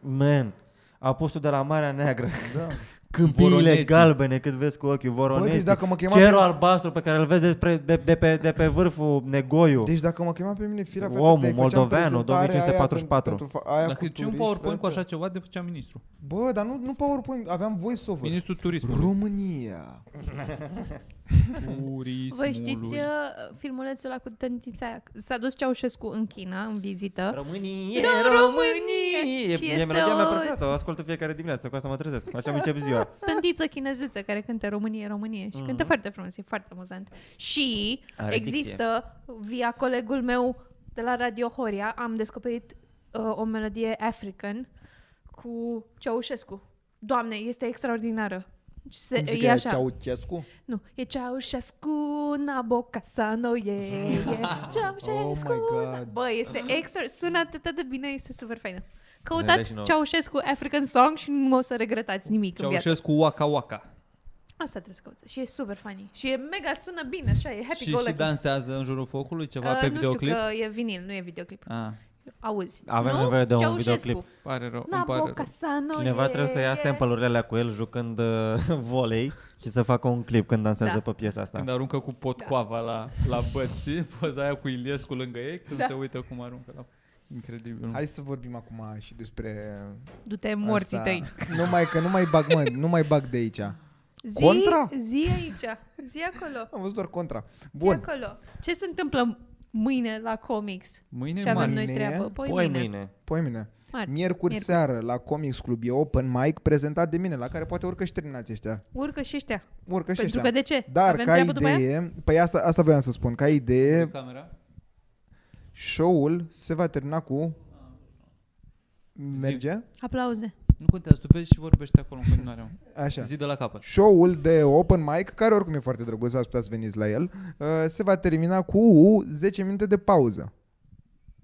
[SPEAKER 5] Man, apusul de la Marea (laughs) Neagră.
[SPEAKER 6] Da.
[SPEAKER 5] Câmpiile
[SPEAKER 3] Voroneții.
[SPEAKER 5] galbene cât vezi cu ochiul,
[SPEAKER 6] Bă,
[SPEAKER 5] voroneții.
[SPEAKER 6] deci dacă mă chema
[SPEAKER 5] Cerul
[SPEAKER 6] pe...
[SPEAKER 5] albastru pe care îl vezi despre, de, de, pe, de pe vârful Negoiu.
[SPEAKER 6] Deci dacă mă chema pe mine firea fată,
[SPEAKER 5] Omul
[SPEAKER 6] te-ai făceam
[SPEAKER 5] moldoveanu,
[SPEAKER 6] prezentarea aia
[SPEAKER 5] 2544.
[SPEAKER 6] Pentru, pentru fa- aia
[SPEAKER 3] Dacă
[SPEAKER 6] cu
[SPEAKER 3] ce un
[SPEAKER 6] turiști,
[SPEAKER 3] PowerPoint cu
[SPEAKER 6] frate.
[SPEAKER 3] așa ceva, de făceam ministru.
[SPEAKER 6] Bă, dar nu, nu PowerPoint, aveam voice-over.
[SPEAKER 3] Ministrul turismului.
[SPEAKER 6] România.
[SPEAKER 3] Turismului.
[SPEAKER 2] Voi știți uh, filmulețul ăla cu tentița aia? S-a dus Ceaușescu în China, în vizită.
[SPEAKER 5] Românie,
[SPEAKER 2] Ro- Românie!
[SPEAKER 5] Românie!
[SPEAKER 2] Și
[SPEAKER 5] E, e
[SPEAKER 2] este
[SPEAKER 5] melodia
[SPEAKER 2] o-
[SPEAKER 5] mea
[SPEAKER 2] Oh,
[SPEAKER 5] preferată, o ascult în fiecare dimineață, cu asta mă trezesc. Așa mi încep ziua.
[SPEAKER 2] Tândiță chinezuță care cântă Românie, Românie și cântă foarte frumos, e foarte amuzant. Și
[SPEAKER 5] Are
[SPEAKER 2] există, via colegul meu de la Radio Horia, am descoperit uh, o melodie African cu Ceaușescu. Doamne, este extraordinară. Și Se,
[SPEAKER 6] Cum zic
[SPEAKER 2] e
[SPEAKER 6] aia,
[SPEAKER 2] așa.
[SPEAKER 6] Ceaușescu?
[SPEAKER 2] Nu, e Ceaușescu, Nabocasano, e, e Ceaușescu.
[SPEAKER 6] Oh my God.
[SPEAKER 2] na- Bă, este extra, sună atât de bine, este super faină.
[SPEAKER 5] dai și
[SPEAKER 2] Căutați
[SPEAKER 5] nouă.
[SPEAKER 2] Ceaușescu African Song și nu o să regretați nimic în viață.
[SPEAKER 3] Ceaușescu Waka Waka.
[SPEAKER 2] Asta trebuie să căutați și e super funny. Și e mega, sună bine, așa, e happy
[SPEAKER 3] Și,
[SPEAKER 2] go
[SPEAKER 3] și
[SPEAKER 2] lucky.
[SPEAKER 3] dansează în jurul focului ceva
[SPEAKER 2] Uh,
[SPEAKER 3] pe
[SPEAKER 2] nu știu
[SPEAKER 3] videoclip?
[SPEAKER 2] că e vinil, nu e videoclip.
[SPEAKER 3] Ah,
[SPEAKER 2] Auzi.
[SPEAKER 5] Avem
[SPEAKER 2] nu?
[SPEAKER 5] nevoie de un
[SPEAKER 2] Ceaușescu.
[SPEAKER 5] videoclip.
[SPEAKER 3] pare rău, îmi pare rău.
[SPEAKER 2] Nabocasano,
[SPEAKER 5] Cineva
[SPEAKER 2] e,
[SPEAKER 5] trebuie să ia
[SPEAKER 2] e.
[SPEAKER 5] sample-urile alea cu el jucând uh, (laughs) volei și să facă un clip când dansează
[SPEAKER 2] Da.
[SPEAKER 5] pe piesa asta.
[SPEAKER 3] Când aruncă cu potcoava la, la băț, știi? (laughs) Poza aia cu Iliescu lângă ei, când
[SPEAKER 2] Da.
[SPEAKER 3] se uită cum aruncă la... Incredibil.
[SPEAKER 6] Hai să vorbim acum și despre
[SPEAKER 2] Du-te morții
[SPEAKER 6] asta.
[SPEAKER 2] tăi.
[SPEAKER 6] Nu mai, că nu mai bag, mă, nu mai bag de aici. Am
[SPEAKER 2] Zi,
[SPEAKER 6] Contra?
[SPEAKER 2] zi aici, zi acolo.
[SPEAKER 6] văzut doar contra.
[SPEAKER 2] Bun.
[SPEAKER 6] Bun.
[SPEAKER 2] acolo. Ce se întâmplă mâine la comics?
[SPEAKER 3] Mâine
[SPEAKER 2] Ce avem
[SPEAKER 3] marți.
[SPEAKER 2] noi
[SPEAKER 6] Mâine?
[SPEAKER 2] treabă? Poi,
[SPEAKER 5] Poi
[SPEAKER 2] mâine.
[SPEAKER 5] mâine.
[SPEAKER 6] Poi Păi, mine.
[SPEAKER 2] Marți.
[SPEAKER 6] Miercuri seară la Comics Club e open mic prezentat de mine, la care poate urcă și terminați ăștia.
[SPEAKER 2] Urcă și ăștia.
[SPEAKER 6] Urcă și
[SPEAKER 2] Pentru
[SPEAKER 6] ăștia.
[SPEAKER 2] că de ce?
[SPEAKER 6] Dar
[SPEAKER 2] Avem
[SPEAKER 6] ca
[SPEAKER 2] treabă după aia?
[SPEAKER 6] idee, păi asta, asta voiam să spun, ca idee,
[SPEAKER 3] Camera?
[SPEAKER 6] show-ul se va termina cu... Merge?
[SPEAKER 2] Aplauze.
[SPEAKER 3] Nu contează, tu vezi și vorbești acolo în continuare. mă.
[SPEAKER 6] Așa.
[SPEAKER 3] Zi de la capăt.
[SPEAKER 6] Show-ul de open mic, care oricum e foarte drăguț, ați putea să veniți la el, uh, se va termina cu 10 minute de pauză.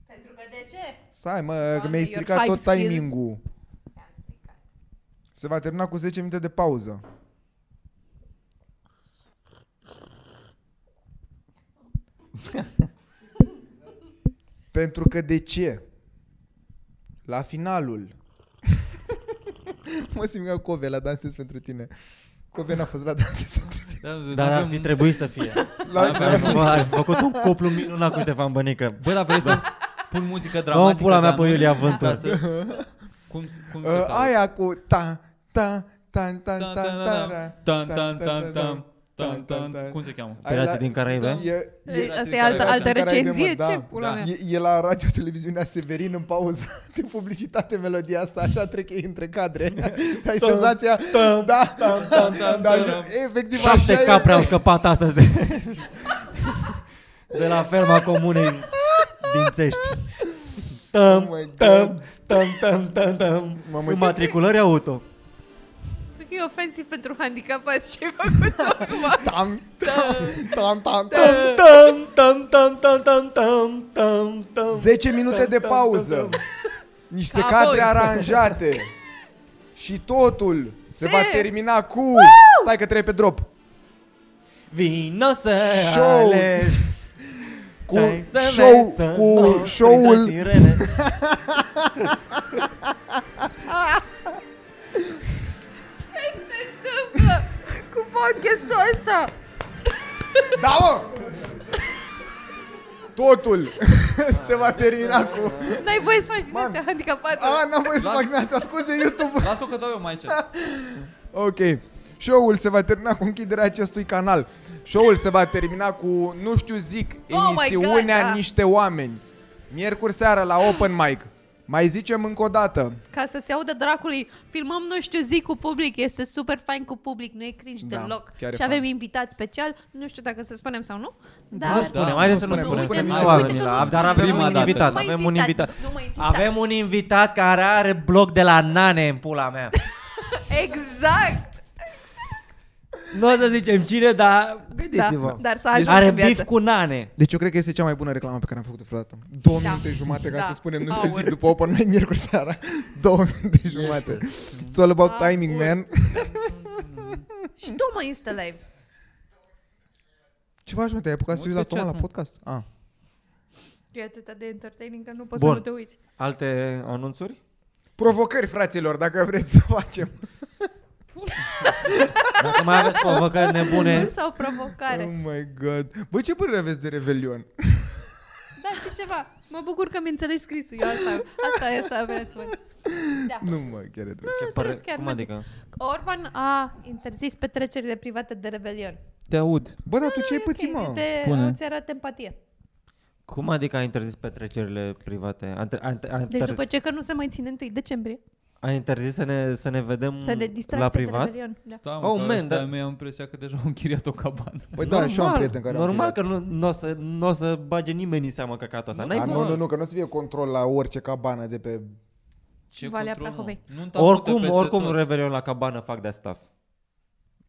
[SPEAKER 2] Pentru că de ce?
[SPEAKER 6] Stai mă, că
[SPEAKER 2] Doamne,
[SPEAKER 6] mi-ai
[SPEAKER 2] your
[SPEAKER 6] stricat
[SPEAKER 2] hype
[SPEAKER 6] tot
[SPEAKER 2] skills.
[SPEAKER 6] timing-ul. Se va termina cu 10 minute de (laughs) pauză. Pentru că de ce? La finalul. (laughs) mă simt ca Cove la dansez pentru tine. Cove n-a fost la dansez pentru tine.
[SPEAKER 3] Da,
[SPEAKER 5] Dar ar fi trebuit să fie.
[SPEAKER 6] La,
[SPEAKER 5] Ar fi- ar fi făcut un cuplu minunat cu Ștefan Bănică.
[SPEAKER 3] Bă, dar vrei să pun muzică
[SPEAKER 5] Dă-o
[SPEAKER 3] dramatică?
[SPEAKER 5] în Da.
[SPEAKER 3] de
[SPEAKER 5] pula mea pe
[SPEAKER 3] anunț?
[SPEAKER 5] Iulia
[SPEAKER 3] Da,
[SPEAKER 5] Vântur.
[SPEAKER 3] să... Cum, cum se
[SPEAKER 6] Uh,
[SPEAKER 3] caută?
[SPEAKER 6] aia cu ta, ta, tan, tan,
[SPEAKER 3] Tan,
[SPEAKER 6] tan,
[SPEAKER 3] tan, tan, tan,
[SPEAKER 6] tan,
[SPEAKER 3] tan, tan, tan, tan, tan. Cum se cheamă?
[SPEAKER 6] Ai
[SPEAKER 5] Pirații
[SPEAKER 6] la-
[SPEAKER 5] din Caraibe?
[SPEAKER 6] E,
[SPEAKER 2] E, Asta e
[SPEAKER 3] care-
[SPEAKER 2] altă,
[SPEAKER 3] care-
[SPEAKER 2] altă
[SPEAKER 6] care ai
[SPEAKER 2] recenzie?
[SPEAKER 6] rămas,
[SPEAKER 2] Ce
[SPEAKER 6] da.
[SPEAKER 2] pula
[SPEAKER 3] Da.
[SPEAKER 2] mea?
[SPEAKER 6] E, e la radio televiziunea Severin în pauză (laughs) de publicitate melodia asta, așa trec ei între cadre. Ai senzația? Da,
[SPEAKER 3] tam,
[SPEAKER 6] da,
[SPEAKER 3] tam.
[SPEAKER 6] efectiv așa
[SPEAKER 5] Șapte
[SPEAKER 6] e.
[SPEAKER 5] capre au scăpat astăzi de, de la ferma comunei din Țești.
[SPEAKER 6] Oh
[SPEAKER 5] Tăm,
[SPEAKER 6] my
[SPEAKER 5] tăm, tăm, tăm, tăm, tăm.
[SPEAKER 6] M-am uitat-
[SPEAKER 5] Înmatriculări auto.
[SPEAKER 2] Cred că e ofensiv pentru handicapați ce ai făcut (laughs) acum.
[SPEAKER 6] Tam, tam, tam, tam.
[SPEAKER 5] Tăm, tăm, tăm, tăm, tăm, tăm, tăm, tăm.
[SPEAKER 6] 10 minute de
[SPEAKER 5] tam,
[SPEAKER 6] pauză.
[SPEAKER 5] tam,
[SPEAKER 6] Niște
[SPEAKER 2] Ca
[SPEAKER 6] cadre
[SPEAKER 2] voi.
[SPEAKER 6] aranjate. Și totul se
[SPEAKER 2] Se-
[SPEAKER 6] va termina cu... Stai că trebuie pe drop.
[SPEAKER 5] Vino să
[SPEAKER 6] Show.
[SPEAKER 5] alegi.
[SPEAKER 6] Cu
[SPEAKER 5] Ce-ai să
[SPEAKER 6] show,
[SPEAKER 5] vezi, să nu
[SPEAKER 6] cu
[SPEAKER 5] strigi la
[SPEAKER 6] show-ul
[SPEAKER 5] sirene.
[SPEAKER 2] Ce se întâmplă cu podcastul ăsta?
[SPEAKER 6] Da, mă! Totul (laughs) se va termina cu...
[SPEAKER 2] N-ai voie să faci din astea handicapate.
[SPEAKER 6] A, n-am
[SPEAKER 2] Da.
[SPEAKER 6] voie să fac din asta, scuze YouTube!
[SPEAKER 3] Las-o că dau eu mai încet.
[SPEAKER 6] Ok, show-ul se va termina cu închiderea acestui canal. Show-ul se va termina cu, nu știu zic,
[SPEAKER 2] Oh my God,
[SPEAKER 6] emisiunea
[SPEAKER 2] da.
[SPEAKER 6] Niște Oameni. Miercuri seara la open mic. Mai zicem încă o dată.
[SPEAKER 2] Ca să se audă dracului, filmăm nu știu zi cu public, este super fain cu public, nu e cringe
[SPEAKER 6] Da,
[SPEAKER 2] deloc.
[SPEAKER 6] chiar e
[SPEAKER 2] Și avem
[SPEAKER 6] fain.
[SPEAKER 2] invitat special, nu știu dacă să spunem sau nu,
[SPEAKER 5] Nu
[SPEAKER 2] dar...
[SPEAKER 5] spunem,
[SPEAKER 3] da,
[SPEAKER 5] haideți să
[SPEAKER 6] nu
[SPEAKER 5] nu
[SPEAKER 6] spunem, nu spunem
[SPEAKER 5] spunem. Nu
[SPEAKER 6] nici
[SPEAKER 5] oamenii,
[SPEAKER 2] uite că
[SPEAKER 5] la-
[SPEAKER 2] nu
[SPEAKER 5] Dar
[SPEAKER 2] spunem.
[SPEAKER 5] avem
[SPEAKER 3] Prima
[SPEAKER 5] un
[SPEAKER 3] dată.
[SPEAKER 5] invitat.
[SPEAKER 2] Nu mai
[SPEAKER 5] Avem un invitat.
[SPEAKER 2] insistați, nu mai insistați.
[SPEAKER 5] Avem un invitat care are bloc de la nane în pula mea.
[SPEAKER 2] Exact!
[SPEAKER 5] Nu o să zicem cine, dar
[SPEAKER 2] Da,
[SPEAKER 5] gândiți-vă.
[SPEAKER 2] dar s-a ajuns
[SPEAKER 5] Are
[SPEAKER 2] în
[SPEAKER 5] beef
[SPEAKER 2] viață.
[SPEAKER 5] cu nane.
[SPEAKER 6] Deci eu cred că este cea mai bună reclamă pe care am făcut-o vreodată. Două
[SPEAKER 2] Da.
[SPEAKER 6] minute jumate, ca
[SPEAKER 2] Da.
[SPEAKER 6] să spunem, nu știu,
[SPEAKER 2] Aur.
[SPEAKER 6] zic, după open mic, miercuri seara. Două minute jumate. It's all about
[SPEAKER 2] Aur.
[SPEAKER 6] timing, man.
[SPEAKER 2] Și tu mă Insta Live.
[SPEAKER 6] Ce faci, mă, te-ai apucat să
[SPEAKER 3] Mă uit
[SPEAKER 6] uiți la
[SPEAKER 3] pe
[SPEAKER 6] Toma la
[SPEAKER 3] chat, mă.
[SPEAKER 6] podcast? Ah.
[SPEAKER 2] E atât de entertaining că nu poți
[SPEAKER 5] Bun.
[SPEAKER 2] să nu te uiți.
[SPEAKER 5] Alte anunțuri?
[SPEAKER 6] Provocări, fraților, dacă vreți să facem.
[SPEAKER 5] Dacă mai (laughs) aveți provocări nebune,
[SPEAKER 2] Bun (laughs) sau provocare.
[SPEAKER 6] Oh my god. Bă, ce părere aveți de Revelion?
[SPEAKER 2] Da, și ceva. Mă bucur că mi înțelegi scrisul. Eu asta, asta e să vreau să văd. Da.
[SPEAKER 6] (laughs) Nu mă, chiar e drept.
[SPEAKER 2] Nu, nu, serios, chiar
[SPEAKER 5] cum
[SPEAKER 2] merge.
[SPEAKER 5] adică?
[SPEAKER 2] Orban a interzis petrecerile private de rebelion.
[SPEAKER 5] Te aud.
[SPEAKER 6] Bă, dar tu ce
[SPEAKER 2] Ah,
[SPEAKER 6] ai
[SPEAKER 2] e
[SPEAKER 6] pățit,
[SPEAKER 2] ok,
[SPEAKER 6] mă?
[SPEAKER 2] Te,
[SPEAKER 3] Spune.
[SPEAKER 2] Îți arată empatie.
[SPEAKER 5] Cum adică a interzis petrecerile private? A, inter- a, inter- a,
[SPEAKER 2] Deci
[SPEAKER 5] inter-
[SPEAKER 2] după ce că nu se mai ține 1 decembrie,
[SPEAKER 5] a interzis să ne, să ne vedem
[SPEAKER 2] să ne
[SPEAKER 5] Mm. la
[SPEAKER 2] distracție de
[SPEAKER 5] privat?
[SPEAKER 2] rebelion. Da.
[SPEAKER 3] Stai,
[SPEAKER 5] Oh,
[SPEAKER 3] oh,
[SPEAKER 5] man,
[SPEAKER 3] man,
[SPEAKER 5] dar-
[SPEAKER 3] dar... mi-am impresia că deja au închiriat o cabană.
[SPEAKER 6] Păi da, și eu am prieten care au
[SPEAKER 5] Normal
[SPEAKER 6] închiriat.
[SPEAKER 5] că nu, nu, o să, nu o să bage nimeni în seamă căcatul ăsta. N-ai
[SPEAKER 6] A,
[SPEAKER 5] voie.
[SPEAKER 6] Ah, nu, nu, nu, că nu o să fie control la orice cabană de pe...
[SPEAKER 3] Ce
[SPEAKER 2] Valea
[SPEAKER 3] control, mă?
[SPEAKER 2] Prahovei.
[SPEAKER 3] Nu-mi tapută
[SPEAKER 5] Oricum,
[SPEAKER 3] peste
[SPEAKER 5] oricum
[SPEAKER 3] tot.
[SPEAKER 5] Revelion la cabană fac de staff.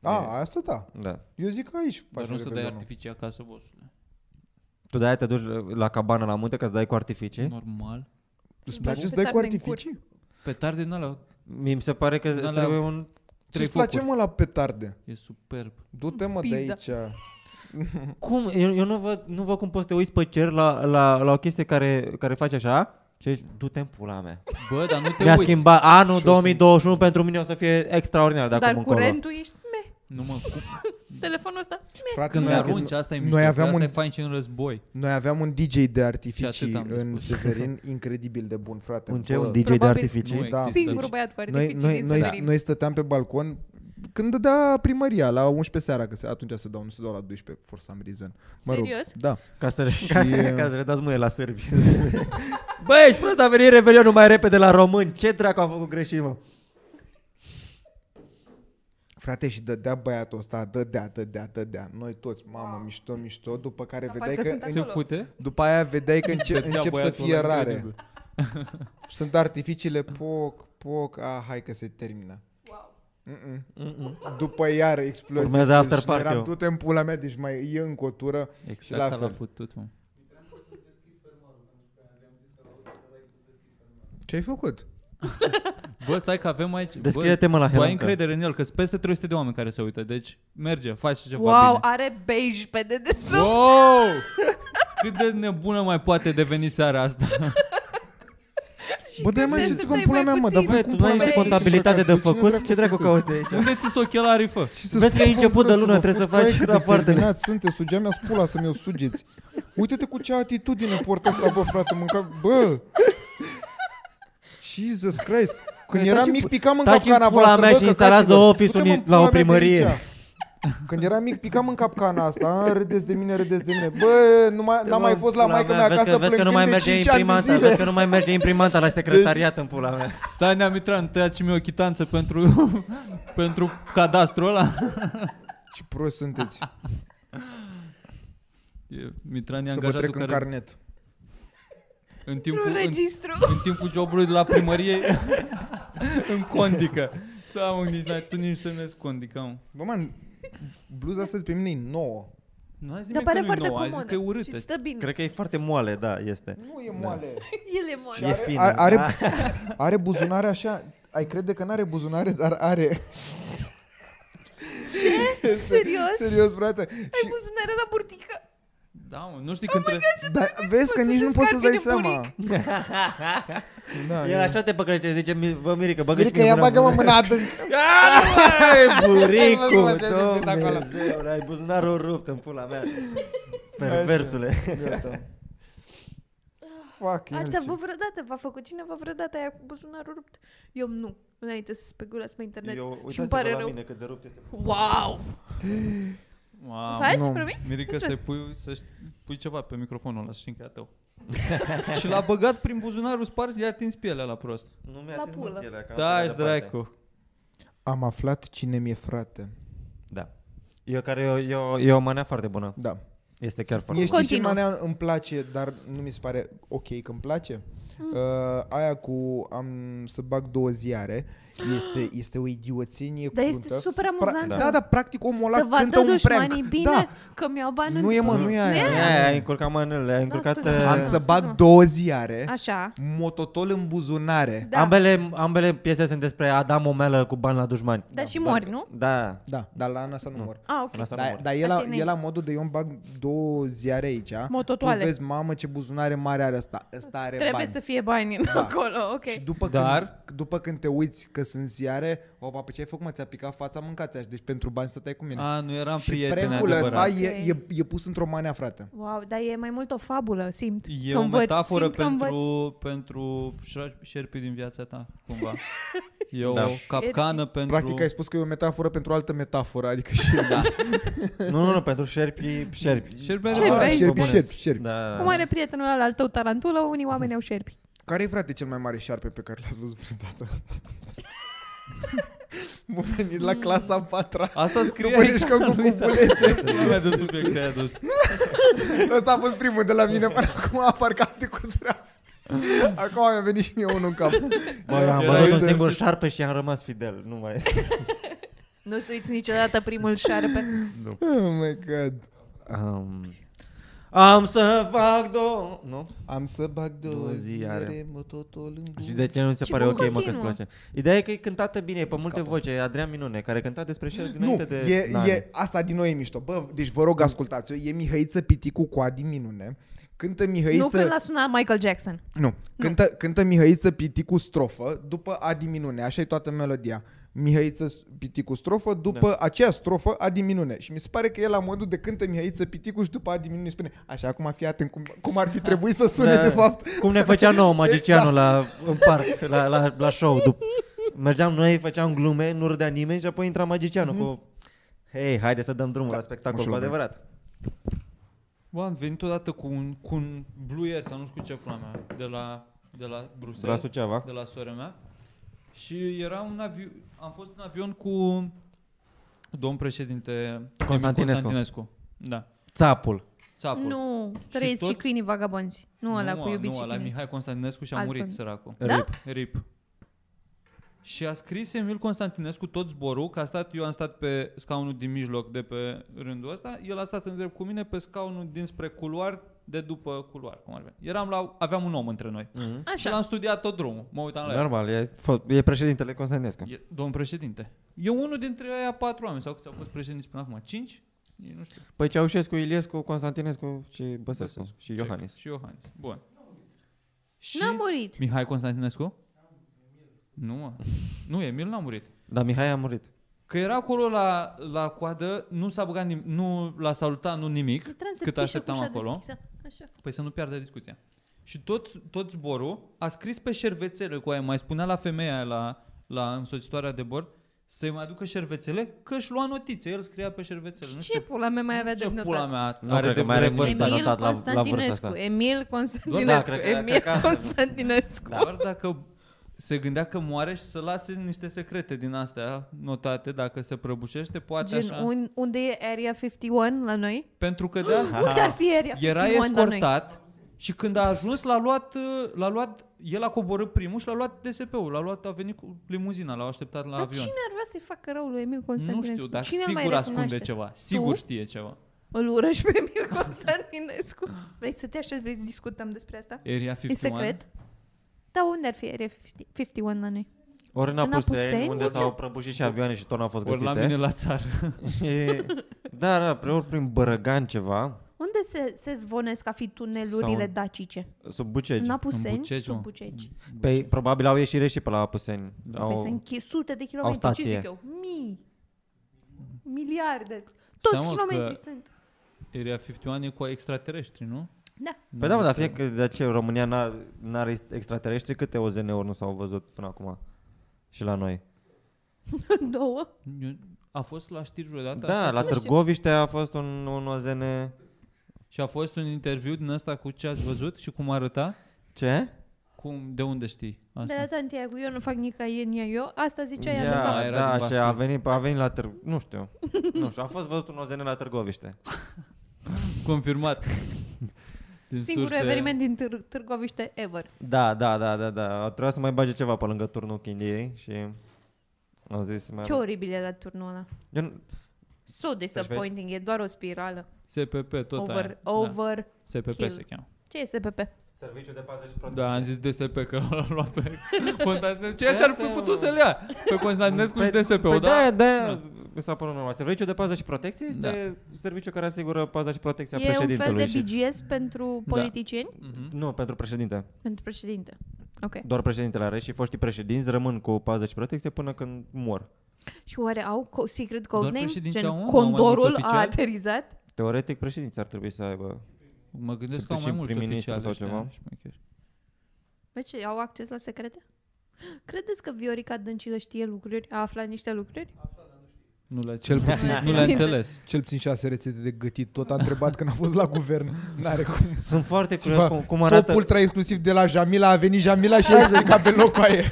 [SPEAKER 6] A, asta da.
[SPEAKER 5] Da.
[SPEAKER 6] Eu zic că aici
[SPEAKER 3] Dar
[SPEAKER 6] faci
[SPEAKER 3] nu se dai
[SPEAKER 6] Revelionul.
[SPEAKER 3] artificii acasă, bossule.
[SPEAKER 5] Tu de-aia te duci la cabană la munte ca să dai cu artificii?
[SPEAKER 3] Normal.
[SPEAKER 6] Îți
[SPEAKER 2] Îți
[SPEAKER 6] place
[SPEAKER 2] bagi
[SPEAKER 6] să dai cu
[SPEAKER 2] petarde în cur.
[SPEAKER 6] artificii?
[SPEAKER 3] Petard din ăla
[SPEAKER 5] Mi se pare că îți
[SPEAKER 3] Alea-
[SPEAKER 5] trebuie un...
[SPEAKER 3] Trei
[SPEAKER 6] Ce-ți place,
[SPEAKER 3] focuri.
[SPEAKER 6] mă, la petarde?
[SPEAKER 3] e superb.
[SPEAKER 6] Du-te, mă, de
[SPEAKER 2] Pizda.
[SPEAKER 6] aici.
[SPEAKER 5] Cum? Eu, eu nu, văd, nu văd cum poți să te uiți pe cer la, la, la o chestie care, care face așa și ești, du-te în pula mea.
[SPEAKER 3] Bă, dar nu te
[SPEAKER 5] Mi-a
[SPEAKER 3] uiți.
[SPEAKER 5] schimbat anul
[SPEAKER 6] să-
[SPEAKER 5] 2021 pentru mine o să fie extraordinar de
[SPEAKER 2] Dar
[SPEAKER 5] acum încolo.
[SPEAKER 2] curentul ești, me,
[SPEAKER 3] Nu mă, cum?
[SPEAKER 2] telefonul ăsta, me.
[SPEAKER 6] Frate,
[SPEAKER 3] când
[SPEAKER 6] noi
[SPEAKER 3] le
[SPEAKER 6] avem-
[SPEAKER 3] arunci, asta e mișto.
[SPEAKER 6] Noi
[SPEAKER 3] că
[SPEAKER 6] aveam
[SPEAKER 3] asta
[SPEAKER 6] un
[SPEAKER 3] e fain și în război.
[SPEAKER 6] Noi aveam un DJ de artificii
[SPEAKER 3] atât am de
[SPEAKER 6] în
[SPEAKER 3] spus.
[SPEAKER 6] Severin incredibil de bun, frate.
[SPEAKER 5] Un ce?
[SPEAKER 6] Bă,
[SPEAKER 5] Un DJ de
[SPEAKER 2] Probabil.
[SPEAKER 5] artificii?
[SPEAKER 3] Nu
[SPEAKER 6] Da.
[SPEAKER 3] există.
[SPEAKER 2] Singurul băiat cu
[SPEAKER 6] Noi,
[SPEAKER 2] artificii
[SPEAKER 6] noi,
[SPEAKER 2] din
[SPEAKER 6] noi,
[SPEAKER 2] Severin.
[SPEAKER 6] noi stăteam pe balcon când dădea primăria, la 11 seara, că se, atunci se dau, nu se dau la 12, for some reason.
[SPEAKER 2] Serios?
[SPEAKER 6] Da.
[SPEAKER 5] Ca să,
[SPEAKER 6] Și,
[SPEAKER 5] ca,
[SPEAKER 6] uh,
[SPEAKER 5] ca să le dați mâie la sârbi. (laughs) Bă, ești prost, a venit Revelionul mai repede la români. Ce dracu a făcut greșit, mă?
[SPEAKER 6] Frate, și dădea băiatul ăsta, dădea, dădea, dădea. Noi toți, mamă, mișto, mișto, după care vedeai
[SPEAKER 2] parcă
[SPEAKER 6] că...
[SPEAKER 2] sunt
[SPEAKER 3] Se
[SPEAKER 2] acolo.
[SPEAKER 3] fute?
[SPEAKER 6] După aia vedeai că înce-
[SPEAKER 3] Dădea
[SPEAKER 6] încep să
[SPEAKER 3] băiatul
[SPEAKER 6] fie
[SPEAKER 3] ăla
[SPEAKER 6] rare.
[SPEAKER 3] incredibil.
[SPEAKER 6] Sunt artificiile poc, poc, a, hai că se termină. Mm-mm. După iară explozie.
[SPEAKER 5] Urmează after
[SPEAKER 6] Deci noi Eram
[SPEAKER 5] party-ul.
[SPEAKER 6] du-te în pula mea, deci mai e încă o tură. și
[SPEAKER 3] Exact
[SPEAKER 6] la
[SPEAKER 3] ca
[SPEAKER 6] fel.
[SPEAKER 3] la futut, mă.
[SPEAKER 6] Ce ai făcut?
[SPEAKER 3] Bă, stai că avem aici... bă,
[SPEAKER 5] Deschide-te mă la
[SPEAKER 3] tu ai
[SPEAKER 5] Helanca.
[SPEAKER 3] încredere în el, că sunt peste 300 de oameni care se uită. Deci, merge, faci ceva
[SPEAKER 2] Wow,
[SPEAKER 3] bine.
[SPEAKER 2] are beij pe dedesubt.
[SPEAKER 3] Wow! Cât de nebună mai poate deveni seara asta?
[SPEAKER 2] și
[SPEAKER 4] Bă, dai, mă,
[SPEAKER 2] gândește-te,
[SPEAKER 4] ce ți-o
[SPEAKER 2] e
[SPEAKER 4] pula
[SPEAKER 2] mai
[SPEAKER 4] mea, mă, dar
[SPEAKER 2] puțin.
[SPEAKER 5] Băi, tu Deci nu ai niște
[SPEAKER 2] Băi,
[SPEAKER 5] contabilitate de
[SPEAKER 6] cine dracu-
[SPEAKER 5] făcut?
[SPEAKER 6] cine
[SPEAKER 5] Ce dracu
[SPEAKER 6] sunteți?
[SPEAKER 5] cauți aici?
[SPEAKER 3] Unde ți s ochelarii, fă?
[SPEAKER 4] Și să
[SPEAKER 5] Vezi
[SPEAKER 4] spun
[SPEAKER 5] că e început
[SPEAKER 4] cum
[SPEAKER 5] de lună,
[SPEAKER 6] Să vă
[SPEAKER 5] trebuie să
[SPEAKER 6] fac
[SPEAKER 5] faci
[SPEAKER 6] și
[SPEAKER 5] rapoartele.
[SPEAKER 6] determinați sunteți, sugea mea spula să mi-o sugeți. Uite-te cu ce atitudine poartă asta, bă, frate, mânca... Bă! Jesus Christ! Când
[SPEAKER 5] Păi,
[SPEAKER 6] eram
[SPEAKER 5] taci-
[SPEAKER 6] mic, picam în
[SPEAKER 5] taci în
[SPEAKER 6] capcana
[SPEAKER 5] pula
[SPEAKER 6] voastră,
[SPEAKER 5] mea
[SPEAKER 6] bă,
[SPEAKER 5] și instalați
[SPEAKER 6] căcați-vă.
[SPEAKER 5] The Office
[SPEAKER 6] Du-te-mă în
[SPEAKER 5] unii-
[SPEAKER 6] pula
[SPEAKER 5] la o
[SPEAKER 6] mea de
[SPEAKER 5] primărie.
[SPEAKER 6] aici. Când eram mic, picam în capcana asta, a, râdeți de mine, râdeți de mine. Bă, nu mai, n-am mai fost la maică mea
[SPEAKER 5] Vezi că-
[SPEAKER 6] acasă
[SPEAKER 5] Vezi că nu mai
[SPEAKER 6] plângând de
[SPEAKER 5] merge
[SPEAKER 6] 5 ani de
[SPEAKER 5] imprimanta, vezi că
[SPEAKER 6] zile. Deci-
[SPEAKER 5] nu mai merge imprimanta la secretariat în pula mea.
[SPEAKER 3] Stai, Neamitran, tăiați-mi o chitanță pentru, pentru cadastrul ăla.
[SPEAKER 6] Ce prost sunteți,
[SPEAKER 3] E- Mitran e
[SPEAKER 6] să vă
[SPEAKER 3] angajatul
[SPEAKER 6] trec în
[SPEAKER 3] care
[SPEAKER 6] carnet.
[SPEAKER 3] în, timpul,
[SPEAKER 2] Într-un
[SPEAKER 3] în,
[SPEAKER 2] registru.
[SPEAKER 3] în timpul jobului de la primărie în condică. Să mă, nici, n-ai- tu nici să nu condică, mă.
[SPEAKER 6] Bă, man, bluza asta de pe mine e nouă.
[SPEAKER 5] Da.
[SPEAKER 3] Nu ai zis
[SPEAKER 2] Dar
[SPEAKER 3] nimic că
[SPEAKER 2] pare
[SPEAKER 3] nu
[SPEAKER 2] foarte
[SPEAKER 3] nouă, ai zis
[SPEAKER 2] comună.
[SPEAKER 3] că e
[SPEAKER 2] Și
[SPEAKER 3] urâtă.
[SPEAKER 2] îți stă bine.
[SPEAKER 5] Cred că e foarte moale, da, este.
[SPEAKER 6] Nu e moale.
[SPEAKER 2] El e moale.
[SPEAKER 5] E fină.
[SPEAKER 6] Are, are,
[SPEAKER 5] Da.
[SPEAKER 6] are buzunare așa, ai crede că n-are buzunare, dar are.
[SPEAKER 2] (laughs) Serios?
[SPEAKER 6] Serios, frate.
[SPEAKER 2] Ai
[SPEAKER 6] Și,
[SPEAKER 2] buzunare la burtică?
[SPEAKER 3] Da, mă, nu
[SPEAKER 2] Oh
[SPEAKER 3] știi când trebuie...
[SPEAKER 6] dar vezi că
[SPEAKER 2] mă,
[SPEAKER 6] nici nu
[SPEAKER 2] sunteți
[SPEAKER 6] poți să
[SPEAKER 2] ca
[SPEAKER 6] dai
[SPEAKER 2] tine,
[SPEAKER 6] seama. Da,
[SPEAKER 5] El
[SPEAKER 6] e-
[SPEAKER 5] așa te păcălește, zice, mi- bă, Mirica, bagă
[SPEAKER 6] Vezi că ea bagă
[SPEAKER 5] (laughs)
[SPEAKER 6] mă mâna adânc.
[SPEAKER 5] Buricu,
[SPEAKER 6] Vezi, mă, ce-ai simțit acolo.
[SPEAKER 5] Dumnezeu, ai buzunarul rupt în pula mea. Perversule.
[SPEAKER 6] Gata. Fuck,
[SPEAKER 2] Ați
[SPEAKER 6] el, ce-
[SPEAKER 2] avut vreodată? V-a făcut cineva vreodată aia cu buzunarul rupt? Eu nu. Înainte să speculați pe
[SPEAKER 6] Deci,
[SPEAKER 2] internet.
[SPEAKER 5] Eu,
[SPEAKER 2] și îmi
[SPEAKER 5] uitați-vă
[SPEAKER 2] pare
[SPEAKER 5] la
[SPEAKER 2] rău.
[SPEAKER 5] mine cât de rupt este.
[SPEAKER 2] Wow!
[SPEAKER 3] Wow.
[SPEAKER 2] Faci?
[SPEAKER 6] nu.
[SPEAKER 2] Promiți?
[SPEAKER 3] Mirica, să
[SPEAKER 2] Mulțumesc.
[SPEAKER 3] pui, să ști- pui ceva pe microfonul ăla, să știm că e a tău. și l-a băgat prin buzunarul spart, i-a atins pielea la prost.
[SPEAKER 5] Nu mi-a
[SPEAKER 2] La
[SPEAKER 5] atins
[SPEAKER 2] pulă.
[SPEAKER 5] mântierea, că am
[SPEAKER 3] Da,
[SPEAKER 5] plecat
[SPEAKER 3] și
[SPEAKER 5] departe.
[SPEAKER 3] dracu.
[SPEAKER 6] Am aflat cine mi-e frate.
[SPEAKER 5] Da. Eu care eu, eu, eu o manea foarte bună.
[SPEAKER 6] Da.
[SPEAKER 5] Este chiar foarte
[SPEAKER 6] Mie
[SPEAKER 5] bună.
[SPEAKER 6] știi ce
[SPEAKER 2] Continuă.
[SPEAKER 6] manea îmi place, dar nu mi se pare ok că îmi place?
[SPEAKER 2] Hmm.
[SPEAKER 6] Uh, aia cu am să bag două ziare este,
[SPEAKER 2] (gasps)
[SPEAKER 6] este o idioțenie
[SPEAKER 2] Dar
[SPEAKER 6] cruntă.
[SPEAKER 2] este super
[SPEAKER 6] Pra-
[SPEAKER 2] amuzant.
[SPEAKER 6] da, dar practic omul
[SPEAKER 2] Să
[SPEAKER 6] ăla cântă
[SPEAKER 2] vadă
[SPEAKER 6] un prank.
[SPEAKER 2] dușmanii bine
[SPEAKER 6] Da,
[SPEAKER 2] că mi-au bani
[SPEAKER 6] nu e mă, nu e
[SPEAKER 5] Nu
[SPEAKER 6] aia.
[SPEAKER 5] e aia, ai încurcat manele, ai încurcat...
[SPEAKER 2] Da, scuze,
[SPEAKER 5] uh,
[SPEAKER 6] Am
[SPEAKER 2] Scuze-mă,
[SPEAKER 6] să bag
[SPEAKER 2] scuze-mă.
[SPEAKER 6] două ziare,
[SPEAKER 2] Așa.
[SPEAKER 6] mototol în buzunare.
[SPEAKER 2] Da.
[SPEAKER 5] Ambele, ambele piese sunt despre Adam Omelă cu bani la dușmani.
[SPEAKER 2] Dar și mori, nu?
[SPEAKER 5] Da,
[SPEAKER 6] Da, dar la Ana asta nu mor.
[SPEAKER 2] Ah, ok.
[SPEAKER 5] în asta nu
[SPEAKER 6] Dar
[SPEAKER 5] mor.
[SPEAKER 6] da, e, la,
[SPEAKER 2] Asta e
[SPEAKER 6] e la modul de eu îmi bag două ziare aici.
[SPEAKER 2] Mototoale.
[SPEAKER 6] Tu vezi, mamă, ce buzunare mare are asta. Ăsta are
[SPEAKER 2] Trebuie
[SPEAKER 6] bani.
[SPEAKER 2] să fie bani în
[SPEAKER 6] Da.
[SPEAKER 2] acolo, ok.
[SPEAKER 6] Și după,
[SPEAKER 3] Dar-
[SPEAKER 6] când, după când te uiți că sunt ziare, o, papă, ce ai făcut, mă, ți-a picat fața, mâncați aș, deci pentru bani stăteai cu mine.
[SPEAKER 3] A, nu eram
[SPEAKER 6] și
[SPEAKER 3] prieteni
[SPEAKER 6] prank-ul
[SPEAKER 3] adevărat.
[SPEAKER 6] ăsta e, e, e, pus într-o manea, frate.
[SPEAKER 2] Wow, dar e mai mult o fabulă, simt.
[SPEAKER 3] E
[SPEAKER 2] că
[SPEAKER 3] o
[SPEAKER 2] învăț,
[SPEAKER 3] metaforă
[SPEAKER 2] simt că învăț.
[SPEAKER 3] pentru, pentru șer- șerpii din viața ta, cumva. E o
[SPEAKER 5] Da.
[SPEAKER 3] capcană pentru...
[SPEAKER 6] Practic ai spus că e o metaforă pentru o altă metaforă, adică și
[SPEAKER 3] Da.
[SPEAKER 5] Nu, nu, nu, pentru șerpi, șerpi.
[SPEAKER 3] Șerpi,
[SPEAKER 5] Ah,
[SPEAKER 2] șerpi,
[SPEAKER 5] vă
[SPEAKER 2] șerpi,
[SPEAKER 5] propuneți.
[SPEAKER 6] șerpi, șerpi.
[SPEAKER 5] Da, da,
[SPEAKER 2] Cum are prietenul ăla al tău tarantulă, unii oameni au șerpi.
[SPEAKER 6] Care e, frate, cel mai mare șarpe pe care l-ați văzut vreodată? M-a venit la clasa a patra.
[SPEAKER 3] Asta scrie
[SPEAKER 6] După ce
[SPEAKER 3] (laughs)
[SPEAKER 6] șcăm cu cupulețe.
[SPEAKER 3] Nu mi-a dus subiect de adus.
[SPEAKER 6] Ăsta a fost primul de la mine până acum a parcat de
[SPEAKER 3] (laughs)
[SPEAKER 6] cultura. Acum mi-a venit și mie unul în cap.
[SPEAKER 3] Da.
[SPEAKER 5] Bă, eu am
[SPEAKER 3] Era
[SPEAKER 5] văzut un
[SPEAKER 3] intens.
[SPEAKER 5] singur șarpe și am rămas fidel, nu mai.
[SPEAKER 2] Nu se uiți niciodată primul șarpe.
[SPEAKER 6] Oh my god.
[SPEAKER 5] Um, am să fac două... Nu?
[SPEAKER 6] Am să bag
[SPEAKER 5] Două
[SPEAKER 6] două
[SPEAKER 5] ziare.
[SPEAKER 6] ziare, mă totul în
[SPEAKER 5] Și
[SPEAKER 6] gură.
[SPEAKER 5] de ce nu ți se
[SPEAKER 2] Și
[SPEAKER 5] pare
[SPEAKER 2] cum
[SPEAKER 5] ok, mă, că îți
[SPEAKER 2] continuă?
[SPEAKER 5] place? Ideea e că e cântată bine, e pe multe voce. E Adrian Minune, care cânta despre șerpi
[SPEAKER 6] Nu,
[SPEAKER 5] dinainte de...
[SPEAKER 6] e,
[SPEAKER 5] Na,
[SPEAKER 6] e, asta din nou e mișto. Bă, deci vă rog, ascultați-o. E Mihăiță Piticu cu Adi Minune. Cântă Mihăiță...
[SPEAKER 2] Nu când l-a sunat Michael Jackson.
[SPEAKER 6] Nu. Cântă, cântă Mihăiță Piticu strofă după Adi Minune. Așa e toată melodia. Mihăiță Piticu strofă după da. aceea strofă Adi Minune. Și mi se pare că el la modul de cântă Mihăiță Piticu și după Adi Minune spune așa acum fii atent cum, cum ar fi trebuit să sune
[SPEAKER 5] Da.
[SPEAKER 6] de fapt.
[SPEAKER 5] Cum ne făcea nouă magicianul la, în parc, la, la, la show. Dup- Mergeam noi, făceam glume, nu râdea nimeni și apoi intra magicianul cu... Hei, haide să dăm drumul la spectacol cu
[SPEAKER 6] mușulogă.
[SPEAKER 5] adevărat.
[SPEAKER 3] Bă, am venit odată cu un, cu un Blue Air sau nu știu cu ce pula mea, de la, de la Bruxelles.
[SPEAKER 5] De la Suceava.
[SPEAKER 3] de la sora mea și era un avion, am fost în avion cu domn președinte Emil
[SPEAKER 5] Constantinescu.
[SPEAKER 3] Constantinescu. Da.
[SPEAKER 5] Țapul.
[SPEAKER 3] Țapul.
[SPEAKER 2] Nu, trăiți și,
[SPEAKER 3] tot-
[SPEAKER 2] câinii vagabonzi. Nu ăla cu iubiți
[SPEAKER 3] Nu,
[SPEAKER 2] și
[SPEAKER 3] ăla
[SPEAKER 2] câinii.
[SPEAKER 3] Mihai Constantinescu și a
[SPEAKER 2] Altfel.
[SPEAKER 3] murit săracul.
[SPEAKER 2] Da?
[SPEAKER 5] Rip.
[SPEAKER 3] Rip. Și a scris Emil Constantinescu tot zborul, că a stat, eu am stat pe scaunul din mijloc de pe rândul ăsta, el a stat în drept cu mine pe scaunul dinspre culoar de după culoar, cum ar veni. Eram la, aveam un om între noi.
[SPEAKER 2] Da.
[SPEAKER 5] Mhm.
[SPEAKER 3] Și
[SPEAKER 2] Așa.
[SPEAKER 3] l-am studiat tot drumul. Mă uitam la el.
[SPEAKER 5] Normal, e, fo- e președintele Constantinescu.
[SPEAKER 3] E, domn președinte. E unul dintre aia patru oameni, sau câți au fost președinți până acum? Cinci? Ei, nu știu.
[SPEAKER 5] Păi Ceaușescu, Iliescu, Constantinescu și Băsescu,
[SPEAKER 3] Băsescu.
[SPEAKER 5] și Iohannis.
[SPEAKER 3] Și Iohannis. Bun. Și
[SPEAKER 2] N-a murit.
[SPEAKER 3] Mihai Constantinescu? Nu, mă. Nu, Emil n-a murit.
[SPEAKER 5] Dar Mihai a murit.
[SPEAKER 3] Că era acolo la, la coadă, nu s-a băgat nim- nu l-a salutat, nu nimic.
[SPEAKER 2] Intrăm să
[SPEAKER 3] Cât
[SPEAKER 2] pișe
[SPEAKER 3] așteptam
[SPEAKER 2] cu ușa
[SPEAKER 3] acolo?
[SPEAKER 2] deschisă. Așa.
[SPEAKER 3] Păi să nu piardă discuția. Și tot, tot zborul a scris pe șervețele cu aia, mai spunea la femeia aia, la, la însoțitoarea de bord, să-i mai aducă șervețele, că își lua notițe. El scria pe șervețele. Nu
[SPEAKER 2] Și
[SPEAKER 3] știu
[SPEAKER 2] ce pula mea mai avea de
[SPEAKER 3] ce pula
[SPEAKER 2] notat?
[SPEAKER 3] mea
[SPEAKER 5] Nu
[SPEAKER 3] are
[SPEAKER 5] cred
[SPEAKER 3] de
[SPEAKER 5] că mai are
[SPEAKER 3] revărsat.
[SPEAKER 5] nimic. s-a
[SPEAKER 2] Emil
[SPEAKER 5] notat la- la vârsta
[SPEAKER 2] Constantinescu,
[SPEAKER 5] asta.
[SPEAKER 2] Emil
[SPEAKER 5] Da,
[SPEAKER 2] Constantinescu,
[SPEAKER 5] cred că-
[SPEAKER 2] Emil
[SPEAKER 5] cred că asta-
[SPEAKER 2] Constantinescu.
[SPEAKER 3] Doar dacă se gândea că moare și să lase niște secrete din astea notate, dacă se prăbușește, poate
[SPEAKER 2] Gen,
[SPEAKER 3] așa.
[SPEAKER 2] un, unde e Area 51 la noi?
[SPEAKER 3] Pentru că de asta
[SPEAKER 2] Unde ar fi Area 51
[SPEAKER 3] era
[SPEAKER 2] la noi?
[SPEAKER 3] escortat și când a ajuns l-a luat, uh, l-a luat, el a coborât primul și l-a luat DSP-ul, l-a luat, a venit cu limuzina, l-a așteptat la
[SPEAKER 2] Dar
[SPEAKER 3] avion.
[SPEAKER 2] cine ar vrea să-i facă rău lui Emil
[SPEAKER 3] Nu
[SPEAKER 2] Constantinescu?
[SPEAKER 3] știu, dar
[SPEAKER 2] cine îl mai
[SPEAKER 3] sigur ascunde
[SPEAKER 2] recunoaște?
[SPEAKER 3] ceva. Sigur
[SPEAKER 2] Tu?
[SPEAKER 3] știe ceva.
[SPEAKER 2] Îl urăși pe Emil Constantinescu. Vrei să te așezi? Vrei să discutăm despre asta?
[SPEAKER 3] Area 51.
[SPEAKER 2] E secret? Da, unde ar fi Area 50 51 la noi?
[SPEAKER 5] Ori în
[SPEAKER 2] În
[SPEAKER 5] Apuseni,
[SPEAKER 2] Apuseni,
[SPEAKER 5] unde
[SPEAKER 2] unde?
[SPEAKER 5] s-au prăbușit și avioane și tot n-au fost
[SPEAKER 3] Ori la
[SPEAKER 5] găsite.
[SPEAKER 3] mine
[SPEAKER 5] (laughs)
[SPEAKER 3] la țară. (laughs)
[SPEAKER 5] Și- da, da, pre- ori prin Bărăgan ceva,
[SPEAKER 2] Unde se, se zvonesc a fi tunelurile
[SPEAKER 5] Sau-
[SPEAKER 2] dacice?
[SPEAKER 5] sub
[SPEAKER 2] În
[SPEAKER 5] Bucegi.
[SPEAKER 2] Apuseni?
[SPEAKER 3] În Bucegi, mă.
[SPEAKER 2] sub Bucegi.
[SPEAKER 5] Păi probabil au ieșit și pe la Da. Apuseni.
[SPEAKER 2] Păi
[SPEAKER 5] Au-
[SPEAKER 2] se închid sute de kilometri, ce
[SPEAKER 5] stație.
[SPEAKER 2] zic eu? Mii, miliarde, toți
[SPEAKER 3] mă,
[SPEAKER 2] kilometri
[SPEAKER 3] că-
[SPEAKER 2] sunt. (laughs)
[SPEAKER 3] Area 51 e cu extraterestri, nu?
[SPEAKER 2] Da.
[SPEAKER 5] Păi da, mă, dar fie că de aceea România n-a- n-are extraterestri, câte OZN-uri nu s-au văzut până acum și la noi.
[SPEAKER 2] Două.
[SPEAKER 3] Eu- A fost la știri vreodată asta?
[SPEAKER 5] Da, la
[SPEAKER 2] știu.
[SPEAKER 5] Târgoviște a fost un, un OZN...
[SPEAKER 3] Și a fost un interviu din ăsta cu ce ați văzut și cum arăta?
[SPEAKER 5] Ce?
[SPEAKER 3] Cum, de unde știi
[SPEAKER 2] De
[SPEAKER 3] asta?
[SPEAKER 2] la tantia cu Da, eu nu fac nicăieri, nici eu. Asta zicea ea de
[SPEAKER 5] Ia,
[SPEAKER 2] fapt.
[SPEAKER 3] Era din
[SPEAKER 5] da, și
[SPEAKER 3] Vaslui.
[SPEAKER 5] a venit, a venit la Târg... Nu știu. nu știu, a fost văzut un OZN la Târgoviște.
[SPEAKER 2] (laughs)
[SPEAKER 3] Confirmat. Din
[SPEAKER 2] Singurul
[SPEAKER 3] surse-
[SPEAKER 2] eveniment din Târ- Târgoviște ever.
[SPEAKER 5] Da, da, da, da, da. A trebuit să mai bage ceva pe lângă turnul Chindiei și... Au zis mai...
[SPEAKER 2] Ce oribil e la turnul ăla.
[SPEAKER 5] Eu nu-
[SPEAKER 2] So disappointing, e doar o spirală.
[SPEAKER 3] SPP, Deci tot
[SPEAKER 2] over,
[SPEAKER 3] aia. Da.
[SPEAKER 2] over.
[SPEAKER 3] SPP
[SPEAKER 2] kill.
[SPEAKER 3] se cheamă.
[SPEAKER 2] Ce e SPP?
[SPEAKER 5] Serviciu de pază și protecție.
[SPEAKER 3] Da, am zis DSP că l-a luat
[SPEAKER 2] (laughs)
[SPEAKER 3] pe Constantinescu. Ceea ce ar fi
[SPEAKER 5] Asta-
[SPEAKER 3] putut să le ia pe Constantinescu și
[SPEAKER 5] Păi-
[SPEAKER 3] DSP-ul,
[SPEAKER 5] păi
[SPEAKER 3] da?
[SPEAKER 5] da, da, mi s-a părut normal. Serviciul de pază și protecție este serviciu care asigură paza și protecția
[SPEAKER 2] E un fel
[SPEAKER 5] președintelui.
[SPEAKER 2] de
[SPEAKER 5] și- Da.
[SPEAKER 2] BGS pentru politicieni?
[SPEAKER 3] Mhm.
[SPEAKER 5] Nu, pentru președinte.
[SPEAKER 2] Pentru președinte. Ok.
[SPEAKER 5] Doar președintele are și foștii președinți rămân cu pază și protecție până când mor.
[SPEAKER 2] Și oare au co- secret
[SPEAKER 3] Doar
[SPEAKER 2] codename?
[SPEAKER 3] președinții
[SPEAKER 2] Gen,
[SPEAKER 3] au, nu? Au mai mulți
[SPEAKER 2] condorul a
[SPEAKER 3] oficiali?
[SPEAKER 2] aterizat?
[SPEAKER 5] Teoretic, președinții ar trebui să aibă...
[SPEAKER 3] Mă gândesc
[SPEAKER 5] Să
[SPEAKER 3] că au mai
[SPEAKER 5] ducem
[SPEAKER 3] mulți
[SPEAKER 5] prim-ministru
[SPEAKER 3] oficiali
[SPEAKER 5] sau
[SPEAKER 3] ăștia
[SPEAKER 5] ceva.
[SPEAKER 3] șmecheri.
[SPEAKER 2] Bă, ce, au acces la secrete? Credeți că Viorica Dăncilă știe lucruri? A aflat niște lucruri?
[SPEAKER 3] Nu le-a
[SPEAKER 6] Cel
[SPEAKER 3] ținut.
[SPEAKER 6] puțin-
[SPEAKER 3] Nu le-a
[SPEAKER 2] (laughs)
[SPEAKER 3] înțeles.
[SPEAKER 6] Cel puțin șase rețete de gătit. Tot a întrebat când a fost la guvern. N-are cum.
[SPEAKER 5] Sunt foarte
[SPEAKER 6] Ceva.
[SPEAKER 5] curios cum, cum arată...
[SPEAKER 6] Arată... Exact. Ultra exclusiv de la Jamila a venit Jamila și a explicat pe loc cu aia.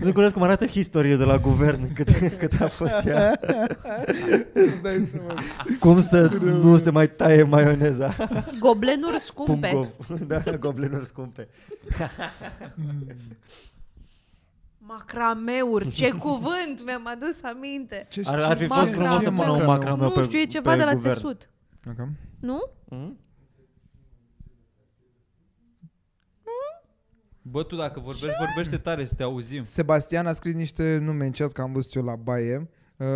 [SPEAKER 5] Sunt curios cum arată istorie de la guvern, (laughs) cât, cât a fost ea. (laughs)
[SPEAKER 6] Îți (laughs) dai seama.
[SPEAKER 5] Cum să nu se mai taie maioneza.
[SPEAKER 2] Goblenuri scumpe.
[SPEAKER 5] Pungov. (laughs) Da, goblinuri scumpe.
[SPEAKER 2] Macrameuri. Ce cuvânt mi-am adus aminte.
[SPEAKER 6] Ce-
[SPEAKER 5] Ar, ar
[SPEAKER 6] ce-
[SPEAKER 5] fi fost
[SPEAKER 6] ce-
[SPEAKER 5] frumos
[SPEAKER 6] ce
[SPEAKER 5] să pună un
[SPEAKER 6] macrameu?
[SPEAKER 5] macrameu pe
[SPEAKER 2] Nu știu, e ceva
[SPEAKER 5] pe
[SPEAKER 2] de la
[SPEAKER 5] guvern.
[SPEAKER 2] țesut.
[SPEAKER 6] Ok.
[SPEAKER 2] Nu?
[SPEAKER 5] Mm?
[SPEAKER 3] Bă, tu dacă vorbești, vorbește tare să te auzim.
[SPEAKER 6] Sebastian a scris niște nume în chat că am văzut eu la baie, uh,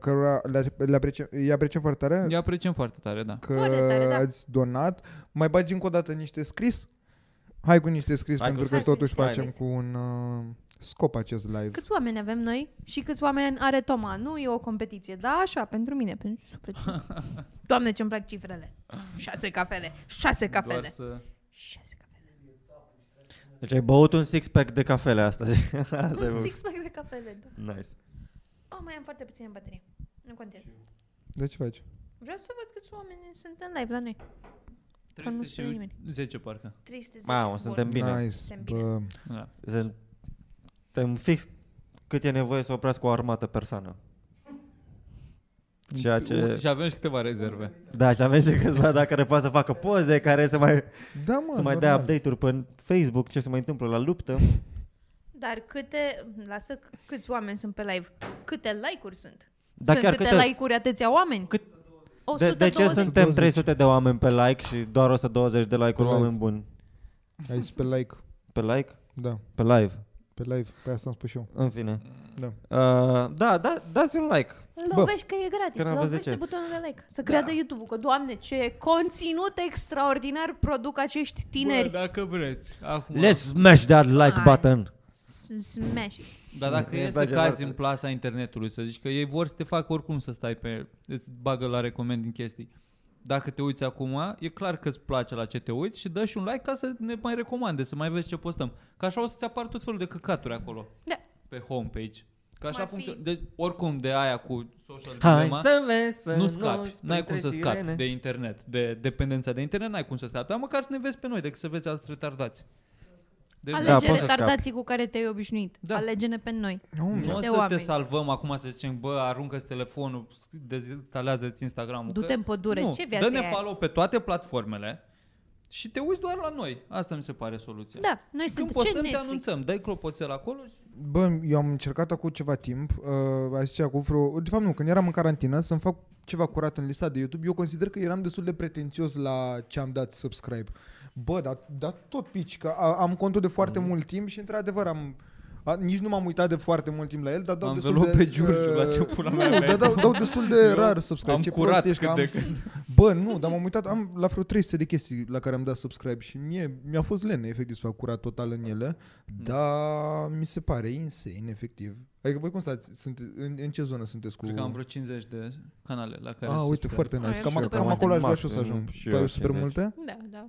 [SPEAKER 6] cărora le, le apreciem, îi apreciem foarte tare
[SPEAKER 3] Îi apreciem foarte tare, da.
[SPEAKER 6] că
[SPEAKER 2] Foarte tare, da.
[SPEAKER 6] ați donat. Mai bagi încă o dată niște scris? Hai cu niște scris,
[SPEAKER 5] Hai cu
[SPEAKER 6] pentru că
[SPEAKER 2] scris.
[SPEAKER 6] totuși
[SPEAKER 5] Hai.
[SPEAKER 6] facem cu un uh, scop acest live.
[SPEAKER 2] Câți oameni avem noi și câți oameni are Toma? Nu e o competiție, da, așa, pentru mine, pentru sufletul.
[SPEAKER 5] (laughs)
[SPEAKER 2] Doamne, ce-mi plac cifrele. Șase cafele, șase
[SPEAKER 3] Doar
[SPEAKER 2] cafele,
[SPEAKER 3] să...
[SPEAKER 2] șase cafele.
[SPEAKER 5] Deci ai băut un six-pack de cafele astăzi. (laughs) Asta e
[SPEAKER 2] Un
[SPEAKER 5] bun.
[SPEAKER 2] six-pack de cafele, da.
[SPEAKER 5] Nice.
[SPEAKER 2] Oh, mai am foarte puțină baterie. Nu contează.
[SPEAKER 6] De ce faci?
[SPEAKER 2] Vreau să văd câți oameni sunt în live la noi. Că nu spune nimeni.
[SPEAKER 3] 310 parcă.
[SPEAKER 2] 310.
[SPEAKER 5] Mamă,
[SPEAKER 2] Bun. Da.
[SPEAKER 5] suntem bine.
[SPEAKER 6] Nice.
[SPEAKER 2] Suntem bine.
[SPEAKER 6] Bă,
[SPEAKER 3] Da.
[SPEAKER 5] Suntem fix cât e nevoie să oprească o armată persană. Ceea ce...
[SPEAKER 3] Și avem și câteva rezerve.
[SPEAKER 5] Da, și avem și câțiva da, care poate să facă poze, care să mai,
[SPEAKER 6] da, mă,
[SPEAKER 5] să mai dea
[SPEAKER 6] normal.
[SPEAKER 5] update-uri pe Facebook, ce se mai întâmplă la luptă.
[SPEAKER 2] Dar câte, lasă c- câți oameni sunt pe live, câte like-uri sunt.
[SPEAKER 5] Dar
[SPEAKER 2] sunt
[SPEAKER 5] Da, chiar
[SPEAKER 2] câte
[SPEAKER 5] câte-
[SPEAKER 2] like-uri atâția oameni.
[SPEAKER 5] Cât, De, de ce
[SPEAKER 2] 120
[SPEAKER 5] suntem
[SPEAKER 6] 120.
[SPEAKER 5] 300 de oameni pe like și doar 120 de like-uri
[SPEAKER 6] Pe live.
[SPEAKER 5] oameni buni?
[SPEAKER 6] Ai zis pe like.
[SPEAKER 5] Pe like?
[SPEAKER 6] Da,
[SPEAKER 5] Pe live.
[SPEAKER 6] pe live. Pe asta am spus și eu.
[SPEAKER 5] În fine.
[SPEAKER 6] Da.
[SPEAKER 5] Uh, da, da, dați un like.
[SPEAKER 2] Lovești că e gratis,
[SPEAKER 5] că n-am văzut
[SPEAKER 2] lovește
[SPEAKER 5] ce.
[SPEAKER 2] butonul de like. Să creadă YouTube-ul că, doamne, ce conținut extraordinar produc acești
[SPEAKER 3] Bă, da.
[SPEAKER 2] tineri.
[SPEAKER 3] dacă vreți. Acum.
[SPEAKER 5] Let's smash that like
[SPEAKER 2] Hai.
[SPEAKER 5] button.
[SPEAKER 2] S- Smash it.
[SPEAKER 3] Dar dacă
[SPEAKER 5] Mie
[SPEAKER 3] e
[SPEAKER 5] îmi
[SPEAKER 3] să
[SPEAKER 5] place
[SPEAKER 3] cazi
[SPEAKER 5] foarte-
[SPEAKER 3] în plasa internetului, să zici că ei vor să te facă oricum să stai pe... Îți bagă la recomand din chestii. Dacă te uiți acum, e clar că îți place la ce te uiți și dă și un like ca să ne mai recomande, să mai vezi ce postăm. Că așa o să-ți apară tot felul de căcaturi acolo,
[SPEAKER 2] Da.
[SPEAKER 3] pe homepage. Că așa
[SPEAKER 2] Cum ar fi?
[SPEAKER 3] funcționează. De, oricum de aia cu social
[SPEAKER 5] Hai
[SPEAKER 3] dilemma,
[SPEAKER 5] să vezi să
[SPEAKER 3] nu scapi.
[SPEAKER 5] spui
[SPEAKER 3] N-ai cum
[SPEAKER 5] trei
[SPEAKER 3] să scapi
[SPEAKER 5] sirene.
[SPEAKER 3] de internet, de dependența de internet, n-ai cum să scapi. Dar măcar să ne vezi pe noi, decât să vezi alți retardați. Deci,
[SPEAKER 5] Ale- da,
[SPEAKER 2] Alege
[SPEAKER 5] poți să
[SPEAKER 2] retardații cu care te-ai obișnuit.
[SPEAKER 3] Da.
[SPEAKER 2] Alege-ne pe noi.
[SPEAKER 3] Nu o
[SPEAKER 2] de
[SPEAKER 3] să te
[SPEAKER 2] oameni.
[SPEAKER 3] salvăm acum să zicem, bă, aruncă-ți telefonul, dezinstalează-ți Instagram-ul.
[SPEAKER 2] Du-te
[SPEAKER 3] că-
[SPEAKER 2] în pădure.
[SPEAKER 3] Nu,
[SPEAKER 2] Ce viață
[SPEAKER 3] Dă-ne
[SPEAKER 2] e aia?
[SPEAKER 3] follow pe toate platformele și te uiți doar la noi. Asta mi se pare soluția.
[SPEAKER 2] Da, noi
[SPEAKER 3] și
[SPEAKER 2] suntem
[SPEAKER 3] când
[SPEAKER 2] ce
[SPEAKER 3] postăm,
[SPEAKER 2] Netflix.
[SPEAKER 3] te anunțăm. Dai clopoțel acolo și...
[SPEAKER 6] Bă, eu am încercat acum ceva timp, uh, aș zicea cu vreo, de fapt nu, când eram în carantină, să-mi fac ceva curat în lista de YouTube, eu consider că eram destul de pretențios la ce am dat subscribe. Bă, dar da tot pici, că a, am contul de foarte mm. mult timp și într-adevăr am... A, nici nu m-am uitat de foarte mult timp la el, dar dau
[SPEAKER 3] Am
[SPEAKER 6] destul
[SPEAKER 3] vălut
[SPEAKER 6] de... uh,
[SPEAKER 3] pe Giurgiu, la ce pula mea
[SPEAKER 6] Nu,
[SPEAKER 3] mea.
[SPEAKER 6] dar dau, dau destul de
[SPEAKER 3] Eu
[SPEAKER 6] rar subscribe.
[SPEAKER 3] am
[SPEAKER 6] ce
[SPEAKER 3] curat
[SPEAKER 6] prost ești,
[SPEAKER 3] cât
[SPEAKER 6] că
[SPEAKER 3] de
[SPEAKER 6] am,
[SPEAKER 3] cât.
[SPEAKER 6] (laughs) Bă, nu, dar m-am uitat, am la vreo 300 de chestii la care am dat subscribe și mie mi-a fost lene efectiv să fac curat total în ele,
[SPEAKER 3] Mm.
[SPEAKER 6] dar mi se pare insane efectiv. Adică voi cum stați? Sunt, în, în ce zonă sunteți cu...
[SPEAKER 3] Cred că am vreo 50 de canale la care
[SPEAKER 6] Ah,
[SPEAKER 3] să
[SPEAKER 6] uite,
[SPEAKER 3] subscribe.
[SPEAKER 6] foarte
[SPEAKER 2] Ah,
[SPEAKER 6] nice.
[SPEAKER 2] eu
[SPEAKER 6] Cam,
[SPEAKER 2] super
[SPEAKER 6] cam
[SPEAKER 2] multe.
[SPEAKER 6] acolo aș vrea și
[SPEAKER 5] Maxim
[SPEAKER 6] eu să ajung.
[SPEAKER 5] și
[SPEAKER 6] Tu
[SPEAKER 5] eu,
[SPEAKER 6] ai super
[SPEAKER 5] 50.
[SPEAKER 6] multe?
[SPEAKER 2] Da, da.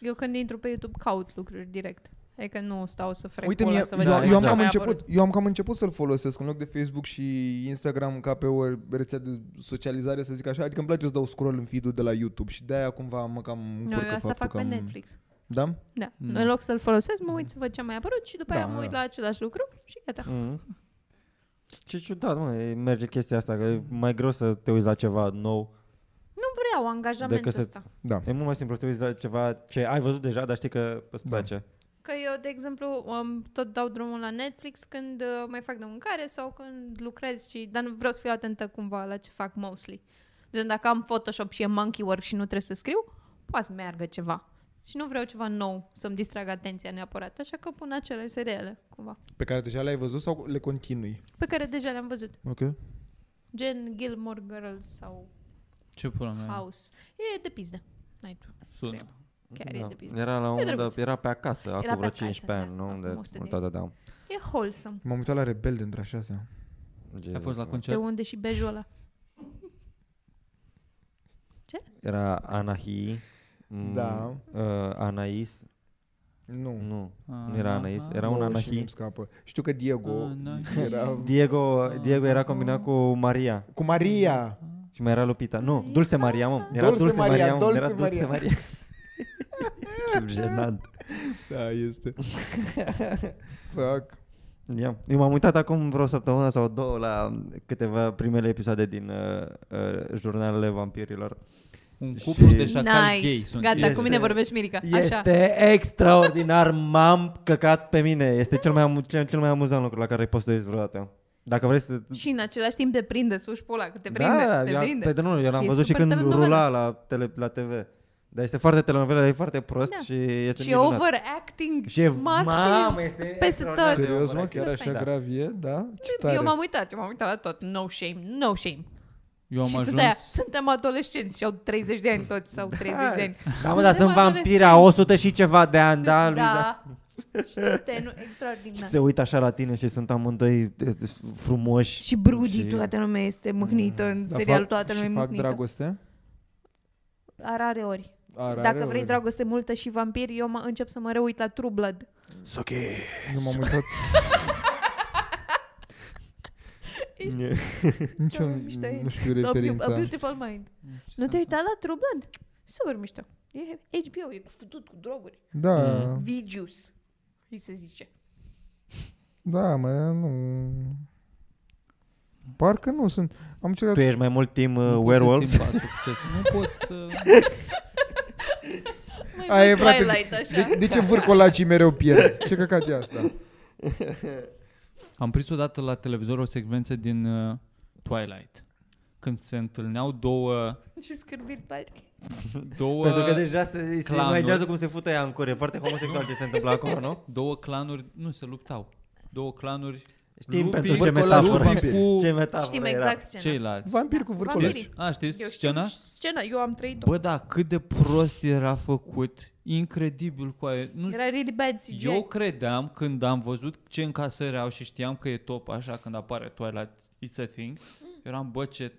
[SPEAKER 2] Eu când intru pe YouTube caut lucruri direct. Adică nu stau să frec
[SPEAKER 6] Uite,
[SPEAKER 2] cola
[SPEAKER 6] mie,
[SPEAKER 2] să
[SPEAKER 6] eu,
[SPEAKER 2] văd ce
[SPEAKER 6] Da, exact. eu, am
[SPEAKER 2] mi-a
[SPEAKER 6] cam
[SPEAKER 2] mai
[SPEAKER 6] început,
[SPEAKER 2] apărut.
[SPEAKER 6] eu am cam început să-l folosesc în loc de Facebook și Instagram ca pe o rețea de socializare, să zic așa. Adică îmi place să dau scroll în feed-ul de la YouTube și de-aia cumva mă cam încurcă
[SPEAKER 2] Nu, eu asta
[SPEAKER 6] faptul
[SPEAKER 2] fac
[SPEAKER 6] că
[SPEAKER 2] pe
[SPEAKER 6] am-
[SPEAKER 2] Netflix.
[SPEAKER 6] Da?
[SPEAKER 2] Da.
[SPEAKER 3] Mm.
[SPEAKER 2] În loc să-l folosesc, mă uit să văd ce a mai apărut și după
[SPEAKER 6] Da,
[SPEAKER 2] aia mă uit
[SPEAKER 6] da.
[SPEAKER 2] la același lucru și gata.
[SPEAKER 5] Mm.
[SPEAKER 3] Mm-hmm.
[SPEAKER 5] Ce ciudat, mă, e- merge chestia asta, că e mai greu să te uiți la ceva nou.
[SPEAKER 2] Nu vreau angajamentul
[SPEAKER 5] Decât să-
[SPEAKER 2] ăsta.
[SPEAKER 6] Da.
[SPEAKER 5] E mult mai simplu să te uiți la ceva ce ai văzut deja, dar știi că îți
[SPEAKER 6] Da.
[SPEAKER 5] place.
[SPEAKER 2] Că eu, de exemplu, um, tot dau drumul la Netflix când uh, mai fac de mâncare sau când lucrez și... Dar nu vreau să fiu atentă cumva la ce fac mostly. Gen, dacă am Photoshop și e monkey work și nu trebuie să scriu, poate să meargă ceva. Și nu vreau ceva nou să-mi distragă atenția neapărat. Așa că pun acele seriale, cumva,
[SPEAKER 6] Pe care deja le-ai văzut sau le continui?
[SPEAKER 2] pe care deja le-am văzut.
[SPEAKER 6] Ok.
[SPEAKER 2] Gen Gilmore Girls sau
[SPEAKER 3] Ce pula mea
[SPEAKER 2] House. E de pizde. N-ai tu.
[SPEAKER 3] sunt.
[SPEAKER 2] Chiar da. e de pizde.
[SPEAKER 5] Era la un
[SPEAKER 2] drăguț.
[SPEAKER 5] era pe acasă, acum
[SPEAKER 2] pe
[SPEAKER 5] vreo
[SPEAKER 2] acasă,
[SPEAKER 5] 15 ani,
[SPEAKER 2] da,
[SPEAKER 5] nu?
[SPEAKER 2] acum
[SPEAKER 5] De,
[SPEAKER 2] 100 de
[SPEAKER 5] da, da, da.
[SPEAKER 2] E wholesome.
[SPEAKER 6] M-am uitat la Rebelde între a șasea.
[SPEAKER 5] Jesus,
[SPEAKER 3] Ai fost la
[SPEAKER 5] mă.
[SPEAKER 2] De
[SPEAKER 3] concert?
[SPEAKER 2] unde și bejul ăla.
[SPEAKER 5] Era Anahi, m,
[SPEAKER 6] Da.
[SPEAKER 5] uh, Anais,
[SPEAKER 6] Nu.
[SPEAKER 5] nu,
[SPEAKER 3] Ah,
[SPEAKER 5] nu era Anais, era
[SPEAKER 6] Nu,
[SPEAKER 5] un
[SPEAKER 6] și
[SPEAKER 5] Anahi.
[SPEAKER 6] nu-mi scapă. Știu că Diego
[SPEAKER 3] Ah, n-ai.
[SPEAKER 6] era...
[SPEAKER 5] Diego, Diego era combinat cu Maria
[SPEAKER 6] Cu Maria!
[SPEAKER 5] și mai era Lupita. Nu, Dulce Maria, mă. Era
[SPEAKER 6] Dulce
[SPEAKER 5] Dulce,
[SPEAKER 6] Maria,
[SPEAKER 5] Maria, mă,
[SPEAKER 6] Dulce
[SPEAKER 5] era Dulce
[SPEAKER 6] Maria.
[SPEAKER 5] Maria.
[SPEAKER 3] (laughs)
[SPEAKER 5] (laughs) Ce jenant.
[SPEAKER 6] Da, este. (laughs) Fuck.
[SPEAKER 5] Ia. Eu m-am uitat acum vreo săptămână sau două la câteva primele episoade din uh, uh, jurnalele vampirilor.
[SPEAKER 3] Un cuplu de șacali
[SPEAKER 2] nice.
[SPEAKER 3] gay sunt.
[SPEAKER 2] Gata,
[SPEAKER 3] ei.
[SPEAKER 2] cu
[SPEAKER 5] Este-
[SPEAKER 2] mine vorbești, Mirica. Așa.
[SPEAKER 5] Este extraordinar, m-am căcat pe mine. Este cel mai, amu- cel, cel mai amuzant lucru la care îi poți să te uiți vreodată. Dacă vrei să...
[SPEAKER 2] Și în același timp te prinde suși pula, că te prinde,
[SPEAKER 5] da,
[SPEAKER 2] te
[SPEAKER 5] eu,
[SPEAKER 2] prinde.
[SPEAKER 5] Pe, nu, eu l-am
[SPEAKER 2] E
[SPEAKER 5] văzut și
[SPEAKER 2] super
[SPEAKER 5] când
[SPEAKER 2] telenovelă.
[SPEAKER 5] rula la, tele, la TV. Dar este foarte telenovelă, dar e foarte prost
[SPEAKER 2] Da.
[SPEAKER 5] da. și este
[SPEAKER 2] și e
[SPEAKER 5] minunat.
[SPEAKER 2] overacting
[SPEAKER 5] Și e-
[SPEAKER 2] maxim
[SPEAKER 5] mamă, este
[SPEAKER 2] peste
[SPEAKER 5] extraordinar
[SPEAKER 2] tot.
[SPEAKER 5] Da, de
[SPEAKER 6] Serios, mă,
[SPEAKER 5] overacting.
[SPEAKER 6] chiar așa
[SPEAKER 5] Da.
[SPEAKER 6] grav e? Da? Ce
[SPEAKER 2] Eu
[SPEAKER 6] tare.
[SPEAKER 2] m-am uitat, eu m-am uitat la tot. No shame, no shame.
[SPEAKER 3] Eu am
[SPEAKER 2] și sunt aia,
[SPEAKER 3] ajuns...
[SPEAKER 2] suntem adolescenți și au 30 de ani toți, sau 30 de ani.
[SPEAKER 5] Da, mă, dar
[SPEAKER 2] Suntem
[SPEAKER 5] sunt vampiri a
[SPEAKER 2] adolescenți.
[SPEAKER 5] 100 și ceva de ani, da, Luiza?
[SPEAKER 2] Da. Știu-te, nu,
[SPEAKER 3] Da.
[SPEAKER 2] extraordinar.
[SPEAKER 5] Se uită așa la tine și sunt amândoi de- de- frumoși.
[SPEAKER 2] Și Brudi, toată lumea este mâhnită
[SPEAKER 5] Da,
[SPEAKER 2] în
[SPEAKER 6] Dar
[SPEAKER 2] serialul,
[SPEAKER 6] fac-
[SPEAKER 2] toată lumea e
[SPEAKER 6] și fac
[SPEAKER 2] mâhnită.
[SPEAKER 6] dragoste?
[SPEAKER 2] Arare ori.
[SPEAKER 6] Arare
[SPEAKER 2] Dacă vrei
[SPEAKER 6] ori?
[SPEAKER 2] dragoste multă și vampiri, eu mă încep să mă reuit la True Blood.
[SPEAKER 6] Nu m-am
[SPEAKER 2] (laughs)
[SPEAKER 6] uitat
[SPEAKER 2] Doamne,
[SPEAKER 6] niciun,
[SPEAKER 2] mișto e.
[SPEAKER 6] nu știu
[SPEAKER 2] A beau- A
[SPEAKER 6] referința.
[SPEAKER 2] Beautiful Mind. Nu te-ai uitat la True Blood? Super mișto. E HBO, e făcut cu droguri.
[SPEAKER 6] Da,
[SPEAKER 2] Vigius, îi se zice.
[SPEAKER 6] da, mă, nu... Parcă nu sunt... Am
[SPEAKER 5] Tu
[SPEAKER 6] încercat...
[SPEAKER 5] ești mai mult team uh,
[SPEAKER 3] Nu pot să
[SPEAKER 5] werewolf?
[SPEAKER 3] țin pasul cu ce- Nu pot să...
[SPEAKER 2] Mai
[SPEAKER 6] Aia e,
[SPEAKER 2] mult
[SPEAKER 6] frate,
[SPEAKER 2] Twilight, așa.
[SPEAKER 6] De, de ce vârcolacii mereu pierd? Ce căcat e asta?
[SPEAKER 3] Am prins odată la televizor o secvență din uh, Twilight. când se întâlneau două,
[SPEAKER 2] (laughs) Și scârbit bani.
[SPEAKER 3] două,
[SPEAKER 5] Pentru că deci- deja se, se
[SPEAKER 3] clanuri.
[SPEAKER 5] imaginează cum se fută ea în cur. E foarte homosexual ce se întâmplă acolo, nu?
[SPEAKER 3] două clanuri, nu se luptau, două clanuri,
[SPEAKER 5] Știm
[SPEAKER 3] Lupi-
[SPEAKER 5] pentru ce
[SPEAKER 6] Vârcul la
[SPEAKER 5] metaforă.
[SPEAKER 6] lupi
[SPEAKER 3] cu-
[SPEAKER 5] Ce metaforă
[SPEAKER 2] Știm
[SPEAKER 5] era.
[SPEAKER 2] exact scena.
[SPEAKER 3] ceilalți.
[SPEAKER 6] Vampir cu vârcolești.
[SPEAKER 5] Deci,
[SPEAKER 2] vampirii.
[SPEAKER 3] A, știi
[SPEAKER 2] Eu știu
[SPEAKER 3] scena?
[SPEAKER 2] scena, eu am trăit-o.
[SPEAKER 3] Bă, da, cât de prost era făcut, incredibil cu aia. Nu
[SPEAKER 2] Era really bad CGI.
[SPEAKER 3] Eu credeam când am văzut ce încasări au și știam că e top așa când apare Twilight It's a Thing,
[SPEAKER 2] Mm.
[SPEAKER 3] eram bă ce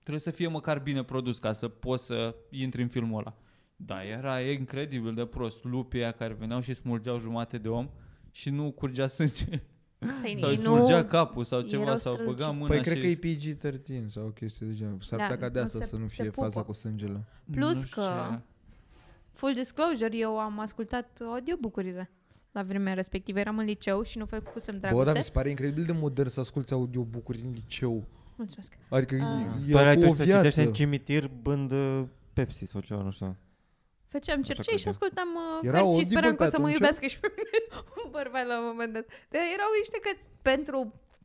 [SPEAKER 3] trebuie să fie măcar bine produs ca să poți să intri în filmul ăla. Da, era incredibil de prost. Lupii aia care veneau și smulgeau jumate de om și nu curgea sânge.
[SPEAKER 2] Păi
[SPEAKER 3] sau îi
[SPEAKER 2] nu,
[SPEAKER 3] smulgea capul sau ceva
[SPEAKER 2] erau
[SPEAKER 3] sau băga
[SPEAKER 2] strălucit.
[SPEAKER 3] mâna
[SPEAKER 6] Păi
[SPEAKER 3] și...
[SPEAKER 6] cred că e PG-13 sau o chestie de genul. S-ar
[SPEAKER 2] Da,
[SPEAKER 6] putea ca de
[SPEAKER 2] nu
[SPEAKER 6] asta
[SPEAKER 2] se-
[SPEAKER 6] să nu
[SPEAKER 2] se
[SPEAKER 6] fie faza
[SPEAKER 2] pupă.
[SPEAKER 6] cu sângele.
[SPEAKER 2] Plus
[SPEAKER 3] Nu știu
[SPEAKER 2] că-
[SPEAKER 3] ce.
[SPEAKER 2] full disclosure, eu am ascultat audiobook-urile la vremea respectivă. Eram în liceu și nu făcusem
[SPEAKER 6] Bă, dar
[SPEAKER 2] dragoste.
[SPEAKER 6] mi se pare incredibil de modern să asculti audiobook-uri în liceu.
[SPEAKER 2] Mulțumesc.
[SPEAKER 6] Adică
[SPEAKER 2] Ah.
[SPEAKER 6] e,
[SPEAKER 5] Twilight
[SPEAKER 6] e o
[SPEAKER 5] o Păi, să citești
[SPEAKER 6] viață.
[SPEAKER 5] în cimitir bând uh, Pepsi sau ceva, nu știu.
[SPEAKER 2] Făceam cercei și
[SPEAKER 5] credeam.
[SPEAKER 2] ascultam uh,
[SPEAKER 6] Erau
[SPEAKER 2] cărți și
[SPEAKER 6] audiobook
[SPEAKER 2] speram că o
[SPEAKER 6] pe
[SPEAKER 2] să mă
[SPEAKER 6] atunci?
[SPEAKER 2] iubească și pe mine (laughs) un bărbat la un moment dat. Dar erau niște cărți pentru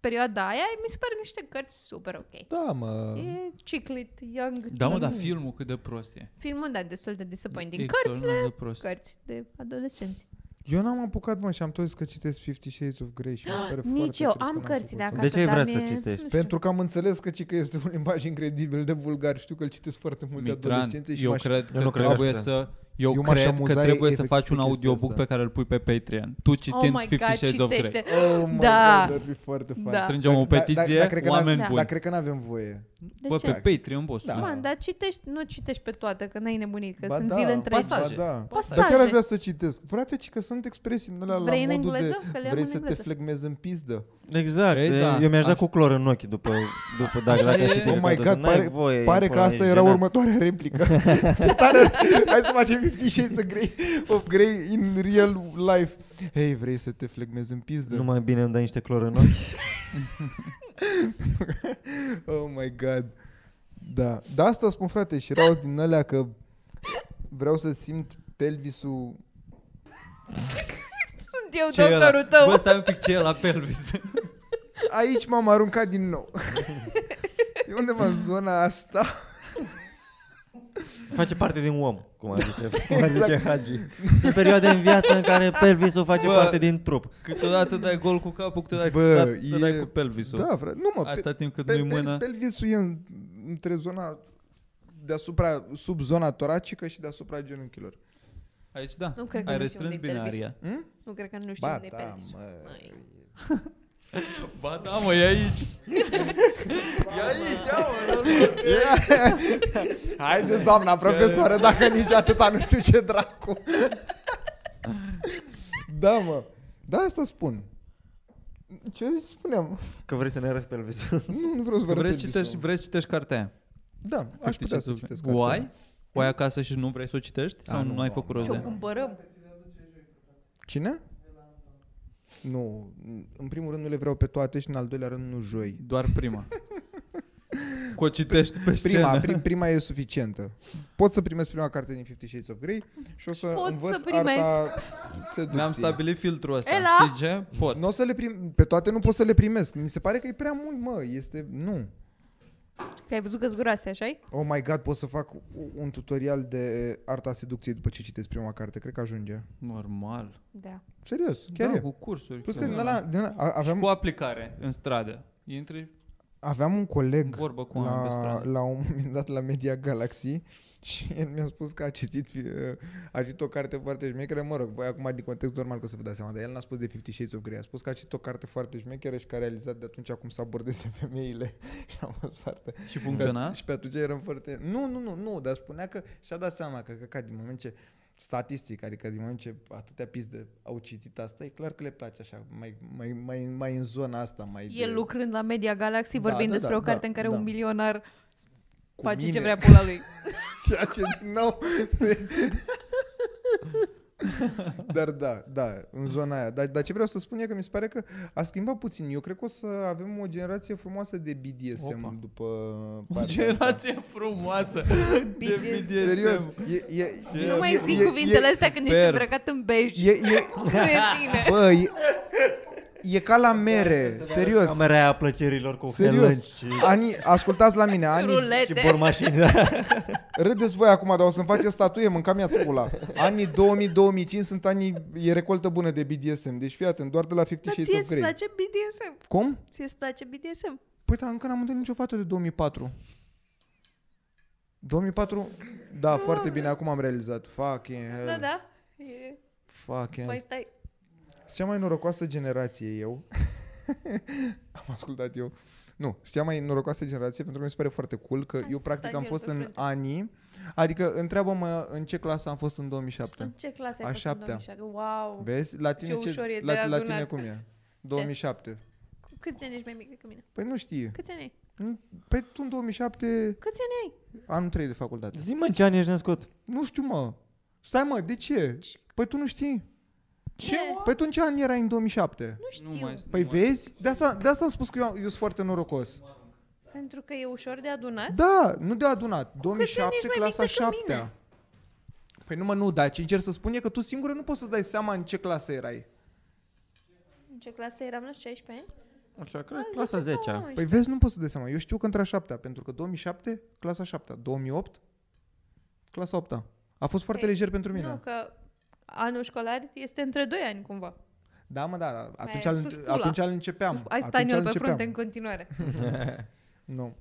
[SPEAKER 2] perioada aia, mi se pare niște cărți super ok.
[SPEAKER 6] Da, mă.
[SPEAKER 2] E ciclit, young,
[SPEAKER 3] Da, mă,
[SPEAKER 2] teen.
[SPEAKER 3] dar filmul cât de prost e.
[SPEAKER 2] Filmul, da, destul de disappointing.
[SPEAKER 3] E
[SPEAKER 2] Cărți,
[SPEAKER 3] extraordinar de prost.
[SPEAKER 2] cărți de adolescenți.
[SPEAKER 6] Eu n-am apucat, mă, și am tot zis că citesc Fifty Shades of Grey și mi se pare foarte
[SPEAKER 2] Ah, Nici eu,
[SPEAKER 6] trist că
[SPEAKER 2] am
[SPEAKER 6] n-am
[SPEAKER 2] cărțile
[SPEAKER 6] făcut-o.
[SPEAKER 2] acasă.
[SPEAKER 5] De ce ai
[SPEAKER 2] dar
[SPEAKER 5] vrea să
[SPEAKER 2] mie-
[SPEAKER 5] citești?
[SPEAKER 2] nu știu.
[SPEAKER 6] Pentru că am înțeles că, ci că este un limbaj incredibil de vulgar. Știu că îl citesc foarte multe
[SPEAKER 3] Mitran,
[SPEAKER 6] adolescențe și
[SPEAKER 3] eu
[SPEAKER 6] m-aș-
[SPEAKER 3] cred
[SPEAKER 5] Eu
[SPEAKER 3] că
[SPEAKER 5] nu cred
[SPEAKER 3] trebuie
[SPEAKER 5] asta.
[SPEAKER 3] să eu,
[SPEAKER 6] Eu m-aș
[SPEAKER 3] cred că
[SPEAKER 6] amuza
[SPEAKER 3] trebuie să
[SPEAKER 6] efectiv
[SPEAKER 3] faci un
[SPEAKER 6] de chestia
[SPEAKER 3] audiobook
[SPEAKER 6] asta.
[SPEAKER 3] pe care îl pui pe Patreon. Tu citind
[SPEAKER 2] oh my
[SPEAKER 3] Fifty
[SPEAKER 2] God,
[SPEAKER 3] Shades of Grey.
[SPEAKER 2] citește.
[SPEAKER 6] Oh my
[SPEAKER 2] Da.
[SPEAKER 6] God, ar fi foarte fain.
[SPEAKER 2] Da.
[SPEAKER 3] Strângem o petiție,
[SPEAKER 6] cred că n-a-
[SPEAKER 3] oameni
[SPEAKER 2] Da.
[SPEAKER 3] buni.
[SPEAKER 6] Dar cred că n-avem voie.
[SPEAKER 2] De
[SPEAKER 3] Bă,
[SPEAKER 2] ce?
[SPEAKER 3] pe Patreon, boss.
[SPEAKER 6] Da.
[SPEAKER 2] Man, dar citești, nu citești pe toate, că n-ai nebunit, că
[SPEAKER 6] Ba
[SPEAKER 2] sunt
[SPEAKER 6] da,
[SPEAKER 2] zile întregi.
[SPEAKER 3] Pasaje.
[SPEAKER 6] Ba da.
[SPEAKER 2] Pasaje.
[SPEAKER 6] Dar chiar aș vrea să citesc. Frate, ci că sunt expresii din alea la
[SPEAKER 2] Vrei în
[SPEAKER 6] modul
[SPEAKER 2] engleză? Că
[SPEAKER 6] de
[SPEAKER 2] le am
[SPEAKER 6] vrei
[SPEAKER 2] în
[SPEAKER 6] să
[SPEAKER 2] engleză.
[SPEAKER 6] te flegmezi în pizdă.
[SPEAKER 5] Exact,
[SPEAKER 3] Ei,
[SPEAKER 5] e-
[SPEAKER 3] da,
[SPEAKER 5] eu mi-aș da
[SPEAKER 3] așa.
[SPEAKER 5] cu clor în ochi după, după dacă,
[SPEAKER 3] Așa
[SPEAKER 5] dacă
[SPEAKER 3] e.
[SPEAKER 5] aș citi
[SPEAKER 6] Oh my
[SPEAKER 5] Ricardo,
[SPEAKER 6] God,
[SPEAKER 5] n-ai
[SPEAKER 6] pare-
[SPEAKER 5] voie,
[SPEAKER 6] Pare
[SPEAKER 5] pula
[SPEAKER 6] că
[SPEAKER 5] mea,
[SPEAKER 6] asta
[SPEAKER 5] e
[SPEAKER 6] era
[SPEAKER 5] jenant.
[SPEAKER 6] următoarea
[SPEAKER 5] (laughs)
[SPEAKER 6] replică. Ce tare! Hai să facem 50 Shades of Grey, of Grey in real life. Hei, vrei să te flegmezi în pizdă?
[SPEAKER 5] Nu mai bine îmi dai niște clor în ochi.
[SPEAKER 6] Oh my god. Da. Da, asta spun frate și erau din alea că vreau să simt pelvisul.
[SPEAKER 2] Sunt eu
[SPEAKER 3] Ce e ăla?
[SPEAKER 2] doctorul tău.
[SPEAKER 3] Bă, stai un pic, ce e la pelvis? (laughs)
[SPEAKER 6] Aici m-am aruncat din nou. E undeva în zona asta.
[SPEAKER 5] Face parte din om, cum ar zice, cum ar
[SPEAKER 6] Exact.
[SPEAKER 5] zice Hagi. Sunt perioade în viață în care pelvisul face
[SPEAKER 3] Bă.
[SPEAKER 5] parte din trup.
[SPEAKER 3] Câteodată dai gol cu capul, câteodată
[SPEAKER 6] Bă,
[SPEAKER 3] Bă, e... dai
[SPEAKER 6] e-
[SPEAKER 3] cu pelvisul.
[SPEAKER 6] Da, frate. Nu mă, pe,
[SPEAKER 3] Atâta timp cât
[SPEAKER 6] pe,
[SPEAKER 3] nu-i
[SPEAKER 6] pe,
[SPEAKER 3] mână.
[SPEAKER 6] pelvisul e în, între zona deasupra, sub zona toracică și deasupra genunchilor.
[SPEAKER 3] Aici da.
[SPEAKER 2] Nu cred că
[SPEAKER 3] Ai
[SPEAKER 2] nu știu
[SPEAKER 3] restrâns
[SPEAKER 2] unde-i
[SPEAKER 3] bine
[SPEAKER 2] pelvisul.
[SPEAKER 3] aria.
[SPEAKER 2] Nu cred că nu știu
[SPEAKER 6] Ba,
[SPEAKER 2] unde e Ah.
[SPEAKER 6] da,
[SPEAKER 2] pelvisul.
[SPEAKER 6] mă.
[SPEAKER 2] Măi.
[SPEAKER 3] Ba da, mă, e aici.
[SPEAKER 6] E aici, mă, Haideți, doamna profesoară, dacă nici atâta nu știu ce dracu. da, mă. Da, asta spun. Ce spuneam?
[SPEAKER 5] Că vrei să ne arăți pelvisul.
[SPEAKER 6] Nu, nu vreau să vă
[SPEAKER 3] Vrei
[SPEAKER 6] repet
[SPEAKER 3] să citești,
[SPEAKER 6] visul.
[SPEAKER 3] vrei să citești cartea aia?
[SPEAKER 6] Da, aș
[SPEAKER 3] Fifty
[SPEAKER 6] putea
[SPEAKER 3] Shades
[SPEAKER 6] să
[SPEAKER 3] of-
[SPEAKER 6] citesc.
[SPEAKER 3] O
[SPEAKER 6] cartea.
[SPEAKER 3] ai? O ai acasă și nu vrei să o citești?
[SPEAKER 6] A,
[SPEAKER 3] Sau
[SPEAKER 6] nu,
[SPEAKER 3] nu ai
[SPEAKER 6] doamne.
[SPEAKER 3] făcut rost de
[SPEAKER 2] Ce o
[SPEAKER 3] ea?
[SPEAKER 2] cumpărăm?
[SPEAKER 6] Cine? Nu, în primul rând nu le vreau pe toate și în al doilea rând nu joi.
[SPEAKER 3] Doar prima. Cu o citești pe scenă.
[SPEAKER 6] Prima,
[SPEAKER 3] (laughs)
[SPEAKER 6] prim, prima e suficientă. Pot să primesc prima carte din Fifty Shades of Grey și o să
[SPEAKER 2] Pot să
[SPEAKER 6] învăț
[SPEAKER 2] primesc.
[SPEAKER 6] arta seducției.
[SPEAKER 3] Mi-am stabilit filtrul ăsta.
[SPEAKER 2] Ela!
[SPEAKER 3] Știi ce? Pot.
[SPEAKER 6] Nu o să le prim, pe toate nu pot să le primesc. Mi se pare că e prea mult, mă. Este, nu.
[SPEAKER 2] Că ai văzut că-s groase, așa
[SPEAKER 6] Oh my god, pot să fac u- un tutorial de arta seducției după ce citesc prima carte. Cred că ajunge.
[SPEAKER 3] Normal.
[SPEAKER 2] Da.
[SPEAKER 6] Serios, chiar
[SPEAKER 3] da,
[SPEAKER 6] e.
[SPEAKER 3] cu cursuri.
[SPEAKER 6] Plus
[SPEAKER 3] cu
[SPEAKER 6] că din
[SPEAKER 3] ăla.
[SPEAKER 6] ala, din ala, a-
[SPEAKER 3] Și
[SPEAKER 6] aveam,
[SPEAKER 3] cu aplicare în stradă. Intri
[SPEAKER 6] aveam un
[SPEAKER 3] în
[SPEAKER 6] coleg
[SPEAKER 3] vorbă cu oameni pe
[SPEAKER 6] la,
[SPEAKER 3] stradă.
[SPEAKER 6] la un moment dat la Media Galaxy (laughs) și el mi-a spus că a citit, uh, a citit o carte foarte șmecheră, mă rog, voi acum din context normal că o să vă dați seama, dar el n-a spus de Fifty Shades of Grey, a spus că a citit o carte foarte șmecheră și că a realizat de atunci cum să abordeze (laughs) femeile și am fost foarte
[SPEAKER 3] Și funcționa?
[SPEAKER 6] Pe, și pe atunci eram foarte... Nu, nu, nu, nu, dar spunea că și-a dat seama că, că, ca din moment ce statistic, adică din moment ce atâtea pizde au citit asta, e clar că le place așa, mai, mai, mai, mai în zona asta, mai
[SPEAKER 2] El
[SPEAKER 6] de,
[SPEAKER 2] lucrând la Media Galaxy,
[SPEAKER 6] Da,
[SPEAKER 2] vorbind
[SPEAKER 6] da,
[SPEAKER 2] despre
[SPEAKER 6] da,
[SPEAKER 2] o carte
[SPEAKER 6] da,
[SPEAKER 2] în care
[SPEAKER 6] da.
[SPEAKER 2] un milionar
[SPEAKER 6] cu
[SPEAKER 2] face ce
[SPEAKER 6] mine,
[SPEAKER 2] vrea pula lui.
[SPEAKER 6] (laughs) Ceea ce, nu, (laughs) Dar da, da, în zona aia. Dar, dar ce vreau să spun e că mi se pare că a schimbat puțin. Eu cred că o să avem o generație frumoasă de BDSM
[SPEAKER 3] Opa.
[SPEAKER 6] după...
[SPEAKER 3] O
[SPEAKER 6] partea asta.
[SPEAKER 3] (laughs) generație frumoasă de BDSM.
[SPEAKER 6] Serios, e, e,
[SPEAKER 2] nu mai zic
[SPEAKER 6] e-
[SPEAKER 2] cuvintele
[SPEAKER 6] e-
[SPEAKER 2] astea când ești
[SPEAKER 3] superb.
[SPEAKER 6] (laughs)
[SPEAKER 2] îmbrăcat în bej.
[SPEAKER 6] E, e,
[SPEAKER 2] Nu e bine.
[SPEAKER 6] Bă, e, E ca la mere, serios.
[SPEAKER 5] Camera aia a plăcerilor cu helănci
[SPEAKER 6] Serios.
[SPEAKER 5] și,
[SPEAKER 6] Ani, ascultați la mine, Ani,
[SPEAKER 5] și
[SPEAKER 2] Rulete.
[SPEAKER 5] bormașini. Da.
[SPEAKER 6] râdeți voi acum, dar o să-mi faceți statuie, mânca mi pula. Anii 2000-2005 sunt anii, e recoltă bună de BDSM, deci fii atent, doar de la
[SPEAKER 2] Dar
[SPEAKER 6] 50 Shades
[SPEAKER 2] ție
[SPEAKER 6] of
[SPEAKER 2] îți
[SPEAKER 6] Grey.
[SPEAKER 2] place BDSM?
[SPEAKER 6] Cum?
[SPEAKER 2] Ție îți place BDSM?
[SPEAKER 6] Păi da, încă n-am întâlnit nicio fată de 2004. 2004? Da, foarte bine, acum am realizat. Fucking hell.
[SPEAKER 2] Da, Păi da. E,
[SPEAKER 6] Fucking
[SPEAKER 2] mai
[SPEAKER 6] hell.
[SPEAKER 2] stai.
[SPEAKER 6] Cea mai norocoasă generație eu. (laughs) am ascultat eu. Nu, sunt cea mai norocoasă generație pentru că mi se pare foarte cool că
[SPEAKER 2] Hai
[SPEAKER 6] eu
[SPEAKER 2] să
[SPEAKER 6] practic
[SPEAKER 2] stai
[SPEAKER 6] am
[SPEAKER 2] el
[SPEAKER 6] fost
[SPEAKER 2] pe
[SPEAKER 6] în
[SPEAKER 2] frunte.
[SPEAKER 6] anii, adică întreabă-mă în ce clasă am fost în 2007.
[SPEAKER 2] În ce clasă ai
[SPEAKER 6] Da. A
[SPEAKER 2] fost
[SPEAKER 6] șaptea.
[SPEAKER 2] în 2007? Wow.
[SPEAKER 6] Vezi? La tine,
[SPEAKER 2] Ce ușor e de
[SPEAKER 6] la, la tine
[SPEAKER 2] adunat.
[SPEAKER 6] cum e? 2007.
[SPEAKER 2] Cu câți ani ești mai mică ca mine?
[SPEAKER 6] Păi nu știi.
[SPEAKER 2] Câți ani ai?
[SPEAKER 6] Păi tu în 2007,
[SPEAKER 2] Câți ani ai?
[SPEAKER 6] anul 3 de facultate.
[SPEAKER 5] (laughs) Zi mă, în ce an ești născut?
[SPEAKER 6] Nu știu, mă. Stai, mă, de ce? Păi tu nu știi.
[SPEAKER 2] Ce?
[SPEAKER 6] Păi tu în ce an erai în 2007?
[SPEAKER 2] Nu știu.
[SPEAKER 6] Păi vezi? De asta, de asta am spus că eu, eu sunt foarte norocos.
[SPEAKER 2] Pentru că e ușor de adunat?
[SPEAKER 6] Da, nu de adunat.
[SPEAKER 2] câți ani
[SPEAKER 6] 2007,
[SPEAKER 2] ești mai
[SPEAKER 6] clasa
[SPEAKER 2] mic decât
[SPEAKER 6] 7
[SPEAKER 2] mine?
[SPEAKER 6] Păi nu mă, nu, dar ce încerc să spun e că tu singură nu poți să-ți dai seama în ce clasă erai.
[SPEAKER 2] Păi În ce clasă eram la 16 ani?
[SPEAKER 5] Așa, cred,
[SPEAKER 2] La
[SPEAKER 5] clasa
[SPEAKER 2] 10
[SPEAKER 5] 10
[SPEAKER 2] sau
[SPEAKER 5] -a.
[SPEAKER 2] 11.
[SPEAKER 6] Păi vezi, nu poți să dai seama. Eu știu că între a șaptea, pentru că 2007, clasa 7 2008, clasa 8 A fost foarte
[SPEAKER 2] Păi,
[SPEAKER 6] lejer pentru mine.
[SPEAKER 2] Nu, că anul școlar este între 2 ani cumva.
[SPEAKER 6] Da, mă, da, da. Atunci,
[SPEAKER 2] ai
[SPEAKER 6] al,
[SPEAKER 2] sus pula.
[SPEAKER 6] atunci îl începeam.
[SPEAKER 2] Sus- Ai
[SPEAKER 6] Atunci îl
[SPEAKER 2] staniul pe
[SPEAKER 6] începeam.
[SPEAKER 2] frunte în continuare.
[SPEAKER 6] (laughs) Nu.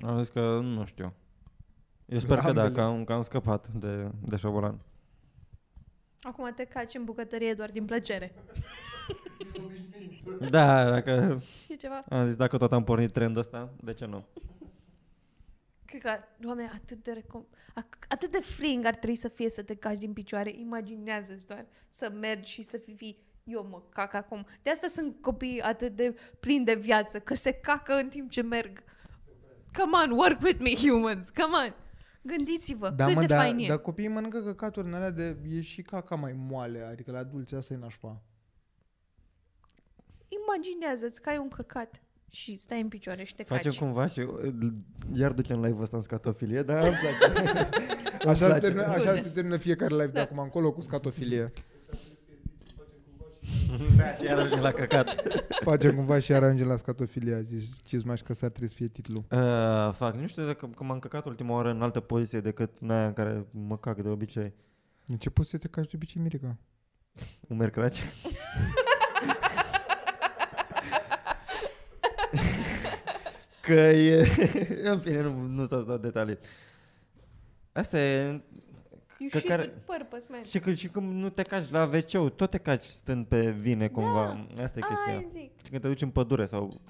[SPEAKER 5] Am zis că nu știu. Eu sper că da,
[SPEAKER 6] Ambele.
[SPEAKER 5] că am, că am scăpat de, de șobolan.
[SPEAKER 2] Acum te caci în bucătărie doar din plăcere.
[SPEAKER 5] Da, dacă,
[SPEAKER 2] Și ceva.
[SPEAKER 5] am zis, dacă tot am pornit trendul ăsta, de ce nu?
[SPEAKER 2] Cred că, doamne, atât de, recom- ac- atât de fring ar trebui să fie să te caci din picioare. Imaginează-ți doar să mergi și să fii eu mă cac acum. De asta sunt copii atât de plini de viață, că se cacă în timp ce merg. Come on, work with me, humans, come on. Gândiți-vă
[SPEAKER 6] Da,
[SPEAKER 2] cât
[SPEAKER 6] mă,
[SPEAKER 2] de
[SPEAKER 6] dar,
[SPEAKER 2] fain e.
[SPEAKER 6] dar copiii mănâncă căcaturi în alea de... E și caca mai moale, adică la dulce, asta e nașpa.
[SPEAKER 2] Imaginează-ți că ai un căcat și stai în picioare și te
[SPEAKER 5] Facem
[SPEAKER 2] caci.
[SPEAKER 5] cumva și iar ducem live-ul ăsta în scatofilie, dar îmi place.
[SPEAKER 6] Așa, se
[SPEAKER 5] place.
[SPEAKER 6] termină, așa se termină fiecare
[SPEAKER 2] Da.
[SPEAKER 6] live de acum încolo cu scatofilie.
[SPEAKER 5] (laughs) da, și iar ajungem la căcat.
[SPEAKER 6] Facem cumva și arangem la scatofilie, a zis Cizmaș că s-ar trebui să fie titlul.
[SPEAKER 5] Uh, fac, nu știu dacă că m-am căcat ultima oară în altă poziție decât în aia în care mă cac de obicei.
[SPEAKER 6] În ce poți să te caci de obicei, Mirica?
[SPEAKER 5] Umer craci. Că e... În fine, nu, nu s-a dat detalii. Asta e...
[SPEAKER 2] You
[SPEAKER 5] Că
[SPEAKER 2] shit
[SPEAKER 5] care-
[SPEAKER 2] with purpose, man.
[SPEAKER 5] Și, că, și cum nu te caci la wc tot te caci stând pe vine cumva.
[SPEAKER 2] Da.
[SPEAKER 5] Asta e chestia.
[SPEAKER 2] Aia zic.
[SPEAKER 5] Și când te duci în pădure sau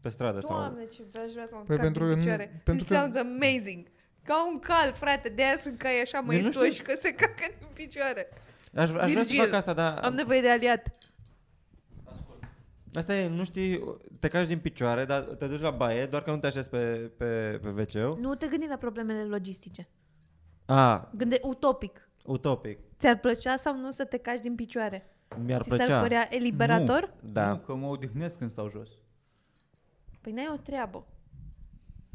[SPEAKER 5] pe stradă sau...
[SPEAKER 2] Doamne, ce vreau, aș vrea să mă
[SPEAKER 6] Păi
[SPEAKER 2] păi
[SPEAKER 6] pentru
[SPEAKER 2] pentru
[SPEAKER 6] că
[SPEAKER 2] din
[SPEAKER 6] nu-
[SPEAKER 2] picioare.
[SPEAKER 6] pentru
[SPEAKER 2] It
[SPEAKER 6] că-
[SPEAKER 2] sounds amazing. Ca un cal, frate, de aia sunt cai așa
[SPEAKER 5] nu știu.
[SPEAKER 2] măistoși că se cacă din picioare.
[SPEAKER 5] Aș, aș vrea să
[SPEAKER 2] Virgil,
[SPEAKER 5] fac asta, dar...
[SPEAKER 2] Am nevoie de aliat.
[SPEAKER 5] Asta e, nu știi, te caci din picioare, dar te duci la baie, doar că nu te așezi pe, pe, pe wc
[SPEAKER 2] Nu te gândi la problemele logistice.
[SPEAKER 5] A,
[SPEAKER 2] Gânde utopic.
[SPEAKER 5] utopic.
[SPEAKER 2] Ți-ar plăcea sau nu să te caci din picioare?
[SPEAKER 5] Mi-ar
[SPEAKER 2] Ți
[SPEAKER 5] plăcea.
[SPEAKER 2] s-ar părea eliberator? Nu.
[SPEAKER 5] Da.
[SPEAKER 3] Nu, că mă odihnesc când stau jos.
[SPEAKER 2] Păi n-ai o treabă.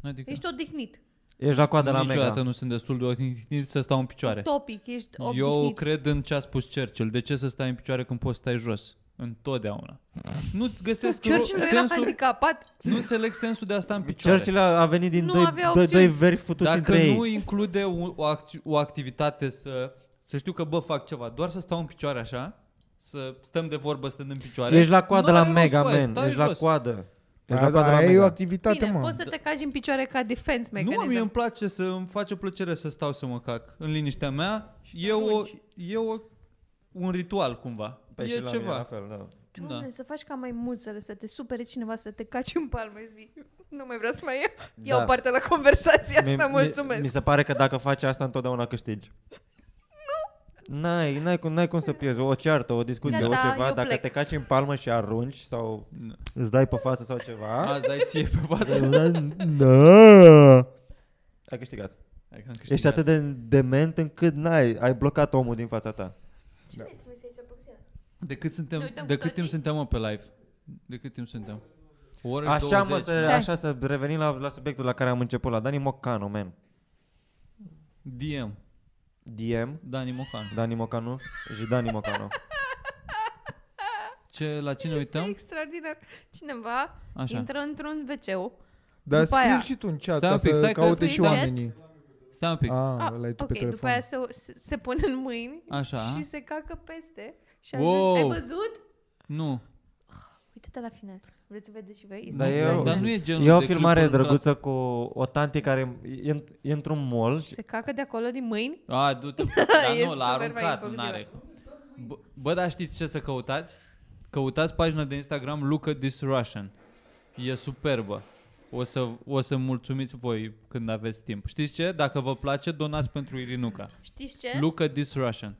[SPEAKER 3] Adică
[SPEAKER 2] Ești odihnit.
[SPEAKER 5] Ești la coada la
[SPEAKER 3] niciodată
[SPEAKER 5] mega.
[SPEAKER 3] nu sunt destul de odihnit să stau în picioare.
[SPEAKER 2] Utopic, ești odihnit.
[SPEAKER 3] Eu cred în ce a spus Churchill. De ce să stai în picioare când poți să stai jos? Întotdeauna. Nu-ți găsesc ro-
[SPEAKER 2] Churchill era
[SPEAKER 3] sensul,
[SPEAKER 2] handicapat.
[SPEAKER 3] nu înțeleg sensul de a sta în picioare.
[SPEAKER 5] Churchill a a venit din
[SPEAKER 2] Nu
[SPEAKER 5] doi,
[SPEAKER 2] avea
[SPEAKER 5] doi,
[SPEAKER 2] opțiuni.
[SPEAKER 5] doi veri futuți
[SPEAKER 3] Dacă
[SPEAKER 5] între
[SPEAKER 3] nu
[SPEAKER 5] ei.
[SPEAKER 3] include o, o, acti- o activitate să, să știu că, bă, fac ceva, doar să stau în picioare așa, să stăm de vorbă stând în picioare.
[SPEAKER 5] Ești la coadă la
[SPEAKER 3] n-are rost,
[SPEAKER 5] mega,
[SPEAKER 3] bă,
[SPEAKER 5] man.
[SPEAKER 3] stai
[SPEAKER 5] Ești la
[SPEAKER 3] jos.
[SPEAKER 5] coadă. Ești
[SPEAKER 6] Da,
[SPEAKER 5] la coadă la
[SPEAKER 6] da, e o
[SPEAKER 5] mega.
[SPEAKER 6] activitate,
[SPEAKER 2] Bine,
[SPEAKER 6] mă.
[SPEAKER 2] poți să te caci din picioare ca defense mechanism.
[SPEAKER 3] Nu, mie îmi place să îmi face plăcere să stau să mă cac în liniștea mea. E, o, e o, un ritual cumva.
[SPEAKER 5] Păi și
[SPEAKER 3] e
[SPEAKER 5] la mine la
[SPEAKER 3] ceva.
[SPEAKER 2] (laughs)
[SPEAKER 5] fel, da.
[SPEAKER 2] Doamne, da. să faci ca mai mulțele, să te supere cineva, să te caci în palmă, zi, nu mai vreau să mai iau,
[SPEAKER 5] Da.
[SPEAKER 2] iau parte la conversația
[SPEAKER 5] Mi-
[SPEAKER 2] asta,
[SPEAKER 5] mi-
[SPEAKER 2] mulțumesc.
[SPEAKER 5] Mi se pare că dacă faci asta, întotdeauna câștigi. N-ai, n-ai, cum, n-ai cum să pierzi o ceartă, o discuție,
[SPEAKER 2] Gata,
[SPEAKER 5] o ceva,
[SPEAKER 2] Da, eu
[SPEAKER 5] dacă
[SPEAKER 2] plec.
[SPEAKER 5] te caci în palmă și arunci sau îți dai pe față sau ceva,
[SPEAKER 3] Azi dai ție pe față.
[SPEAKER 5] da. Ai câștigat.
[SPEAKER 3] Hai că am câștigat.
[SPEAKER 5] Ești atât de dement încât n-ai, ai blocat omul din fața ta.
[SPEAKER 3] De cât,
[SPEAKER 2] Ne
[SPEAKER 3] suntem,
[SPEAKER 2] uităm
[SPEAKER 3] de
[SPEAKER 2] cu
[SPEAKER 3] cât timp
[SPEAKER 2] toții.
[SPEAKER 3] suntem mă pe live? De cât timp suntem? O oră și
[SPEAKER 5] Așa,
[SPEAKER 3] 20.
[SPEAKER 5] mă, să,
[SPEAKER 2] Da.
[SPEAKER 5] așa să revenim la, la subiectul la care am început, la Dani Mocanu, man.
[SPEAKER 3] DM.
[SPEAKER 5] DM,
[SPEAKER 3] Dani Mocan.
[SPEAKER 5] Dani Mocanu și Dani Mocanu.
[SPEAKER 3] Ce, la cine
[SPEAKER 2] Este
[SPEAKER 3] uităm?
[SPEAKER 2] extraordinar. Cineva
[SPEAKER 3] Așa.
[SPEAKER 2] intră într-un wc
[SPEAKER 6] Dar
[SPEAKER 2] După
[SPEAKER 6] scrii
[SPEAKER 2] aia.
[SPEAKER 6] și tu în chat
[SPEAKER 3] Stai
[SPEAKER 6] ca
[SPEAKER 3] un pic,
[SPEAKER 6] să
[SPEAKER 3] stai că-
[SPEAKER 6] caute și
[SPEAKER 2] Prin chat?
[SPEAKER 6] oamenii.
[SPEAKER 3] Stai un pic.
[SPEAKER 6] Ah, ăla e tu
[SPEAKER 2] ok,
[SPEAKER 6] pe
[SPEAKER 2] după
[SPEAKER 6] telefon.
[SPEAKER 2] aia se, se- se pune în mâini
[SPEAKER 3] Așa.
[SPEAKER 2] și se cacă peste. Și a
[SPEAKER 3] Wow.
[SPEAKER 2] zis, ai văzut?
[SPEAKER 3] Nu.
[SPEAKER 2] Uite-te la final. Vreți să vedeți și voi?
[SPEAKER 5] Da,
[SPEAKER 2] Este
[SPEAKER 5] eu-
[SPEAKER 2] exact.
[SPEAKER 3] Dar nu e (laughs) genul
[SPEAKER 5] E o
[SPEAKER 3] de
[SPEAKER 5] filmare
[SPEAKER 3] clipuri în
[SPEAKER 5] drăguță cu o tanti care e, în- e într-un mall și
[SPEAKER 2] Se cacă de acolo din mâini?
[SPEAKER 3] care- A, du-te. Dar
[SPEAKER 2] (laughs) E
[SPEAKER 3] nu, l-a
[SPEAKER 2] super
[SPEAKER 3] aruncat,
[SPEAKER 2] mai
[SPEAKER 3] nu are. Bă, Bă, dar știți ce să căutați? Căutați pagina de Instagram Look at this Russian. E superbă. O să, o să mulțumiți voi când aveți timp. Știți ce? Dacă vă place, donați pentru Irinuca.
[SPEAKER 2] Știți ce?
[SPEAKER 3] Look at this Russian.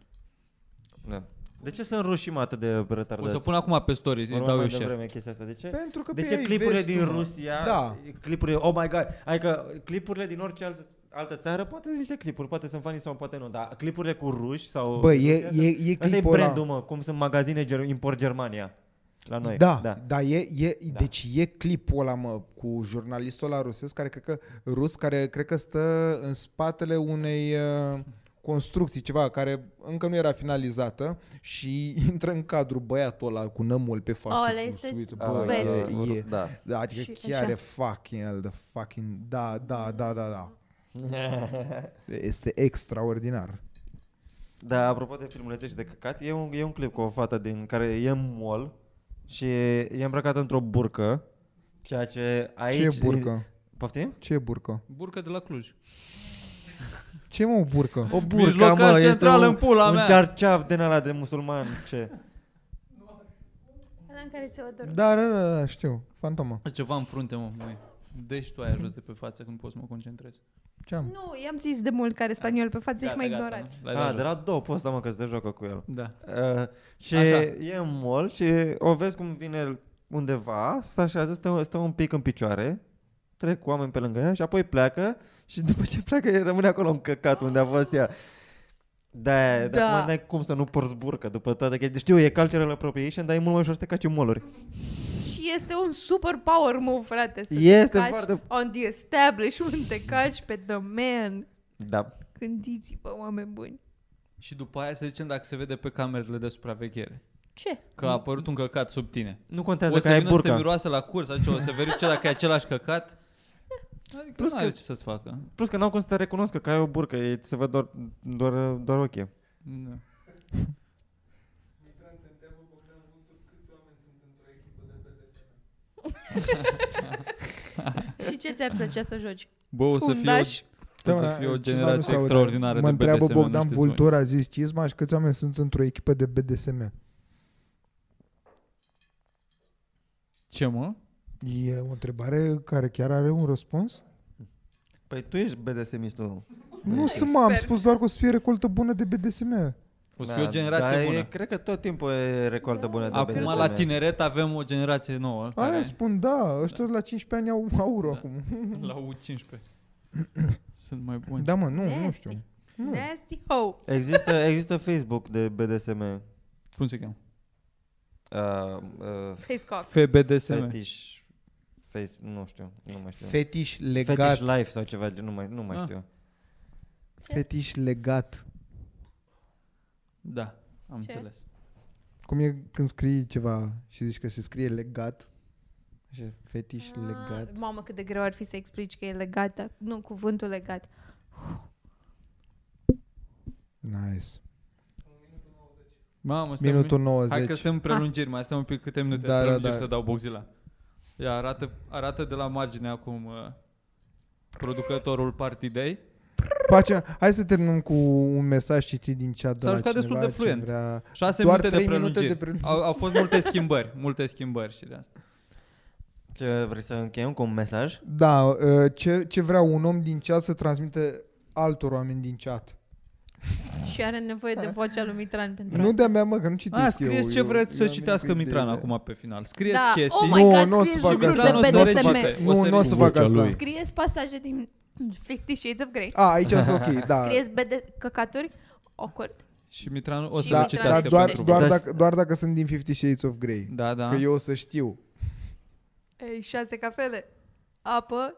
[SPEAKER 5] Da. De ce sunt rușii mă, atât de retardați?
[SPEAKER 3] O să pun acum pe story, îi
[SPEAKER 5] Vorbim
[SPEAKER 3] dau
[SPEAKER 5] mai
[SPEAKER 3] eu share.
[SPEAKER 5] devreme chestia asta. De ce?
[SPEAKER 6] Pentru că
[SPEAKER 5] de
[SPEAKER 6] pe
[SPEAKER 5] ce
[SPEAKER 6] ei
[SPEAKER 5] Deci clipurile
[SPEAKER 6] vezi tu,
[SPEAKER 5] din
[SPEAKER 6] mă.
[SPEAKER 5] Rusia,
[SPEAKER 6] Da.
[SPEAKER 5] clipurile, oh my god, adică clipurile din orice alt, altă țară, poate sunt niște clipuri, poate sunt fani sau poate nu, dar clipurile cu ruși sau...
[SPEAKER 6] Bă,
[SPEAKER 5] din
[SPEAKER 6] e-
[SPEAKER 5] Rusia,
[SPEAKER 6] e-
[SPEAKER 5] asta-
[SPEAKER 6] e
[SPEAKER 5] Asta e
[SPEAKER 6] clipul ăla.
[SPEAKER 5] brandul, mă, cum sunt magazine ger- import Germania la noi.
[SPEAKER 6] Da,
[SPEAKER 5] da.
[SPEAKER 6] da, da, e, e,
[SPEAKER 5] Da.
[SPEAKER 6] da. deci e clipul ăla, mă, cu jurnalistul ăla rusesc, care cred că, rus, care cred că stă în spatele unei uh, construcții, ceva care încă nu era finalizată și (laughs) intră în cadru băiatul ăla cu nămul pe față.
[SPEAKER 2] Ăla
[SPEAKER 6] cu
[SPEAKER 2] este
[SPEAKER 6] suit,
[SPEAKER 5] Ah,
[SPEAKER 6] bă,
[SPEAKER 2] best.
[SPEAKER 6] e, e,
[SPEAKER 5] Da.
[SPEAKER 6] da, adică
[SPEAKER 2] Și
[SPEAKER 6] chiar
[SPEAKER 2] așa.
[SPEAKER 6] e fucking el, the fucking, da, da, da, da,
[SPEAKER 5] (laughs)
[SPEAKER 6] da. este extraordinar.
[SPEAKER 5] Da, apropo de filmulețe și de căcat, e un, e un clip cu o fată din care e în mall și e îmbrăcată într-o burcă, ceea ce aici...
[SPEAKER 6] Ce e burcă?
[SPEAKER 5] Poftim?
[SPEAKER 6] Ce e burcă?
[SPEAKER 3] Burcă de la Cluj.
[SPEAKER 6] Ce e, mă, o burcă?
[SPEAKER 5] O burcă,
[SPEAKER 3] Mijlocaș
[SPEAKER 5] mă, este
[SPEAKER 3] central
[SPEAKER 5] un,
[SPEAKER 3] în pula
[SPEAKER 5] un
[SPEAKER 3] mea.
[SPEAKER 5] cearceaf din ăla de musulman, ce?
[SPEAKER 2] Ăla în care ți-o ador.
[SPEAKER 6] Da, da, da, da, știu, fantomă.
[SPEAKER 3] Ceva în frunte, mă, măi. Deci tu aia jos de pe față când pot să mă concentrez.
[SPEAKER 6] Ce am?
[SPEAKER 2] Nu, i-am zis de mult care staniol pe față și m-a ignorat.
[SPEAKER 3] nu? L-ai dat
[SPEAKER 5] Ah, de
[SPEAKER 3] jos.
[SPEAKER 5] la două poți da, mă, că se joacă cu el.
[SPEAKER 3] Da.
[SPEAKER 5] Uh, și
[SPEAKER 3] Așa.
[SPEAKER 5] e în mall și o vezi cum vine undeva, se așează, stă, stă un pic în picioare, trec cu oameni pe lângă ea și apoi pleacă și după ce pleacă e- rămâne acolo în căcat unde a fost ea. Da,
[SPEAKER 2] Da.
[SPEAKER 5] da. n-ai cum să nu porți burcă după toate chestii. Știu, e cultural appropriation, dar e mult mai ușor să te caci în mall
[SPEAKER 2] Și este un super power move, frate. Să
[SPEAKER 5] Este
[SPEAKER 2] te caci
[SPEAKER 5] foarte-
[SPEAKER 2] on the establishment, te caci pe the man.
[SPEAKER 5] Da.
[SPEAKER 2] Gândiți-vă, oameni buni.
[SPEAKER 3] Și după aia să zicem dacă se vede pe camerele de supraveghere.
[SPEAKER 2] Ce?
[SPEAKER 3] Că a apărut un căcat sub tine.
[SPEAKER 5] Nu contează
[SPEAKER 3] o
[SPEAKER 5] că
[SPEAKER 3] să
[SPEAKER 5] ai
[SPEAKER 3] vină să te
[SPEAKER 5] burcă.
[SPEAKER 3] miroasă la curs, adică o să verifice dacă e același căcat. Adică
[SPEAKER 5] Plus
[SPEAKER 3] Plus nu are
[SPEAKER 5] că-
[SPEAKER 3] ce să-ți facă.
[SPEAKER 5] Plus că n-au cum să te recunoască că ai o burcă, e, se văd doar, doar, doar ochii.
[SPEAKER 3] Da.
[SPEAKER 2] Și ce ți-ar plăcea să joci?
[SPEAKER 3] Bă, o să fie o,
[SPEAKER 2] Fundaș.
[SPEAKER 3] o, să fie o generație extraordinară
[SPEAKER 6] Mă
[SPEAKER 3] de
[SPEAKER 6] întreabă
[SPEAKER 3] BDSM, nu
[SPEAKER 6] Bogdan
[SPEAKER 3] știți voi.
[SPEAKER 6] Vultur, a zis Cizma și câți oameni sunt într-o echipă de BDSM.
[SPEAKER 3] Ce mă?
[SPEAKER 6] E o întrebare care chiar are un răspuns?
[SPEAKER 5] Păi tu ești BDSM-istul.
[SPEAKER 6] Nu
[SPEAKER 5] Păi
[SPEAKER 6] sunt, mă, am spus doar că o să fie recoltă bună de
[SPEAKER 3] Da,
[SPEAKER 6] BDSM.
[SPEAKER 3] O să fie o generație
[SPEAKER 5] Da, dar E,
[SPEAKER 3] bună.
[SPEAKER 5] cred că tot timpul e recoltă bună de
[SPEAKER 3] Acum
[SPEAKER 5] BDSM.
[SPEAKER 3] la tineret avem o generație nouă.
[SPEAKER 6] Aia
[SPEAKER 3] care-
[SPEAKER 6] spun, da, ăștia la 15 ani au
[SPEAKER 3] Da.
[SPEAKER 6] aur acum.
[SPEAKER 3] La U15. Sunt mai buni.
[SPEAKER 6] Da, mă, nu, nu
[SPEAKER 2] Nasty.
[SPEAKER 6] știu.
[SPEAKER 2] Nasty Oh, ho.
[SPEAKER 5] Există, există Facebook de BDSM. Uh,
[SPEAKER 3] Cum se cheamă?
[SPEAKER 5] uh,
[SPEAKER 2] Facecock.
[SPEAKER 3] FBDSM.
[SPEAKER 5] fetish, face, nu știu, nu mai știu.
[SPEAKER 6] Fetiș
[SPEAKER 5] Fetish Life sau ceva, gen, nu mai, nu mai
[SPEAKER 3] Ah.
[SPEAKER 5] știu.
[SPEAKER 6] Fetiș legat.
[SPEAKER 3] Da, am
[SPEAKER 2] Ce?
[SPEAKER 3] înțeles.
[SPEAKER 6] Cum e când scrii ceva și zici că se scrie legat? Așa, fetiș legat.
[SPEAKER 2] Ah, Mamă, cât de greu ar fi să explici că e legată. Nu, cuvântul legat.
[SPEAKER 6] Nice.
[SPEAKER 3] Mamă, stăm-
[SPEAKER 6] Minutul
[SPEAKER 3] Hai că
[SPEAKER 6] 90.
[SPEAKER 2] Ah.
[SPEAKER 3] suntem în prelungiri, mai stăm un pic câte minute
[SPEAKER 6] Da,
[SPEAKER 3] da,
[SPEAKER 6] da,
[SPEAKER 3] prelungiri da,
[SPEAKER 6] da.
[SPEAKER 3] să dau boxila. Ia, arată, arată de la margine acum uh, producătorul partidei.
[SPEAKER 6] Facem, hai să terminăm cu un mesaj citit din chat de
[SPEAKER 3] S-a
[SPEAKER 6] la
[SPEAKER 3] jucat destul
[SPEAKER 6] cineva
[SPEAKER 3] de
[SPEAKER 6] ce
[SPEAKER 3] fluent.
[SPEAKER 6] Vrea...
[SPEAKER 3] 6
[SPEAKER 6] Doar
[SPEAKER 3] minute de
[SPEAKER 6] trei minute
[SPEAKER 3] prelungiri.
[SPEAKER 6] de prelungiri.
[SPEAKER 3] Au, au fost multe schimbări, multe schimbări și de asta.
[SPEAKER 5] Ce, vrei să încheiem cu un mesaj?
[SPEAKER 6] Da, uh, ce, ce vrea un om din chat să transmită altor oameni din chat.
[SPEAKER 2] Și are nevoie de vocea lui Mitran pentru
[SPEAKER 6] Nu
[SPEAKER 2] asta.
[SPEAKER 6] de-a mea, mă, că nu citesc
[SPEAKER 3] A,
[SPEAKER 6] eu.
[SPEAKER 3] scrieți Ah, ce
[SPEAKER 6] eu-
[SPEAKER 3] vreți să
[SPEAKER 6] eu am
[SPEAKER 3] citească
[SPEAKER 6] venit cu
[SPEAKER 3] Mitran
[SPEAKER 6] ideile.
[SPEAKER 3] acum pe final. Scrieți
[SPEAKER 2] da,
[SPEAKER 3] chestii.
[SPEAKER 2] oh my
[SPEAKER 6] Nu,
[SPEAKER 2] god,
[SPEAKER 6] n-o să
[SPEAKER 2] scrieți
[SPEAKER 6] fac
[SPEAKER 2] lucruri
[SPEAKER 6] asta.
[SPEAKER 2] de
[SPEAKER 3] Mitran o să
[SPEAKER 2] BDSM.
[SPEAKER 3] recite.
[SPEAKER 6] Nu,
[SPEAKER 3] să
[SPEAKER 6] nu o să fac asta.
[SPEAKER 2] Scrieți pasaje din Fifty Shades of Grey.
[SPEAKER 6] A, aici sunt ok, da.
[SPEAKER 2] Scrieți BD căcaturi. Awkward.
[SPEAKER 3] Și Mitran o să
[SPEAKER 2] Și
[SPEAKER 3] vă
[SPEAKER 6] da,
[SPEAKER 2] Mitran
[SPEAKER 6] da,
[SPEAKER 3] citească
[SPEAKER 2] citește.
[SPEAKER 6] doar,
[SPEAKER 3] pentru voi.
[SPEAKER 6] doar,
[SPEAKER 5] voi.
[SPEAKER 6] dacă, doar dacă sunt din Fifty Shades of Grey.
[SPEAKER 3] Da, da.
[SPEAKER 6] Că eu o să știu.
[SPEAKER 2] Ei, șase cafele. Apă.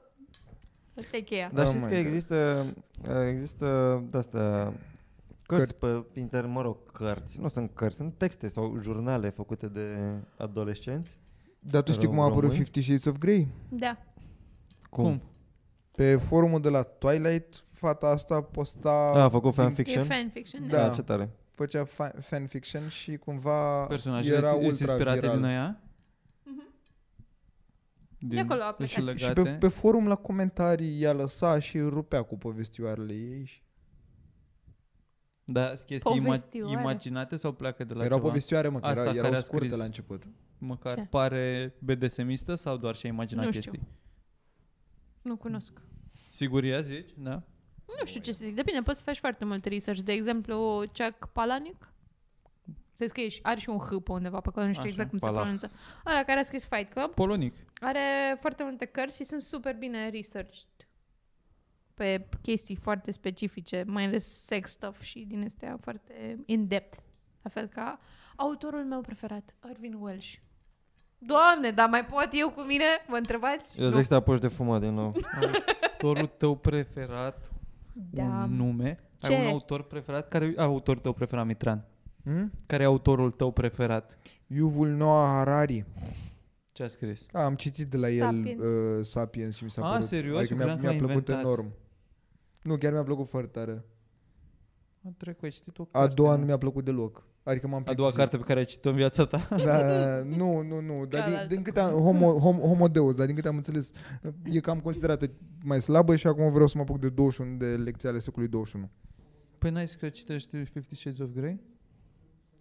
[SPEAKER 2] Asta e cheia.
[SPEAKER 5] Dar
[SPEAKER 6] Oh
[SPEAKER 5] știți
[SPEAKER 6] my
[SPEAKER 5] că
[SPEAKER 6] God.
[SPEAKER 5] există, uh, există de-asta cărți pe internet, mă rog, cărți, nu sunt cărți, sunt texte sau jurnale făcute de adolescenți.
[SPEAKER 6] Dar tu știi cum a apărut
[SPEAKER 5] Români?
[SPEAKER 6] Fifty Shades of Grey?
[SPEAKER 2] Da.
[SPEAKER 3] Cum?
[SPEAKER 6] Pe forumul de la Twilight, fata asta posta...
[SPEAKER 3] Da,
[SPEAKER 5] A, a făcut fanfiction?
[SPEAKER 2] E fanfiction.
[SPEAKER 6] Da.
[SPEAKER 5] ce tare.
[SPEAKER 6] făcea fa- fanfiction și cumva
[SPEAKER 3] Personajele
[SPEAKER 6] era
[SPEAKER 3] sunt
[SPEAKER 6] ultra
[SPEAKER 3] inspirate
[SPEAKER 6] viral.
[SPEAKER 3] din aia?
[SPEAKER 2] Mhm. De acolo a
[SPEAKER 3] și
[SPEAKER 2] plecat.
[SPEAKER 6] Și
[SPEAKER 3] legate.
[SPEAKER 6] pe, pe forum la comentarii ea lăsa și rupea cu povestioarele ei. Și
[SPEAKER 3] Da, sunt chestii ima-
[SPEAKER 2] Povestioare.
[SPEAKER 3] imaginate sau pleacă de la
[SPEAKER 6] erau
[SPEAKER 3] ceva?
[SPEAKER 6] povestioare, mă, că
[SPEAKER 3] Asta
[SPEAKER 6] era,
[SPEAKER 3] care
[SPEAKER 6] erau
[SPEAKER 3] a
[SPEAKER 6] scurte
[SPEAKER 3] scris.
[SPEAKER 6] la început.
[SPEAKER 3] Măcar
[SPEAKER 2] Ce?
[SPEAKER 3] pare BDSM-istă sau doar și-a imaginat
[SPEAKER 2] Nu știu.
[SPEAKER 3] chestii?
[SPEAKER 2] Nu cunosc.
[SPEAKER 3] Sigur ea zici, da?
[SPEAKER 2] Nu știu ce să zic. Depinde, poți să faci foarte mult research. De exemplu, Chuck Palahniuk. Să zic că e și- are și un H pe undeva, pe acolo nu știu
[SPEAKER 3] Așa,
[SPEAKER 2] exact cum
[SPEAKER 5] Palah.
[SPEAKER 2] se pronunță. Ăla care a scris Fight Club.
[SPEAKER 3] Polonic.
[SPEAKER 2] Are foarte multe cărți și sunt super bine researched pe chestii foarte specifice, mai ales sex stuff și din astea foarte in-depth. La fel ca autorul meu preferat, Irvin Welsh. Doamne, dar mai pot eu cu mine? Mă întrebați?
[SPEAKER 5] Eu zic să te apuci de fumat din nou.
[SPEAKER 2] (laughs)
[SPEAKER 3] Autorul tău preferat,
[SPEAKER 2] Da.
[SPEAKER 3] un nume.
[SPEAKER 2] Ce?
[SPEAKER 3] Ai un autor preferat? Care e autorul tău preferat, Mitran?
[SPEAKER 6] Hmm?
[SPEAKER 3] Care e autorul tău preferat?
[SPEAKER 6] Yuvul Noah Harari.
[SPEAKER 3] Ce a scris?
[SPEAKER 6] A, am citit de la
[SPEAKER 2] Sapiens.
[SPEAKER 6] el uh, Sapiens și mi s-a
[SPEAKER 3] A,
[SPEAKER 6] părut.
[SPEAKER 3] serios?
[SPEAKER 6] Adică
[SPEAKER 3] Eu
[SPEAKER 6] mi-a,
[SPEAKER 3] credeam că
[SPEAKER 6] mi-a
[SPEAKER 3] l-a
[SPEAKER 6] plăcut
[SPEAKER 3] inventat.
[SPEAKER 6] enorm. Nu, chiar mi-a plăcut foarte tare.
[SPEAKER 3] A trecut, ai citit o
[SPEAKER 6] A
[SPEAKER 3] carte,
[SPEAKER 6] doua nu mi-a plăcut deloc. Adică m-am
[SPEAKER 3] A doua
[SPEAKER 6] plictisit.
[SPEAKER 3] carte pe care ai citit-o în viața ta?
[SPEAKER 2] (laughs)
[SPEAKER 6] Da, nu, nu, nu, dar din,
[SPEAKER 2] Cealaltă.
[SPEAKER 6] din câte am, homo, hom, homo deus, dar din câte am înțeles, e cam considerată mai slabă și acum vreau să mă apuc de 21 de lecții ale secolului 21.
[SPEAKER 3] Păi n-ai zis că citești Fifty Shades of Grey?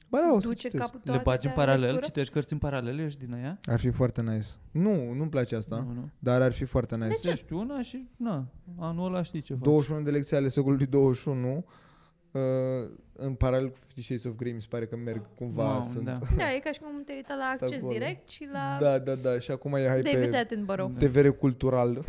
[SPEAKER 6] Ba da, o să
[SPEAKER 2] Duce
[SPEAKER 6] citesc.
[SPEAKER 2] capul tău
[SPEAKER 3] Le bagi în
[SPEAKER 2] atâta
[SPEAKER 3] paralel?
[SPEAKER 2] lectură?
[SPEAKER 3] Citești cărți în paralel? Ești din aia?
[SPEAKER 6] Ar fi foarte nice. Nu, nu-mi place asta,
[SPEAKER 3] Nu, nu.
[SPEAKER 6] dar ar fi foarte nice.
[SPEAKER 3] Deci ești una și, na, anul ăla știi ce faci.
[SPEAKER 6] 21 de lecții ale secolului 21, uh, în paralel cu Fifty Shades of Grey, mi se pare că merg cumva,
[SPEAKER 3] Mamă,
[SPEAKER 6] sunt...
[SPEAKER 3] Da.
[SPEAKER 2] Da, e ca și cum te uita la acces
[SPEAKER 6] acolo.
[SPEAKER 2] direct și la da,
[SPEAKER 6] (laughs) Da, da, da, și acum e hai
[SPEAKER 2] David
[SPEAKER 6] pe
[SPEAKER 2] Attenborough.
[SPEAKER 6] TVR cultural.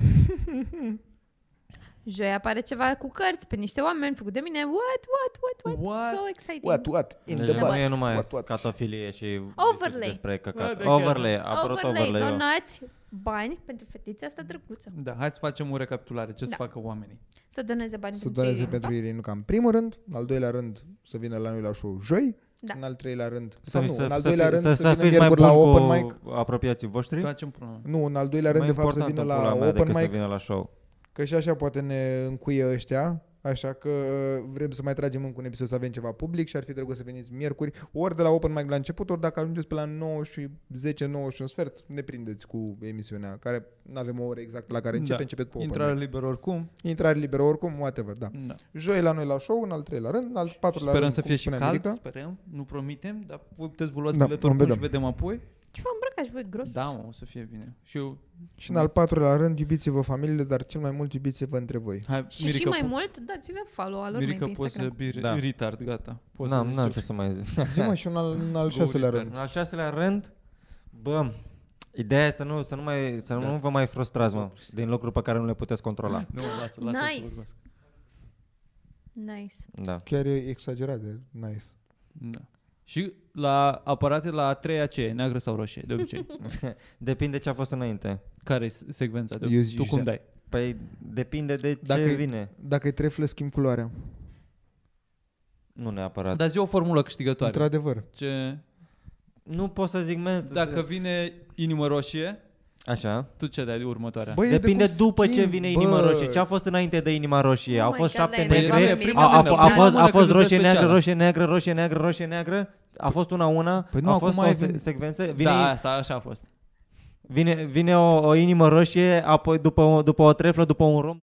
[SPEAKER 2] Joi apare ceva cu cărți pe niște oameni făcut de mine. What, what, what, what?
[SPEAKER 3] What?
[SPEAKER 2] So exciting.
[SPEAKER 6] What, what, in the
[SPEAKER 5] Deci nu
[SPEAKER 6] butt.
[SPEAKER 5] e numai
[SPEAKER 6] What, what.
[SPEAKER 5] catofilie și
[SPEAKER 2] Overlay.
[SPEAKER 5] discuții despre
[SPEAKER 3] Da,
[SPEAKER 5] căcat.
[SPEAKER 3] de
[SPEAKER 5] Overlay, a apărut
[SPEAKER 2] overlay,
[SPEAKER 5] overlay. eu.
[SPEAKER 2] donați bani pentru fetița asta drăguță.
[SPEAKER 3] Da, hai să facem o recapitulare. Ce da. să
[SPEAKER 2] Da.
[SPEAKER 3] facă oamenii?
[SPEAKER 2] Să doneze bani Da.
[SPEAKER 6] Să doneze pentru Irinu Cam. În primul rând, în al doilea rând, să vină la noi la show joi,
[SPEAKER 2] Da.
[SPEAKER 6] în al treilea rând, să
[SPEAKER 5] Să,
[SPEAKER 6] sau nu,
[SPEAKER 5] fi-
[SPEAKER 6] în
[SPEAKER 5] să,
[SPEAKER 6] al
[SPEAKER 5] să,
[SPEAKER 6] doilea
[SPEAKER 5] fi-
[SPEAKER 6] rând
[SPEAKER 5] să,
[SPEAKER 6] să,
[SPEAKER 5] să
[SPEAKER 6] vină
[SPEAKER 5] fiți mai
[SPEAKER 6] miercuri
[SPEAKER 5] bun
[SPEAKER 6] la
[SPEAKER 5] cu
[SPEAKER 6] open mic.
[SPEAKER 5] apropiații voștri.
[SPEAKER 3] Facem probleme.
[SPEAKER 6] Nu, în al doilea rând, de fapt, să
[SPEAKER 5] important
[SPEAKER 6] vină
[SPEAKER 5] în pula
[SPEAKER 6] la
[SPEAKER 5] mea
[SPEAKER 6] open
[SPEAKER 5] decât să
[SPEAKER 6] mic,
[SPEAKER 5] vină la show.
[SPEAKER 6] că și așa poate ne încuie ăștia, așa că uh, vrem să mai tragem încă un episod să avem ceva public și ar fi drăguț să veniți miercuri, ori de la open mic la început, ori dacă ajungeți pe la 9 și 10, 9 și un sfert, ne prindeți cu emisiunea, care nu avem o oră exactă la care începe,
[SPEAKER 3] Da.
[SPEAKER 6] da. începe cu open
[SPEAKER 3] Intrare
[SPEAKER 6] Intrare...
[SPEAKER 3] liberă oricum.
[SPEAKER 6] Intrare liberă oricum, whatever, da.
[SPEAKER 3] Da.
[SPEAKER 6] Joi la noi la show, în al treilea rând, în al patrulea
[SPEAKER 3] Sperăm
[SPEAKER 6] rând,
[SPEAKER 3] să
[SPEAKER 6] cum
[SPEAKER 3] fie și
[SPEAKER 6] spunea
[SPEAKER 3] cald,
[SPEAKER 6] Mirica.
[SPEAKER 3] sperăm. Nu promitem, dar voi puteți vă luați
[SPEAKER 6] Da,
[SPEAKER 3] da, biletul oricum
[SPEAKER 6] vedem.
[SPEAKER 3] și vedem apoi.
[SPEAKER 2] Ce vă îmbrăcați voi gros?
[SPEAKER 3] Da, mă, o să fie bine. Și eu...
[SPEAKER 6] Și în al patrulea rând, iubiți-vă familiile, dar cel mai mult iubiți-vă între voi.
[SPEAKER 3] Hai,
[SPEAKER 2] Și, și mai
[SPEAKER 3] po-
[SPEAKER 2] mult, dați-le follow al lor
[SPEAKER 3] Mirica
[SPEAKER 2] pe
[SPEAKER 3] poți să
[SPEAKER 2] Instagram.
[SPEAKER 3] bi
[SPEAKER 5] Da.
[SPEAKER 3] da. retard, gata. Poți
[SPEAKER 5] N-am,
[SPEAKER 3] să
[SPEAKER 5] n-am
[SPEAKER 3] zici
[SPEAKER 5] ce
[SPEAKER 3] tu.
[SPEAKER 5] să mai zic.
[SPEAKER 6] Zi mă, și în al, în al șaselea
[SPEAKER 3] Două
[SPEAKER 6] rând.
[SPEAKER 5] În al șaselea rând, bă, ideea este nu, să, nu, mai, să
[SPEAKER 3] Da.
[SPEAKER 5] nu vă mai frustrați, mă, din lucruri pe care nu le puteți controla.
[SPEAKER 3] Nu, lasă, lasă.
[SPEAKER 2] Nice. Nice.
[SPEAKER 3] (laughs)
[SPEAKER 5] Da.
[SPEAKER 6] Chiar e exagerat de nice.
[SPEAKER 3] Da. Și la aparate la a treia ce e? Neagră sau roșie,
[SPEAKER 2] (laughs)
[SPEAKER 3] de obicei?
[SPEAKER 5] Depinde ce a fost înainte.
[SPEAKER 3] Care e secvența? De
[SPEAKER 6] Eu
[SPEAKER 3] obicei?
[SPEAKER 6] zic
[SPEAKER 3] tu cum
[SPEAKER 6] și-
[SPEAKER 3] dai?
[SPEAKER 5] Păi depinde de
[SPEAKER 6] Dacă
[SPEAKER 5] ce
[SPEAKER 6] e-
[SPEAKER 5] vine.
[SPEAKER 6] Dacă e treflă, schimb culoarea.
[SPEAKER 5] Nu neapărat.
[SPEAKER 6] Da.
[SPEAKER 3] Dar zi o formulă câștigătoare.
[SPEAKER 6] Într-adevăr.
[SPEAKER 3] Ce...
[SPEAKER 5] Nu pot să zic, men,
[SPEAKER 3] Dacă vine inimă roșie,
[SPEAKER 5] Așa.
[SPEAKER 3] tu ce dai de următoarea?
[SPEAKER 6] Băi, Păi, e de
[SPEAKER 5] Depinde
[SPEAKER 6] cum
[SPEAKER 5] după
[SPEAKER 6] schimb,
[SPEAKER 5] ce vine
[SPEAKER 6] bă.
[SPEAKER 5] inima roșie. Ce a fost înainte de inima roșie?
[SPEAKER 2] Oh
[SPEAKER 5] Au
[SPEAKER 2] my
[SPEAKER 5] fost
[SPEAKER 2] God,
[SPEAKER 5] șapte
[SPEAKER 2] la
[SPEAKER 3] Păi
[SPEAKER 5] negre.
[SPEAKER 3] era
[SPEAKER 2] Mirica
[SPEAKER 5] A, a,
[SPEAKER 2] Mirica
[SPEAKER 5] f- a,
[SPEAKER 2] Mirica
[SPEAKER 5] fost,
[SPEAKER 3] Mirica
[SPEAKER 5] a fost
[SPEAKER 3] Mirica
[SPEAKER 5] roșie, neagră,
[SPEAKER 3] specială.
[SPEAKER 5] roșie, neagră, roșie, neagră, roșie, neagră. A fost una una.
[SPEAKER 3] Păi nu,
[SPEAKER 5] a
[SPEAKER 3] acum
[SPEAKER 5] fost
[SPEAKER 3] e
[SPEAKER 5] o
[SPEAKER 3] vin-
[SPEAKER 5] se- secvență. Vine,
[SPEAKER 3] Da, asta așa a fost.
[SPEAKER 5] vine, vine o, o inimă roșie, apoi după, o- după o treflă, după un rum.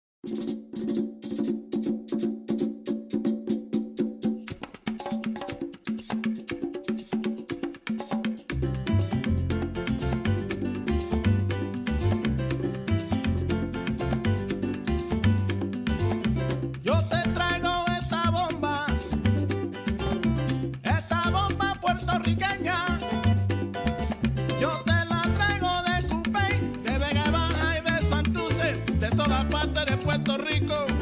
[SPEAKER 1] Yo te traigo esta bomba, esta bomba puertorriqueña. Yo te la traigo de Cupey, de Vega Baja y de Santurce, de todas partes de Puerto Rico.